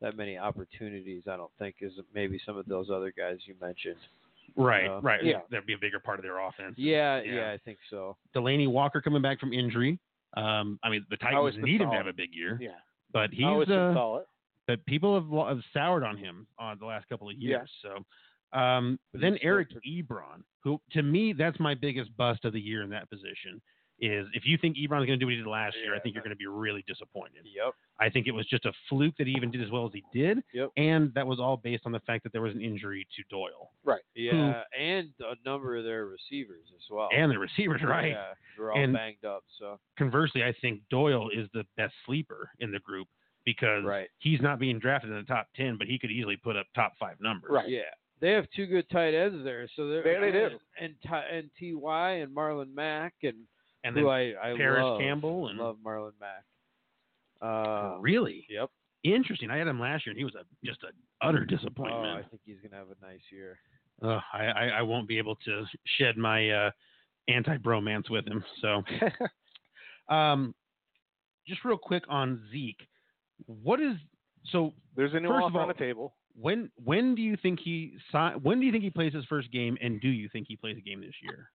Speaker 1: that many opportunities. I don't think is maybe some of those other guys you mentioned.
Speaker 4: right,
Speaker 1: uh,
Speaker 4: right.
Speaker 5: yeah.
Speaker 4: That'd be a bigger part of their offense.
Speaker 1: Yeah,
Speaker 4: Yeah.
Speaker 1: yeah, I think so.
Speaker 4: Delaney Walker coming back from injury. Um, I mean, the
Speaker 5: Always
Speaker 4: Titans need him
Speaker 5: solid.
Speaker 4: to have a big year,
Speaker 5: Yeah,
Speaker 4: but he's
Speaker 5: I always
Speaker 4: uh,
Speaker 5: solid.
Speaker 4: but people have, lo- have soured on him on the last couple of years. So um,
Speaker 1: But
Speaker 4: then
Speaker 1: he's still
Speaker 4: Eric
Speaker 1: pretty-
Speaker 4: Ebron, who to me that's my biggest bust of the year in that position, is if you think Ebron's going to do what he did last year, I
Speaker 1: Yeah,
Speaker 4: think you're
Speaker 1: that-
Speaker 4: going to be really disappointed.
Speaker 1: Yep.
Speaker 4: I think it was just a fluke that he even did as well as he did,
Speaker 1: Yep.
Speaker 4: and that was all based on the fact that there was an injury to Doyle
Speaker 1: Yeah, and a number of their receivers as well.
Speaker 4: and the receivers.
Speaker 1: Oh.
Speaker 4: Right.
Speaker 1: Yeah, they're all
Speaker 4: And-
Speaker 1: banged up. So
Speaker 4: Conversely, I think Doyle is the best sleeper in the group because
Speaker 1: Right.
Speaker 4: he's not being drafted in the top ten, but he could easily put up top five numbers.
Speaker 5: Right.
Speaker 1: yeah, they have two good tight ends there. So they're,
Speaker 5: They- they do.
Speaker 1: And Ty- and Ty and Marlon Mack and,
Speaker 4: And
Speaker 1: who
Speaker 4: then
Speaker 1: I I
Speaker 4: Paris
Speaker 1: love.
Speaker 4: Campbell and-
Speaker 1: love Marlon Mack. Uh,
Speaker 4: really.
Speaker 1: yep.
Speaker 4: interesting. I had him last year, and he was a just an utter
Speaker 1: Oh, I
Speaker 4: disappointment.
Speaker 1: think he's gonna have a nice year.
Speaker 5: Oh,
Speaker 4: Ugh, I, I, I won't be able to shed my uh, anti bromance with him. So, um, just real quick on Zeke, what is so?
Speaker 5: There's a new
Speaker 4: First of
Speaker 5: offer on
Speaker 4: all-
Speaker 5: the table.
Speaker 4: When when do you think he si- when do you think he plays his first game, and do you think he plays a game this year?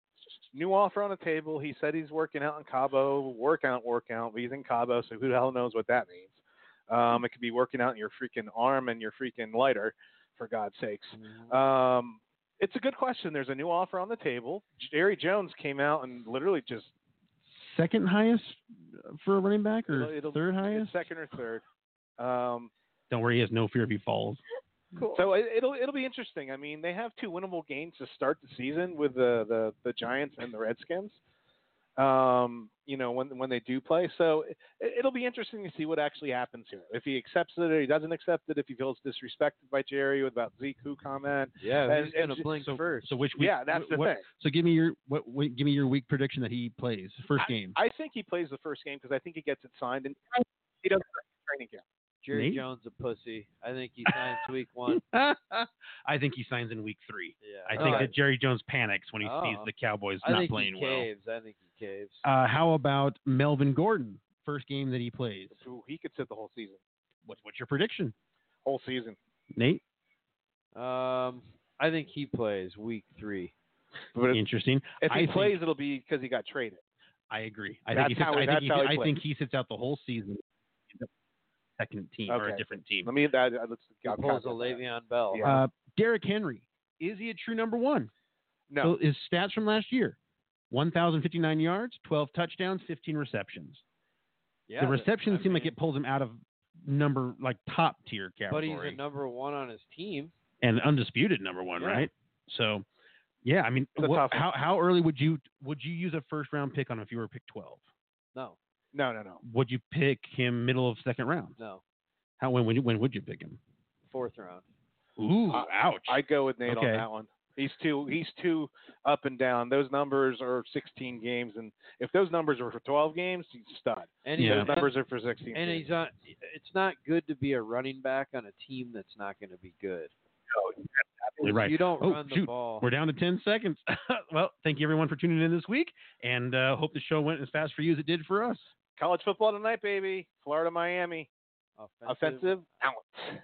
Speaker 5: New offer on the table. He said he's working out in Cabo. Workout, workout. But he's in Cabo, so who the hell knows what that means? Um, it could be working out in your freaking arm and your freaking lighter, for God's sakes.
Speaker 4: Mm-hmm.
Speaker 1: Uh,
Speaker 5: Um, it's a good question. There's a new offer on the table. Jerry Jones came out and literally just
Speaker 4: Second highest uh, for a running back, or
Speaker 5: It'll- it'll-
Speaker 4: third highest?
Speaker 5: second or third. Um,
Speaker 4: Don't worry, he has no fear if he falls.
Speaker 2: Cool.
Speaker 5: So it, it'll it'll be interesting. I mean, they have two winnable games to start the season with the the, the Giants and the Redskins. Um, you know when when they do play, so it, it'll be interesting to see what actually happens here. If he accepts it or he doesn't accept it, if he feels disrespected by Jerry with about Zeke who comment.
Speaker 1: Yeah,
Speaker 5: And-
Speaker 1: who's gonna
Speaker 5: and-
Speaker 1: blink
Speaker 4: so,
Speaker 1: first?
Speaker 4: So which week?
Speaker 5: yeah, that's the
Speaker 4: what-
Speaker 5: thing.
Speaker 4: So give me your what, what? Give me your week prediction that he plays first game.
Speaker 5: I think he plays the first game because I think he gets it signed and he doesn't have training camp.
Speaker 1: Jerry
Speaker 4: Me?
Speaker 1: Jones a pussy. I think he signs week one.
Speaker 4: I think he signs in week three.
Speaker 1: Yeah,
Speaker 4: I think
Speaker 1: Oh,
Speaker 4: that Jerry Jones panics when he sees
Speaker 1: Oh.
Speaker 4: the Cowboys
Speaker 1: I
Speaker 4: not
Speaker 1: think
Speaker 4: playing
Speaker 1: he
Speaker 4: well.
Speaker 1: caves. I think he caves.
Speaker 4: Uh, how about Melvin Gordon? First game that he plays.
Speaker 5: Ooh, he could sit the whole season,
Speaker 4: What's what's your prediction,
Speaker 5: whole season.
Speaker 4: Nate?
Speaker 1: Um, I think he plays week three.
Speaker 5: But if,
Speaker 4: Interesting.
Speaker 5: if
Speaker 4: I
Speaker 5: he
Speaker 4: think-
Speaker 5: plays, it'll be because he got traded.
Speaker 4: I agree. I
Speaker 5: That's
Speaker 4: think he sits,
Speaker 5: how-
Speaker 4: I, think
Speaker 5: that's
Speaker 4: he,
Speaker 5: how
Speaker 4: sit-
Speaker 5: he
Speaker 4: I
Speaker 5: plays.
Speaker 4: think he sits out the whole season. Second team or
Speaker 5: Okay.
Speaker 4: a different team.
Speaker 5: Let me. I, I, let's,
Speaker 1: He
Speaker 5: I'll
Speaker 1: pulls a
Speaker 5: comment on that.
Speaker 1: Le'Veon Bell.
Speaker 5: Yeah.
Speaker 4: Uh, Derrick Henry is he a true number one?
Speaker 5: No,
Speaker 4: So his stats from last year: 1,059 yards, 12 touchdowns, 15 receptions.
Speaker 1: Yeah,
Speaker 4: the
Speaker 1: but,
Speaker 4: receptions
Speaker 1: I
Speaker 4: seem like
Speaker 1: mean,
Speaker 4: it pulls him out of number like top tier
Speaker 1: But
Speaker 4: category
Speaker 1: he's the number one on his team.
Speaker 4: and undisputed number one,
Speaker 1: Yeah.
Speaker 4: right? So, yeah, I mean,
Speaker 5: It's a
Speaker 4: what-
Speaker 5: tough one.
Speaker 4: how how early would you would you use a first round pick on him if you were pick 12?
Speaker 1: No,
Speaker 5: no, no, no.
Speaker 4: Would you pick him middle of second round?
Speaker 1: no,
Speaker 4: How when when, when would you pick him?
Speaker 1: fourth round.
Speaker 4: Ooh, ouch!
Speaker 5: I'd go with Nate
Speaker 4: Okay.
Speaker 5: on that one. He's too he's too up and down. Those numbers are 16 games, and if those numbers were for 12 games, he's a stud.
Speaker 1: And he's
Speaker 4: Yeah.
Speaker 5: Those numbers are for
Speaker 1: and
Speaker 5: 16. games.
Speaker 1: he's on. It's not good to be a running back on a team that's not going to be good.
Speaker 4: Absolutely right.
Speaker 1: You don't
Speaker 4: Oh,
Speaker 1: run the
Speaker 4: shoot.
Speaker 1: ball.
Speaker 4: We're down to 10 seconds. well, thank you everyone for tuning in this week, and uh, hope the show went as fast for you as it did for us.
Speaker 5: College football tonight, baby. Florida, Miami. Offensive, out.